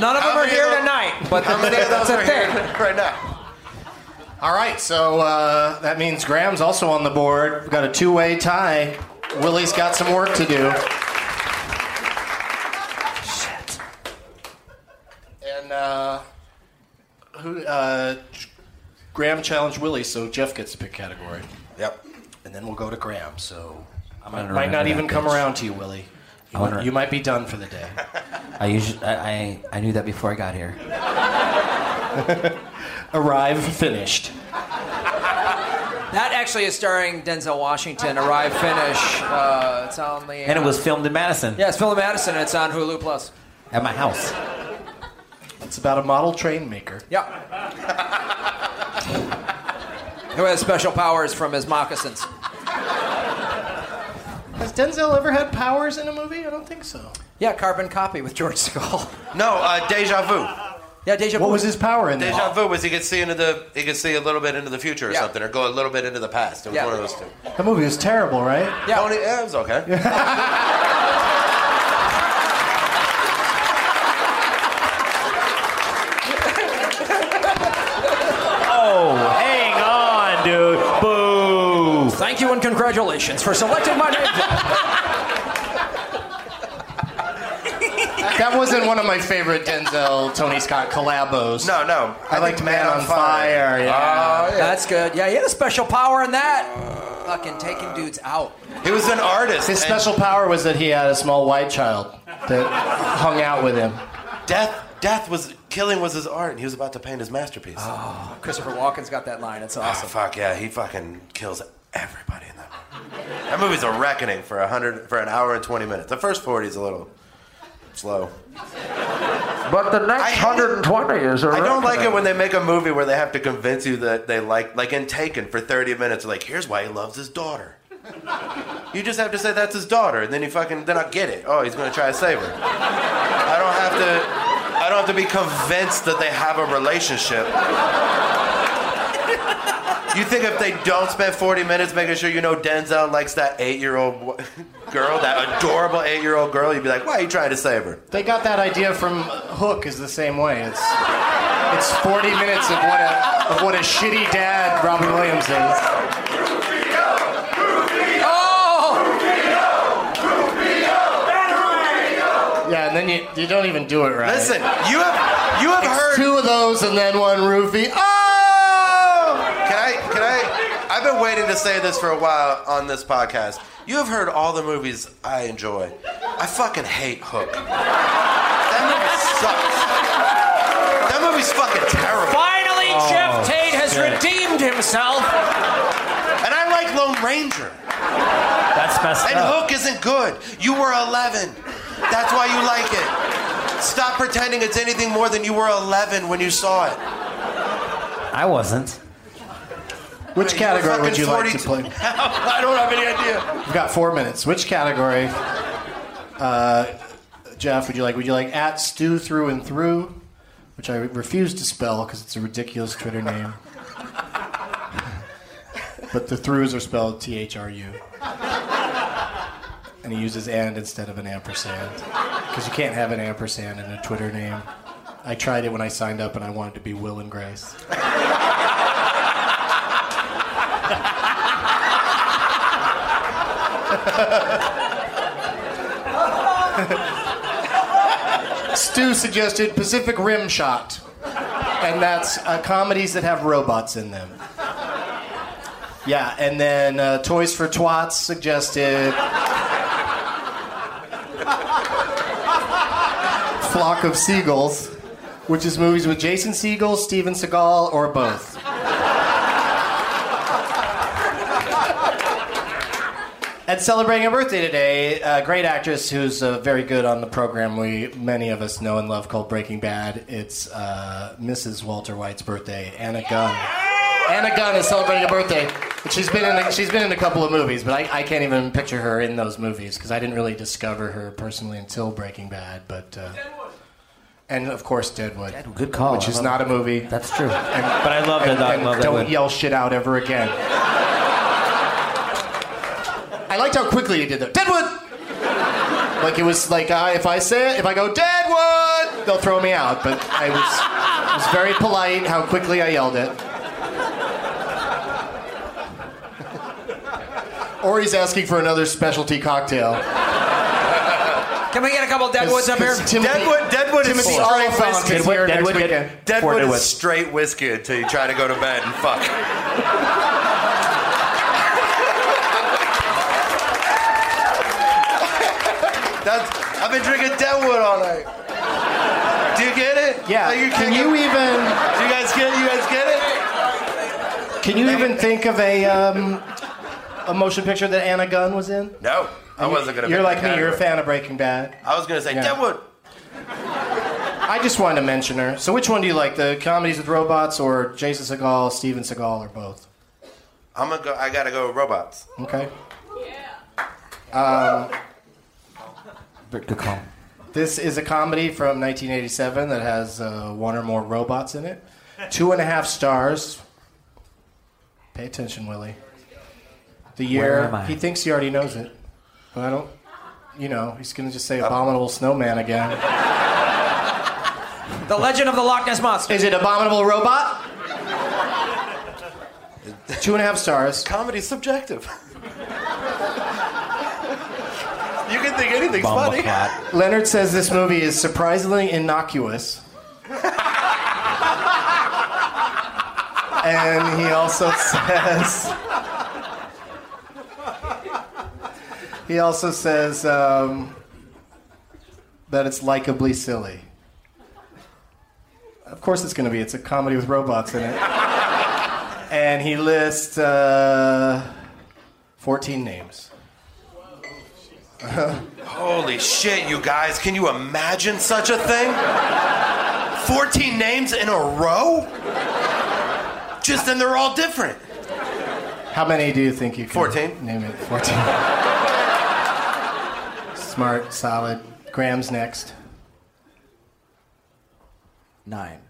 [SPEAKER 8] None of them are here tonight, but
[SPEAKER 7] How many of
[SPEAKER 8] that's
[SPEAKER 7] those
[SPEAKER 8] a
[SPEAKER 7] are here
[SPEAKER 2] *laughs*
[SPEAKER 8] thing.
[SPEAKER 7] right now?
[SPEAKER 2] All right, so uh, that means Graham's also on the board. We've got a two-way tie. Willie's got some work to do. Shit. And uh, who uh, Graham challenged Willie, so Jeff gets to pick category. Yep. And then we'll go to Graham. So I
[SPEAKER 4] gonna
[SPEAKER 2] might,
[SPEAKER 4] remember
[SPEAKER 2] not
[SPEAKER 4] that
[SPEAKER 2] even come
[SPEAKER 4] bitch.
[SPEAKER 2] around to you, Willie. You,
[SPEAKER 4] I
[SPEAKER 2] might,
[SPEAKER 4] wanna-
[SPEAKER 2] you might be done for the
[SPEAKER 4] *laughs*
[SPEAKER 2] day.
[SPEAKER 4] I usually I, I I knew that before I got here.
[SPEAKER 2] Arrive finished.
[SPEAKER 13] That actually is starring Denzel Washington. Arrive, finish. Uh, it's on the.
[SPEAKER 4] And it was filmed in Madison
[SPEAKER 13] Yeah, it's Philip Madison, and it's on Hulu Plus.
[SPEAKER 4] at my house.
[SPEAKER 2] It's about a model train maker.
[SPEAKER 13] Yeah. Who has special powers from his moccasins?
[SPEAKER 2] Has Denzel ever had powers in a movie? I don't think so.
[SPEAKER 13] Yeah, carbon copy with George Segal.
[SPEAKER 7] No, uh, deja vu.
[SPEAKER 13] Yeah, deja
[SPEAKER 2] What was his power in
[SPEAKER 7] Deja vu was he could see into the he could see a little bit into the future or
[SPEAKER 2] Yeah.
[SPEAKER 7] something, or go a little bit into the past. It was
[SPEAKER 2] Yeah.
[SPEAKER 7] one of those two.
[SPEAKER 2] that? That movie was terrible, right?
[SPEAKER 7] Yeah, Tony, yeah, it was okay.
[SPEAKER 14] Oh, hang on, dude. Boo.
[SPEAKER 13] Thank you and congratulations for selecting my name.
[SPEAKER 2] That wasn't one of my favorite Denzel Tony Scott collabos. No,
[SPEAKER 7] no.
[SPEAKER 2] I, liked Man, on Fire.
[SPEAKER 7] Oh,
[SPEAKER 2] yeah.
[SPEAKER 13] That's good. Yeah, he had a special power in that. Fucking taking dudes out.
[SPEAKER 7] He was an artist.
[SPEAKER 2] His special power was that he had a small white child that hung out with him.
[SPEAKER 7] Death, death was killing was his art, and he was about to paint his masterpiece.
[SPEAKER 2] Ah.
[SPEAKER 7] Oh,
[SPEAKER 13] Christopher Walken's got that line. It's awesome.
[SPEAKER 7] fuck yeah, he fucking kills everybody in that. Movie. That movie's a reckoning for a hundred for an hour and twenty minutes. The first forty is a little slow.
[SPEAKER 9] But the next 120 is a
[SPEAKER 7] I don't like it
[SPEAKER 9] reckoning.
[SPEAKER 7] when they make a movie where they have to convince you that they like, like in Taken for 30 minutes, like, here's why he loves his daughter. You just have to say that's his daughter, and then you fucking, then I get it. Oh, he's gonna try to save her. I don't have to, I don't have to be convinced that they have a relationship. You think if they don't spend 40 minutes making sure you know Denzel likes that eight year old *laughs* girl, that adorable eight year old girl, you'd be like, why are you trying to save her?
[SPEAKER 2] They got that idea from Hook is the same way. It's it's 40 minutes of what a of what a shitty dad Robin Williams is. Oh! Yeah, and then you, you don't even do it right.
[SPEAKER 7] Listen, you have you have
[SPEAKER 2] heard two of those and then one roofie. Oh!
[SPEAKER 7] Can I? Can I? I've been waiting to say this for a while on this podcast. You have heard all the movies I enjoy. I fucking hate Hook. That movie sucks. That movie's fucking terrible.
[SPEAKER 13] Finally,
[SPEAKER 2] Oh,
[SPEAKER 13] Jeff Tate has redeemed himself.
[SPEAKER 7] And I like Lone Ranger.
[SPEAKER 4] That's messed
[SPEAKER 7] And
[SPEAKER 4] up.
[SPEAKER 7] Hook isn't good. You were 11. That's why you like it. Stop pretending it's anything more than you were 11 when you saw it.
[SPEAKER 4] I wasn't.
[SPEAKER 2] Which category would you like to play?
[SPEAKER 7] I don't have any idea.
[SPEAKER 2] We've got four minutes. Which category, uh, Jeff? Would you like? Would you like at stew through and through, which I refuse to spell because it's a ridiculous Twitter name. but the throughs are spelled T H R U. And he uses and instead of an ampersand because you can't have an ampersand in a Twitter name. I tried it when I signed up, and I wanted to be Will and Grace. Stu suggested Pacific Rim Shot, and that's uh, comedies that have robots in them. Yeah, and then uh, Toys for Twats suggested Flock of Seagulls, which is movies with Jason Segel, Steven Seagal, or both. And celebrating her birthday today, a great actress who's uh, very good on the program we many of us know and love called Breaking Bad. It's uh, Mrs. Walter White's birthday, Anna Gunn. Anna Gunn is celebrating a birthday. And She's been in a, she's been in a couple of movies, but I, I can't even picture her in those movies because I didn't really discover her personally until Breaking Bad. But uh, and of course Deadwood,
[SPEAKER 4] Good call.
[SPEAKER 2] which
[SPEAKER 4] I
[SPEAKER 2] is
[SPEAKER 4] love
[SPEAKER 2] not
[SPEAKER 4] it.
[SPEAKER 2] a movie.
[SPEAKER 4] That's true.
[SPEAKER 2] And-
[SPEAKER 4] but I love that.
[SPEAKER 2] and-
[SPEAKER 4] dog.
[SPEAKER 2] and
[SPEAKER 4] love
[SPEAKER 2] don't
[SPEAKER 4] that.
[SPEAKER 2] yell shit out ever again. I liked how quickly you did that. Deadwood. Like it was like I, if I say it, if I go Deadwood, they'll throw me out. But I was, it was very polite how quickly I yelled it. or he's asking for another specialty cocktail.
[SPEAKER 13] Can we get a couple of Deadwoods up here?
[SPEAKER 2] Timothy-
[SPEAKER 7] Deadwood, Deadwood Deadwood is
[SPEAKER 2] Timothy
[SPEAKER 7] straight
[SPEAKER 2] Oliphant is
[SPEAKER 7] whiskey.
[SPEAKER 2] here next weekend.
[SPEAKER 7] Deadwood
[SPEAKER 2] Deadwood.
[SPEAKER 7] is straight whiskey until you try to go to bed and fuck. That's, I've been drinking Deadwood all night. Do you get it? Yeah. you
[SPEAKER 2] Can you even?
[SPEAKER 7] Do you guys get? You guys get it?
[SPEAKER 2] Can you even think of a um, a motion picture that Anna Gunn was in?
[SPEAKER 7] No, I wasn't gonna.
[SPEAKER 2] You're
[SPEAKER 7] pick
[SPEAKER 2] like
[SPEAKER 7] that
[SPEAKER 2] me. You're a
[SPEAKER 7] category.
[SPEAKER 2] fan of Breaking Bad.
[SPEAKER 7] I was gonna say
[SPEAKER 2] Yeah.
[SPEAKER 7] Deadwood.
[SPEAKER 2] I just wanted to mention her. So, which one do you like? The comedies with robots, or Jason Segal, Steven Segal, or both?
[SPEAKER 7] I'm gonna go. I gotta go with robots.
[SPEAKER 2] Okay. Um,
[SPEAKER 4] Good call.
[SPEAKER 2] This is a comedy from 1987 that has uh, one or more robots in it. Two and a half stars. Pay attention, Willie. The
[SPEAKER 4] Where
[SPEAKER 2] year
[SPEAKER 4] am I?
[SPEAKER 2] he thinks he already knows it, but I don't. You know, he's gonna just say "abominable snowman" again.
[SPEAKER 13] The Legend of the Loch Ness Monster.
[SPEAKER 2] Is it Abominable
[SPEAKER 4] *laughs*
[SPEAKER 2] Robot? Two and a half stars.
[SPEAKER 7] Comedy's subjective. *laughs* You can think anything's funny.
[SPEAKER 2] Leonard says this movie is surprisingly innocuous. and he also says. He also says um, that it's likably silly. Of course, it's going to be. It's a comedy with robots in it. and he lists uh, 14 names.
[SPEAKER 7] Holy shit, you guys! Can you imagine such a thing? Fourteen names in a row. Just and they're all different.
[SPEAKER 2] How many do you think you can
[SPEAKER 7] 14?
[SPEAKER 2] name it? 14. *laughs* Smart, solid. Graham's next.
[SPEAKER 13] Nine.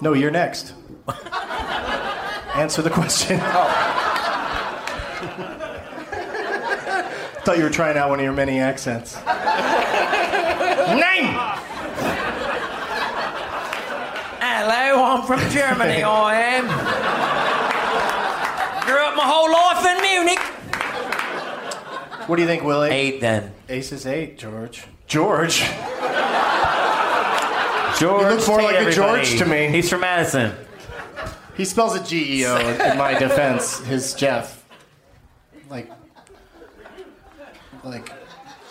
[SPEAKER 2] No, you're next. Answer the question. *laughs* Thought you were trying out one of your many accents. Name!
[SPEAKER 13] Hello, I'm from
[SPEAKER 2] *laughs*
[SPEAKER 13] Germany, I am. Grew up my whole life in Munich.
[SPEAKER 2] What do you think, Willie?
[SPEAKER 4] Eight then.
[SPEAKER 2] Ace is eight, George. George.
[SPEAKER 4] George.
[SPEAKER 2] You look more
[SPEAKER 4] take
[SPEAKER 2] like a
[SPEAKER 4] everybody.
[SPEAKER 2] George to me.
[SPEAKER 4] He's from Madison.
[SPEAKER 2] He spells it G E O in my defense. His Jeff. Like, like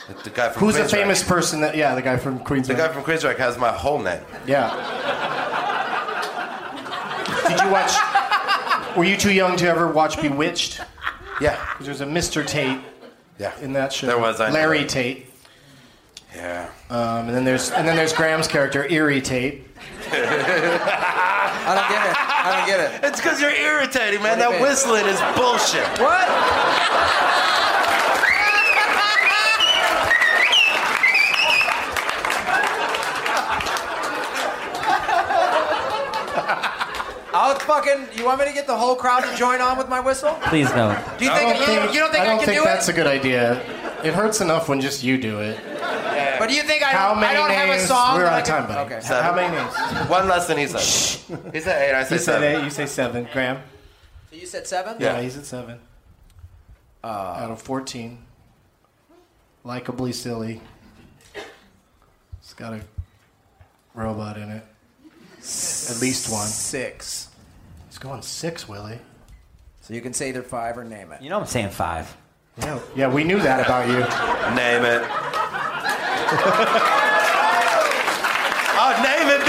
[SPEAKER 7] The, the guy from
[SPEAKER 2] who's a
[SPEAKER 7] Queens
[SPEAKER 2] famous person that, yeah, the guy from Queens.
[SPEAKER 7] The guy from Quizrack has my whole name.
[SPEAKER 2] Yeah. Did you watch? Were you too young to ever watch Bewitched?
[SPEAKER 7] Yeah.
[SPEAKER 2] Because there's a Mr. Tate.
[SPEAKER 7] Yeah.
[SPEAKER 2] In that show.
[SPEAKER 7] There was, I know
[SPEAKER 2] Larry
[SPEAKER 7] that.
[SPEAKER 2] Tate.
[SPEAKER 7] Yeah.
[SPEAKER 2] Um, and then there's and then there's Graham's character Erie Tate.
[SPEAKER 13] I don't get it. I don't get it.
[SPEAKER 7] It's because you're irritating, man.
[SPEAKER 13] What do
[SPEAKER 7] That
[SPEAKER 13] you mean?
[SPEAKER 7] whistling is bullshit.
[SPEAKER 13] *laughs* What? I'll fucking. You want me to get the whole crowd to join on with my whistle?
[SPEAKER 4] Please no.
[SPEAKER 13] Do you think, you, you don't think I,
[SPEAKER 2] don't
[SPEAKER 13] can
[SPEAKER 2] think
[SPEAKER 13] do
[SPEAKER 2] that's a good idea. It hurts enough when just you do it.
[SPEAKER 13] it? But do you think I,
[SPEAKER 2] How
[SPEAKER 13] I
[SPEAKER 2] many
[SPEAKER 13] don't have a
[SPEAKER 2] names?
[SPEAKER 13] song?
[SPEAKER 2] We're
[SPEAKER 13] that
[SPEAKER 2] out
[SPEAKER 13] I
[SPEAKER 2] of
[SPEAKER 13] can-
[SPEAKER 2] time, buddy.
[SPEAKER 13] Okay.
[SPEAKER 2] How many names?
[SPEAKER 7] One less than he said. He said eight. I
[SPEAKER 2] You
[SPEAKER 7] said
[SPEAKER 2] said
[SPEAKER 7] seven.
[SPEAKER 2] eight. You say seven. Graham.
[SPEAKER 13] So you said seven?
[SPEAKER 2] Yeah, Uh, he's at seven. Out of fourteen. Likeably silly. It's got a robot in it. At least one.
[SPEAKER 13] Six.
[SPEAKER 2] It's going six, Willie.
[SPEAKER 13] So you can say either five or name it.
[SPEAKER 4] You know I'm saying five.
[SPEAKER 2] Yeah, yeah, we knew that about you.
[SPEAKER 7] Name it. oh, name it,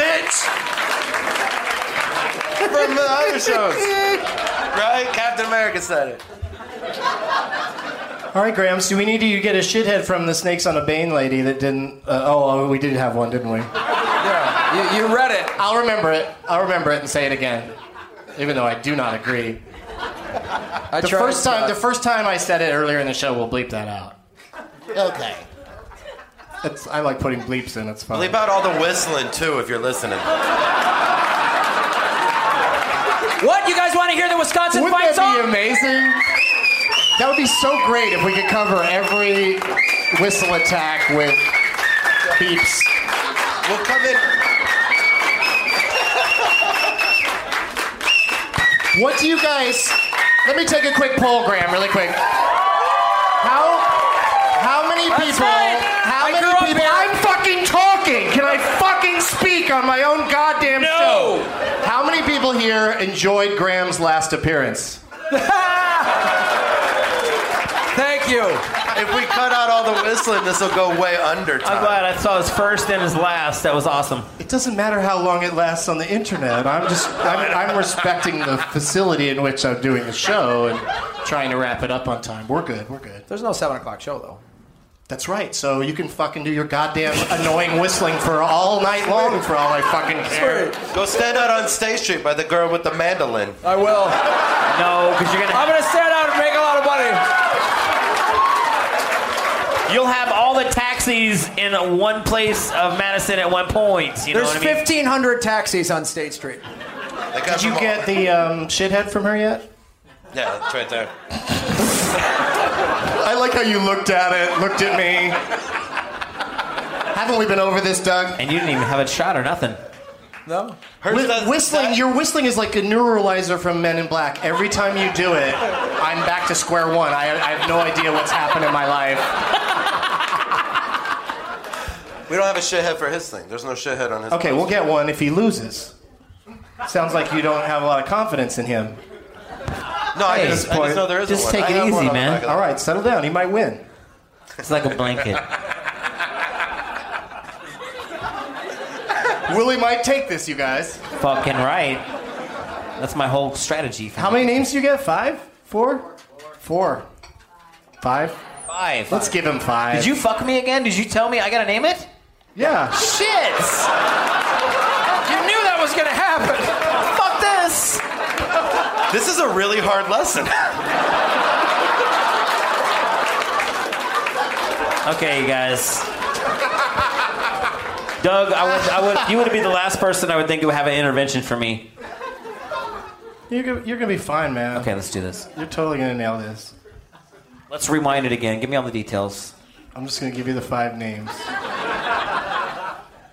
[SPEAKER 7] bitch. From the other shows, right? Captain America said it.
[SPEAKER 2] *laughs* All right, Graham. So we need you to get a shithead from the snakes on a bane lady that didn't. Uh, oh, we did have one, didn't we?
[SPEAKER 13] Yeah. You, you read it.
[SPEAKER 2] I'll remember it. I'll remember it and say it again, even though I do not agree.
[SPEAKER 13] I
[SPEAKER 2] the
[SPEAKER 13] tried,
[SPEAKER 2] first time,
[SPEAKER 13] Scott.
[SPEAKER 2] the first time I said it earlier in the show, we'll bleep that out.
[SPEAKER 12] Okay.
[SPEAKER 2] It's, I like putting bleeps in. It's fun.
[SPEAKER 7] Leave out all the whistling too, if you're listening.
[SPEAKER 13] What? You guys want to hear the Wisconsin
[SPEAKER 2] Wouldn't
[SPEAKER 13] fight
[SPEAKER 2] that
[SPEAKER 13] song?
[SPEAKER 2] be amazing? That would be so great if we could cover every whistle attack with beeps.
[SPEAKER 7] We'll come in.
[SPEAKER 2] What do you guys? Let me take a quick poll, Graham, really quick. How how many people?
[SPEAKER 13] right.
[SPEAKER 2] How
[SPEAKER 13] I
[SPEAKER 2] many
[SPEAKER 13] grew up
[SPEAKER 2] people?
[SPEAKER 13] here.
[SPEAKER 2] I'm fucking talking. fucking? Can I fucking speak on my own goddamn show? How many people here enjoyed Graham's last appearance?
[SPEAKER 13] Thank you.
[SPEAKER 7] If we cut out all the whistling, this will go way under time.
[SPEAKER 4] I'm glad I saw his first and his last. That was awesome.
[SPEAKER 2] It doesn't matter how long it lasts on the internet. I'm just I'm, I'm respecting the facility in which I'm doing the show and trying to wrap it up on time. We're good. We're good.
[SPEAKER 13] There's no seven o'clock show though.
[SPEAKER 2] That's right. So you can fucking do your goddamn annoying whistling for all night long for all I fucking care.
[SPEAKER 7] Go stand out on State Street by the girl with the mandolin.
[SPEAKER 13] I will.
[SPEAKER 4] No, because you're gonna.
[SPEAKER 13] I'm gonna stand out and make a lot of money.
[SPEAKER 4] You'll have all the taxis in one place of Madison at one point. You know
[SPEAKER 13] There's
[SPEAKER 4] what I mean?
[SPEAKER 13] 1,500 taxis on State Street.
[SPEAKER 2] Did you get the um, shithead from her yet?
[SPEAKER 7] Yeah, it's right there.
[SPEAKER 2] I like how you looked at it, looked at me. Haven't we been over this, Doug?
[SPEAKER 4] And you didn't even have a shot or nothing.
[SPEAKER 13] No.
[SPEAKER 2] Whi- whistling, your whistling is like a neuralizer from Men in Black. Every time you do it, I'm back to square one. I, I have no idea what's happened in my life.
[SPEAKER 7] We don't have a shithead for his thing. There's no shithead on his.
[SPEAKER 2] Okay, we'll get one if he loses. Sounds like you don't have a lot of confidence in him.
[SPEAKER 7] No, I just, I just know there is
[SPEAKER 2] Just
[SPEAKER 7] one.
[SPEAKER 2] take
[SPEAKER 7] I
[SPEAKER 2] it
[SPEAKER 7] have one
[SPEAKER 2] easy,
[SPEAKER 7] on the back
[SPEAKER 2] man.
[SPEAKER 7] of the-
[SPEAKER 2] All right, settle down. He might win.
[SPEAKER 4] It's like a blanket.
[SPEAKER 2] Willie might take this, you guys.
[SPEAKER 4] Fucking right. That's my whole strategy. For
[SPEAKER 2] How many names do you get? Five? Four? Four. Five?
[SPEAKER 4] Five.
[SPEAKER 2] Let's give him five.
[SPEAKER 4] Did you fuck me again? Did you tell me I gotta name it?
[SPEAKER 2] Yeah.
[SPEAKER 4] Shit! You knew that was gonna happen. Fuck this.
[SPEAKER 7] This is a really hard lesson.
[SPEAKER 4] Okay, you guys. Doug, I would, I would, you would be the last person I would think would have an intervention for me.
[SPEAKER 2] You're, gonna- you're gonna be fine, man.
[SPEAKER 4] Okay, let's do this.
[SPEAKER 2] You're totally gonna nail this.
[SPEAKER 4] Let's rewind it again. Give me all the details.
[SPEAKER 2] I'm just gonna give you the five names.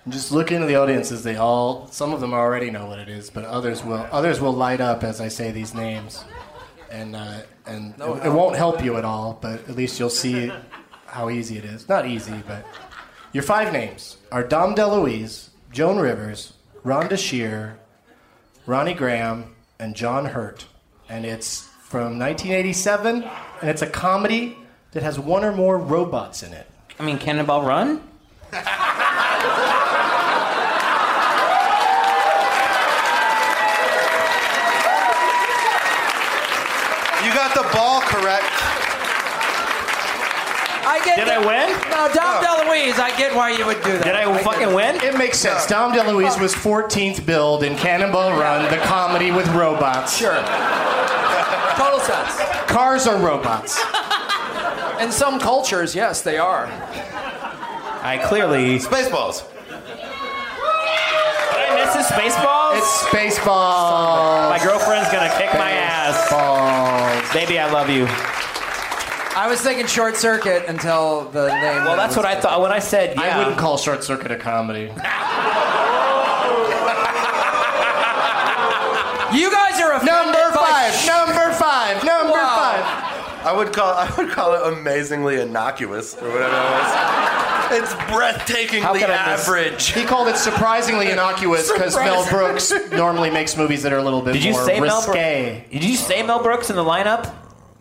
[SPEAKER 2] And Just look into the audiences. They all, some of them already know what it is, but others will. Others will light up as I say these names, and uh, and
[SPEAKER 13] No
[SPEAKER 2] it, it
[SPEAKER 13] help.
[SPEAKER 2] won't help you at all. But at least you'll see how easy it is. Not easy, but your five names are Dom DeLuise, Joan Rivers, Rhonda Shear, Ronnie Graham, and John Hurt. And it's from 1987, and it's a comedy that has one or more robots in it.
[SPEAKER 4] I mean, Cannonball Run?
[SPEAKER 7] You got the ball correct.
[SPEAKER 13] I get
[SPEAKER 4] Did
[SPEAKER 13] the-
[SPEAKER 4] I win?
[SPEAKER 13] No, Dom DeLuise, I get why you would do that.
[SPEAKER 4] Did I
[SPEAKER 13] get
[SPEAKER 4] fucking
[SPEAKER 13] it.
[SPEAKER 4] win?
[SPEAKER 2] It makes sense. Dom DeLuise was 14th billed in Cannonball Run, the comedy with robots.
[SPEAKER 13] Sure. Total sense.
[SPEAKER 2] Cars are robots.
[SPEAKER 13] *laughs* In some cultures, yes, they are.
[SPEAKER 4] I clearly. Did
[SPEAKER 7] Spaceballs.
[SPEAKER 4] I miss his Spaceballs?
[SPEAKER 2] It's Spaceballs.
[SPEAKER 4] my girlfriend's gonna kick my ass.
[SPEAKER 2] Balls.
[SPEAKER 4] Baby, I love you.
[SPEAKER 13] I was thinking short circuit until the name.
[SPEAKER 4] Well, that's what I thought when I said. Yeah.
[SPEAKER 2] I wouldn't call Short Circuit a comedy.
[SPEAKER 13] You guys are offended
[SPEAKER 2] Number
[SPEAKER 13] by
[SPEAKER 2] five.
[SPEAKER 13] sh-
[SPEAKER 2] Number five. Number
[SPEAKER 13] Wow.
[SPEAKER 2] five.
[SPEAKER 7] I would call I would call it amazingly innocuous or whatever that was. It's breathtakingly
[SPEAKER 4] could I miss-
[SPEAKER 7] average.
[SPEAKER 2] He called it surprisingly innocuous because Mel Brooks normally makes movies that are a little bit
[SPEAKER 4] Did you
[SPEAKER 2] more
[SPEAKER 4] say Mel Brooks?
[SPEAKER 2] risque.
[SPEAKER 4] Did you say Mel Brooks in the lineup?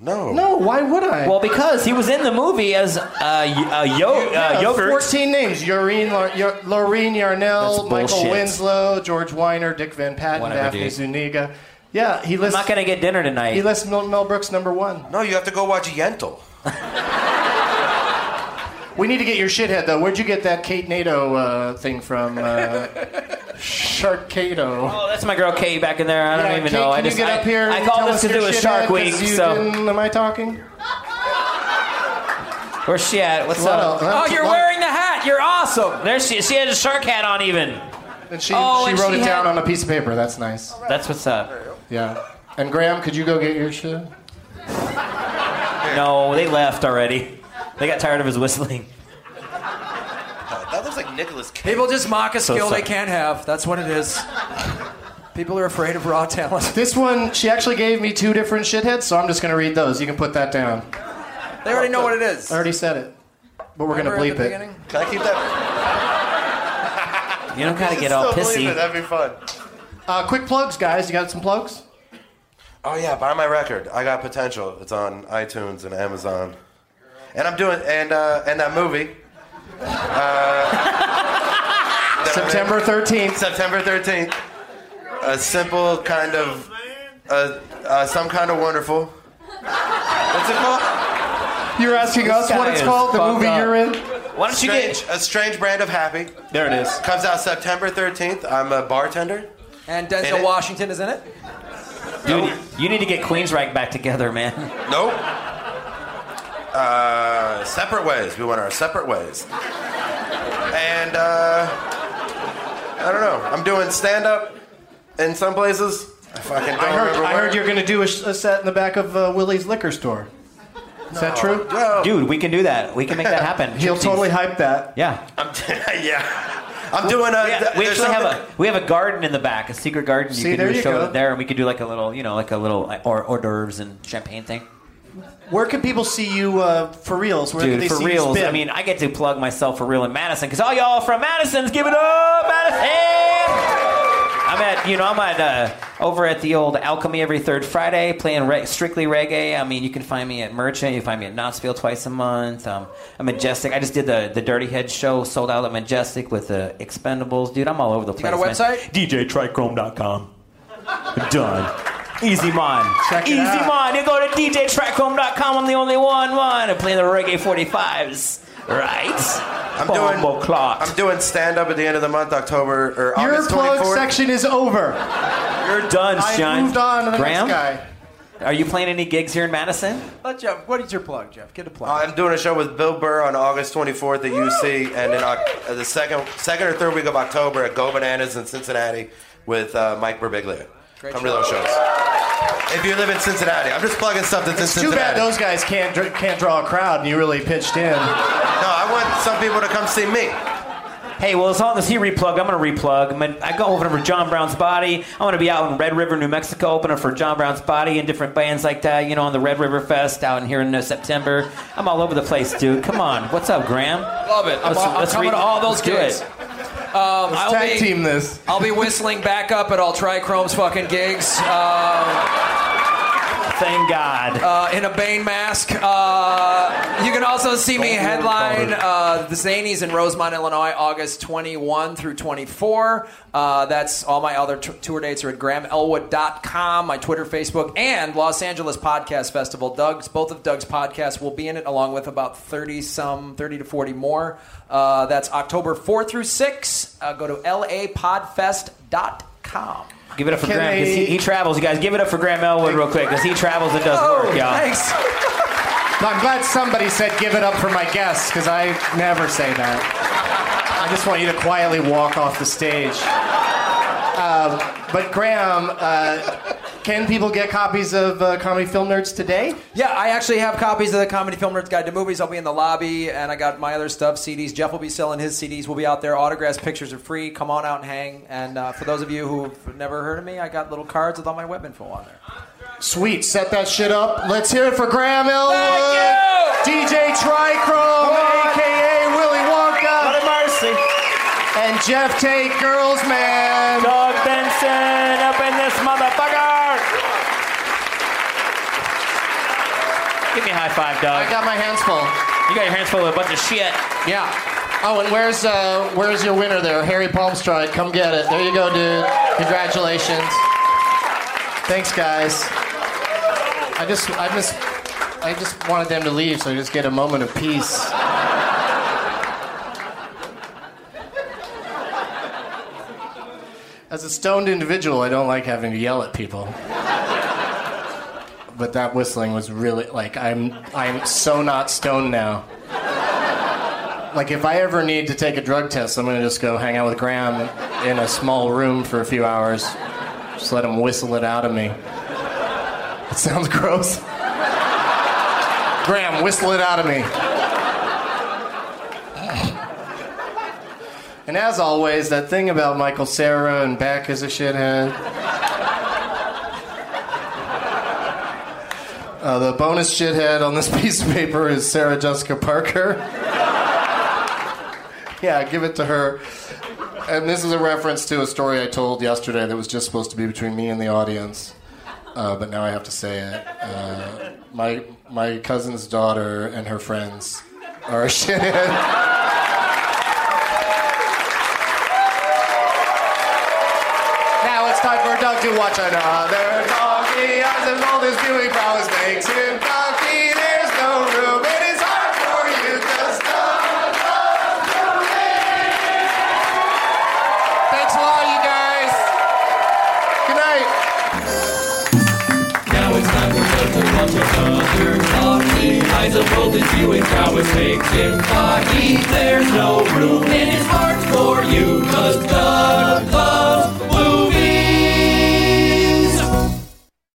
[SPEAKER 7] No.
[SPEAKER 2] No, why would I?
[SPEAKER 4] Well, because he was in the movie as uh, y- uh, yo- uh,
[SPEAKER 2] Yeah,
[SPEAKER 4] yogurt.
[SPEAKER 2] 14 names. Yoreen, Lar- Yor- Loreen Yarnell,
[SPEAKER 4] That's
[SPEAKER 2] Michael
[SPEAKER 4] bullshit.
[SPEAKER 2] Winslow, George Weiner, Dick Van Patten,
[SPEAKER 4] Whatever,
[SPEAKER 2] Daphne
[SPEAKER 4] dude.
[SPEAKER 2] Zuniga. Yeah, he
[SPEAKER 4] I'm
[SPEAKER 2] lists,
[SPEAKER 4] not gonna get dinner
[SPEAKER 2] he
[SPEAKER 4] tonight.
[SPEAKER 2] lists Mel, Mel Brooks number one.
[SPEAKER 7] No, you have to go watch Yentl.
[SPEAKER 2] We need to get your shithead, though. Where'd you get that Kate Nato uh, thing from? Uh, Sharkado.
[SPEAKER 4] Oh, that's my girl Kate back in there. I don't
[SPEAKER 2] Yeah,
[SPEAKER 4] even
[SPEAKER 2] Kate,
[SPEAKER 4] know.
[SPEAKER 2] Can
[SPEAKER 4] I
[SPEAKER 2] you
[SPEAKER 4] just
[SPEAKER 2] get
[SPEAKER 4] I,
[SPEAKER 2] up here
[SPEAKER 4] I
[SPEAKER 2] and
[SPEAKER 4] called
[SPEAKER 2] tell
[SPEAKER 4] this
[SPEAKER 2] us
[SPEAKER 4] to
[SPEAKER 2] your
[SPEAKER 4] do a
[SPEAKER 2] shithead
[SPEAKER 4] Shark
[SPEAKER 2] 'cause
[SPEAKER 4] Week.
[SPEAKER 2] you
[SPEAKER 4] So
[SPEAKER 2] didn't- am I talking?
[SPEAKER 4] where's she at? What's
[SPEAKER 2] What
[SPEAKER 4] up?
[SPEAKER 2] else?
[SPEAKER 13] Oh, you're wearing the hat. You're awesome.
[SPEAKER 4] There she. She had a shark hat on even.
[SPEAKER 2] And she,
[SPEAKER 13] Oh,
[SPEAKER 2] she
[SPEAKER 13] and
[SPEAKER 2] wrote
[SPEAKER 13] she
[SPEAKER 2] it down
[SPEAKER 13] had-
[SPEAKER 2] on a piece of paper. That's nice.
[SPEAKER 4] That's what's up.
[SPEAKER 2] Yeah. And Graham, could you go get your shit?
[SPEAKER 4] No, they left already. They got tired of his whistling.
[SPEAKER 7] That looks like Nicholas Cage.
[SPEAKER 13] People just mock a skill
[SPEAKER 4] sorry.
[SPEAKER 13] they can't have. That's what it is. People are afraid of raw talent.
[SPEAKER 2] This one, she actually gave me two different shitheads, so I'm just going to read those. You can put that down.
[SPEAKER 13] They already know what it is.
[SPEAKER 2] I already said it, but we're going to
[SPEAKER 13] Remember at the
[SPEAKER 2] bleep it.
[SPEAKER 13] beginning?
[SPEAKER 7] Can I keep that?
[SPEAKER 4] You don't gotta
[SPEAKER 2] I
[SPEAKER 4] get all
[SPEAKER 2] still
[SPEAKER 4] pissy.
[SPEAKER 2] believe it.
[SPEAKER 7] That'd be fun.
[SPEAKER 2] Uh, quick plugs, guys. You got some plugs?
[SPEAKER 7] Oh yeah, buy my record. I got potential. It's on iTunes and Amazon. And I'm doing and uh, and that movie. Uh,
[SPEAKER 2] September 13th.
[SPEAKER 7] September 13th. A simple kind of uh, uh, some kind of wonderful. What's it called?
[SPEAKER 2] You're asking us what it's called, the movie you're in.
[SPEAKER 7] Why don't you get a strange brand of happy?
[SPEAKER 2] There it is.
[SPEAKER 7] Comes out September 13th. I'm a bartender.
[SPEAKER 8] And
[SPEAKER 7] In
[SPEAKER 8] Denzel
[SPEAKER 7] it.
[SPEAKER 8] Washington is in it.
[SPEAKER 4] Dude, you need to get Queensryche back together, man.
[SPEAKER 7] Nope. Uh, separate ways. We went our separate ways. And uh, I don't know. I'm doing stand up in some places. I fucking don't
[SPEAKER 2] I heard,
[SPEAKER 7] remember
[SPEAKER 2] I
[SPEAKER 7] where.
[SPEAKER 2] heard you're going to do a, sh- a set in the back of uh, Willie's liquor store. Is that true?
[SPEAKER 4] Dude, we can do that. We can make that
[SPEAKER 2] *laughs*
[SPEAKER 4] happen.
[SPEAKER 2] He'll
[SPEAKER 4] Gypsies.
[SPEAKER 2] totally hype that.
[SPEAKER 4] Yeah.
[SPEAKER 7] I'm *laughs* yeah. I'm doing a.
[SPEAKER 4] We,
[SPEAKER 7] th-
[SPEAKER 4] we
[SPEAKER 7] there's
[SPEAKER 4] actually have
[SPEAKER 7] something-
[SPEAKER 4] a we have a garden in the back, a secret garden.
[SPEAKER 2] See,
[SPEAKER 4] you can
[SPEAKER 2] there
[SPEAKER 4] do a
[SPEAKER 2] you
[SPEAKER 4] show
[SPEAKER 2] go.
[SPEAKER 4] there, and we could do like a little, you know, like a little like, or hors d'oeuvres and champagne thing.
[SPEAKER 2] Where can people see you uh, for reals? Where can
[SPEAKER 4] Dude,
[SPEAKER 2] they
[SPEAKER 4] for
[SPEAKER 2] see you
[SPEAKER 4] reals.
[SPEAKER 2] spin?
[SPEAKER 4] I mean, I get to plug myself for real in Madison because all y'all from Madison's, give it up, Madison! I'm at, you know, I'm at uh, over at the old Alchemy every third Friday playing re- strictly reggae. I mean, you can find me at Merchant. You can find me at Knoxville twice a month. Um, I'm Majestic. I just did the the Dirty Head show, sold out at Majestic with the Expendables. Dude, I'm all over the
[SPEAKER 8] got
[SPEAKER 4] place.
[SPEAKER 8] a
[SPEAKER 4] man.
[SPEAKER 8] website?
[SPEAKER 4] DJTrichrome.com. Done. Easy Mon.
[SPEAKER 8] Check it
[SPEAKER 4] Easy
[SPEAKER 8] out.
[SPEAKER 4] Mon. You go to DJTrackhome.com. I'm the only one. One. I'm playing the Reggae 45s. Right?
[SPEAKER 7] I'm doing, I'm doing stand up at the end of the month, October or
[SPEAKER 2] Your
[SPEAKER 7] August
[SPEAKER 2] plug
[SPEAKER 7] 24th.
[SPEAKER 2] section is over.
[SPEAKER 4] You're done,
[SPEAKER 2] I
[SPEAKER 4] Sean.
[SPEAKER 2] moved on to the
[SPEAKER 4] Graham?
[SPEAKER 2] next
[SPEAKER 4] Are you playing any gigs here in Madison?
[SPEAKER 8] Let Jeff. What is your plug, Jeff? Get a plug.
[SPEAKER 7] I'm doing a show with Bill Burr on August 24th at UC, and then Oc- uh, the second second or third week of October at Go Bananas in Cincinnati with uh, Mike Birbiglia.
[SPEAKER 2] Great
[SPEAKER 7] Come
[SPEAKER 2] show.
[SPEAKER 7] to those shows. If you live in Cincinnati, I'm just plugging stuff that's
[SPEAKER 2] It's
[SPEAKER 7] in
[SPEAKER 2] too
[SPEAKER 7] Cincinnati.
[SPEAKER 2] bad those guys can't dr- can't draw a crowd, and you really pitched in.
[SPEAKER 7] No, I want some people to come see me.
[SPEAKER 4] Hey, well, as long as he replugged, I'm going to replug. I'm gonna, I go over to John Brown's Body. I'm going to be out in Red River, New Mexico, opening for John Brown's Body and different bands like that, you know, on the Red River Fest out in here in uh, September. I'm all over the place, dude. Come on. What's up, Graham?
[SPEAKER 8] Love it. I'm,
[SPEAKER 4] Let's-
[SPEAKER 8] I'm
[SPEAKER 4] let's
[SPEAKER 8] coming
[SPEAKER 4] read-
[SPEAKER 8] to all
[SPEAKER 4] let's
[SPEAKER 8] those
[SPEAKER 4] do
[SPEAKER 8] gigs.
[SPEAKER 4] it.
[SPEAKER 8] Um, I'll
[SPEAKER 2] tag
[SPEAKER 8] be,
[SPEAKER 2] team this.
[SPEAKER 8] I'll be whistling back up at all Trichrome's fucking
[SPEAKER 4] *laughs*
[SPEAKER 8] gigs. Um,
[SPEAKER 4] Thank God.
[SPEAKER 8] Uh, in a Bane mask. Uh, you can also see me headline uh, the Zanies in Rosemont, Illinois, August 21 through 24. Uh, that's all my other t- tour dates are at grahamelwood.com, my Twitter, Facebook, and Los Angeles Podcast Festival. Doug's both of Doug's podcasts will be in it, along with about 30 some, 30 to 40 more. Uh, that's October 4 through 6. Uh, go to lapodfest.com.
[SPEAKER 4] Give it up for
[SPEAKER 8] Can
[SPEAKER 4] Graham because he,
[SPEAKER 8] they-
[SPEAKER 4] he travels. You guys, give it up for Graham Elwood real quick because he travels and does
[SPEAKER 8] Oh,
[SPEAKER 4] work, y'all.
[SPEAKER 2] I'm glad somebody said give it up for my guests because I never say that. I just want you to quietly walk off the stage. Um, but Graham, uh, can people get copies of uh, Comedy Film Nerds today?
[SPEAKER 8] Yeah, I actually have copies of the Comedy Film Nerds Guide to Movies. I'll be in the lobby, and I got my other stuff, CDs. Jeff will be selling his CDs. We'll be out there. Autographs, pictures are free. Come on out and hang. And uh, for those of you who've never heard of me, I got little cards with all my web info on there.
[SPEAKER 2] Sweet, set that shit up. Let's hear it for Graham Elwood, DJ Trichrome, aka Willy Wonka,
[SPEAKER 4] Mercy,
[SPEAKER 2] and Jeff Tate, Girls Man,
[SPEAKER 4] Doug Benson, up in this motherfucker. Give me a high five,
[SPEAKER 2] I
[SPEAKER 4] Doug.
[SPEAKER 2] got my hands full.
[SPEAKER 4] You got your hands full of a bunch of shit.
[SPEAKER 2] Yeah. Oh, and where's uh, where's your winner there, Harry Palmstride? Come get it. There you go, dude. Congratulations. Thanks, guys. I just I just I just wanted them to leave, so I just get a moment of peace. As a stoned individual, I don't like having to yell at people. But that whistling was really like I'm I'm so not stoned now like if I ever need to take a drug test, I'm gonna just go hang out with Graham in a small room for a few hours. Just let him whistle it out of me. It sounds gross. Graham, whistle it out of me. And as always, that thing about Michael Sarah and Beck is a shithead. Uh, the bonus shithead on this *laughs* piece of paper is *laughs* Sarah Jessica Parker. Yeah, give it to her. and this is a reference to a story I told yesterday that was just supposed to be between me and the audience, uh, but now I have to say it. Uh, my my cousin's daughter and her friends *laughs* are shitheads. Now it's time for Doug to watch another donkey as his oldest viewing prowess makes him donkey. There's no room in his heart for you just Thanks a lot, you guys. Good night.
[SPEAKER 1] Now it's time for Doug to watch another donkey. Eyes of old as you and prowess makes him cocky. There's no room in his heart for you, cause Doug loves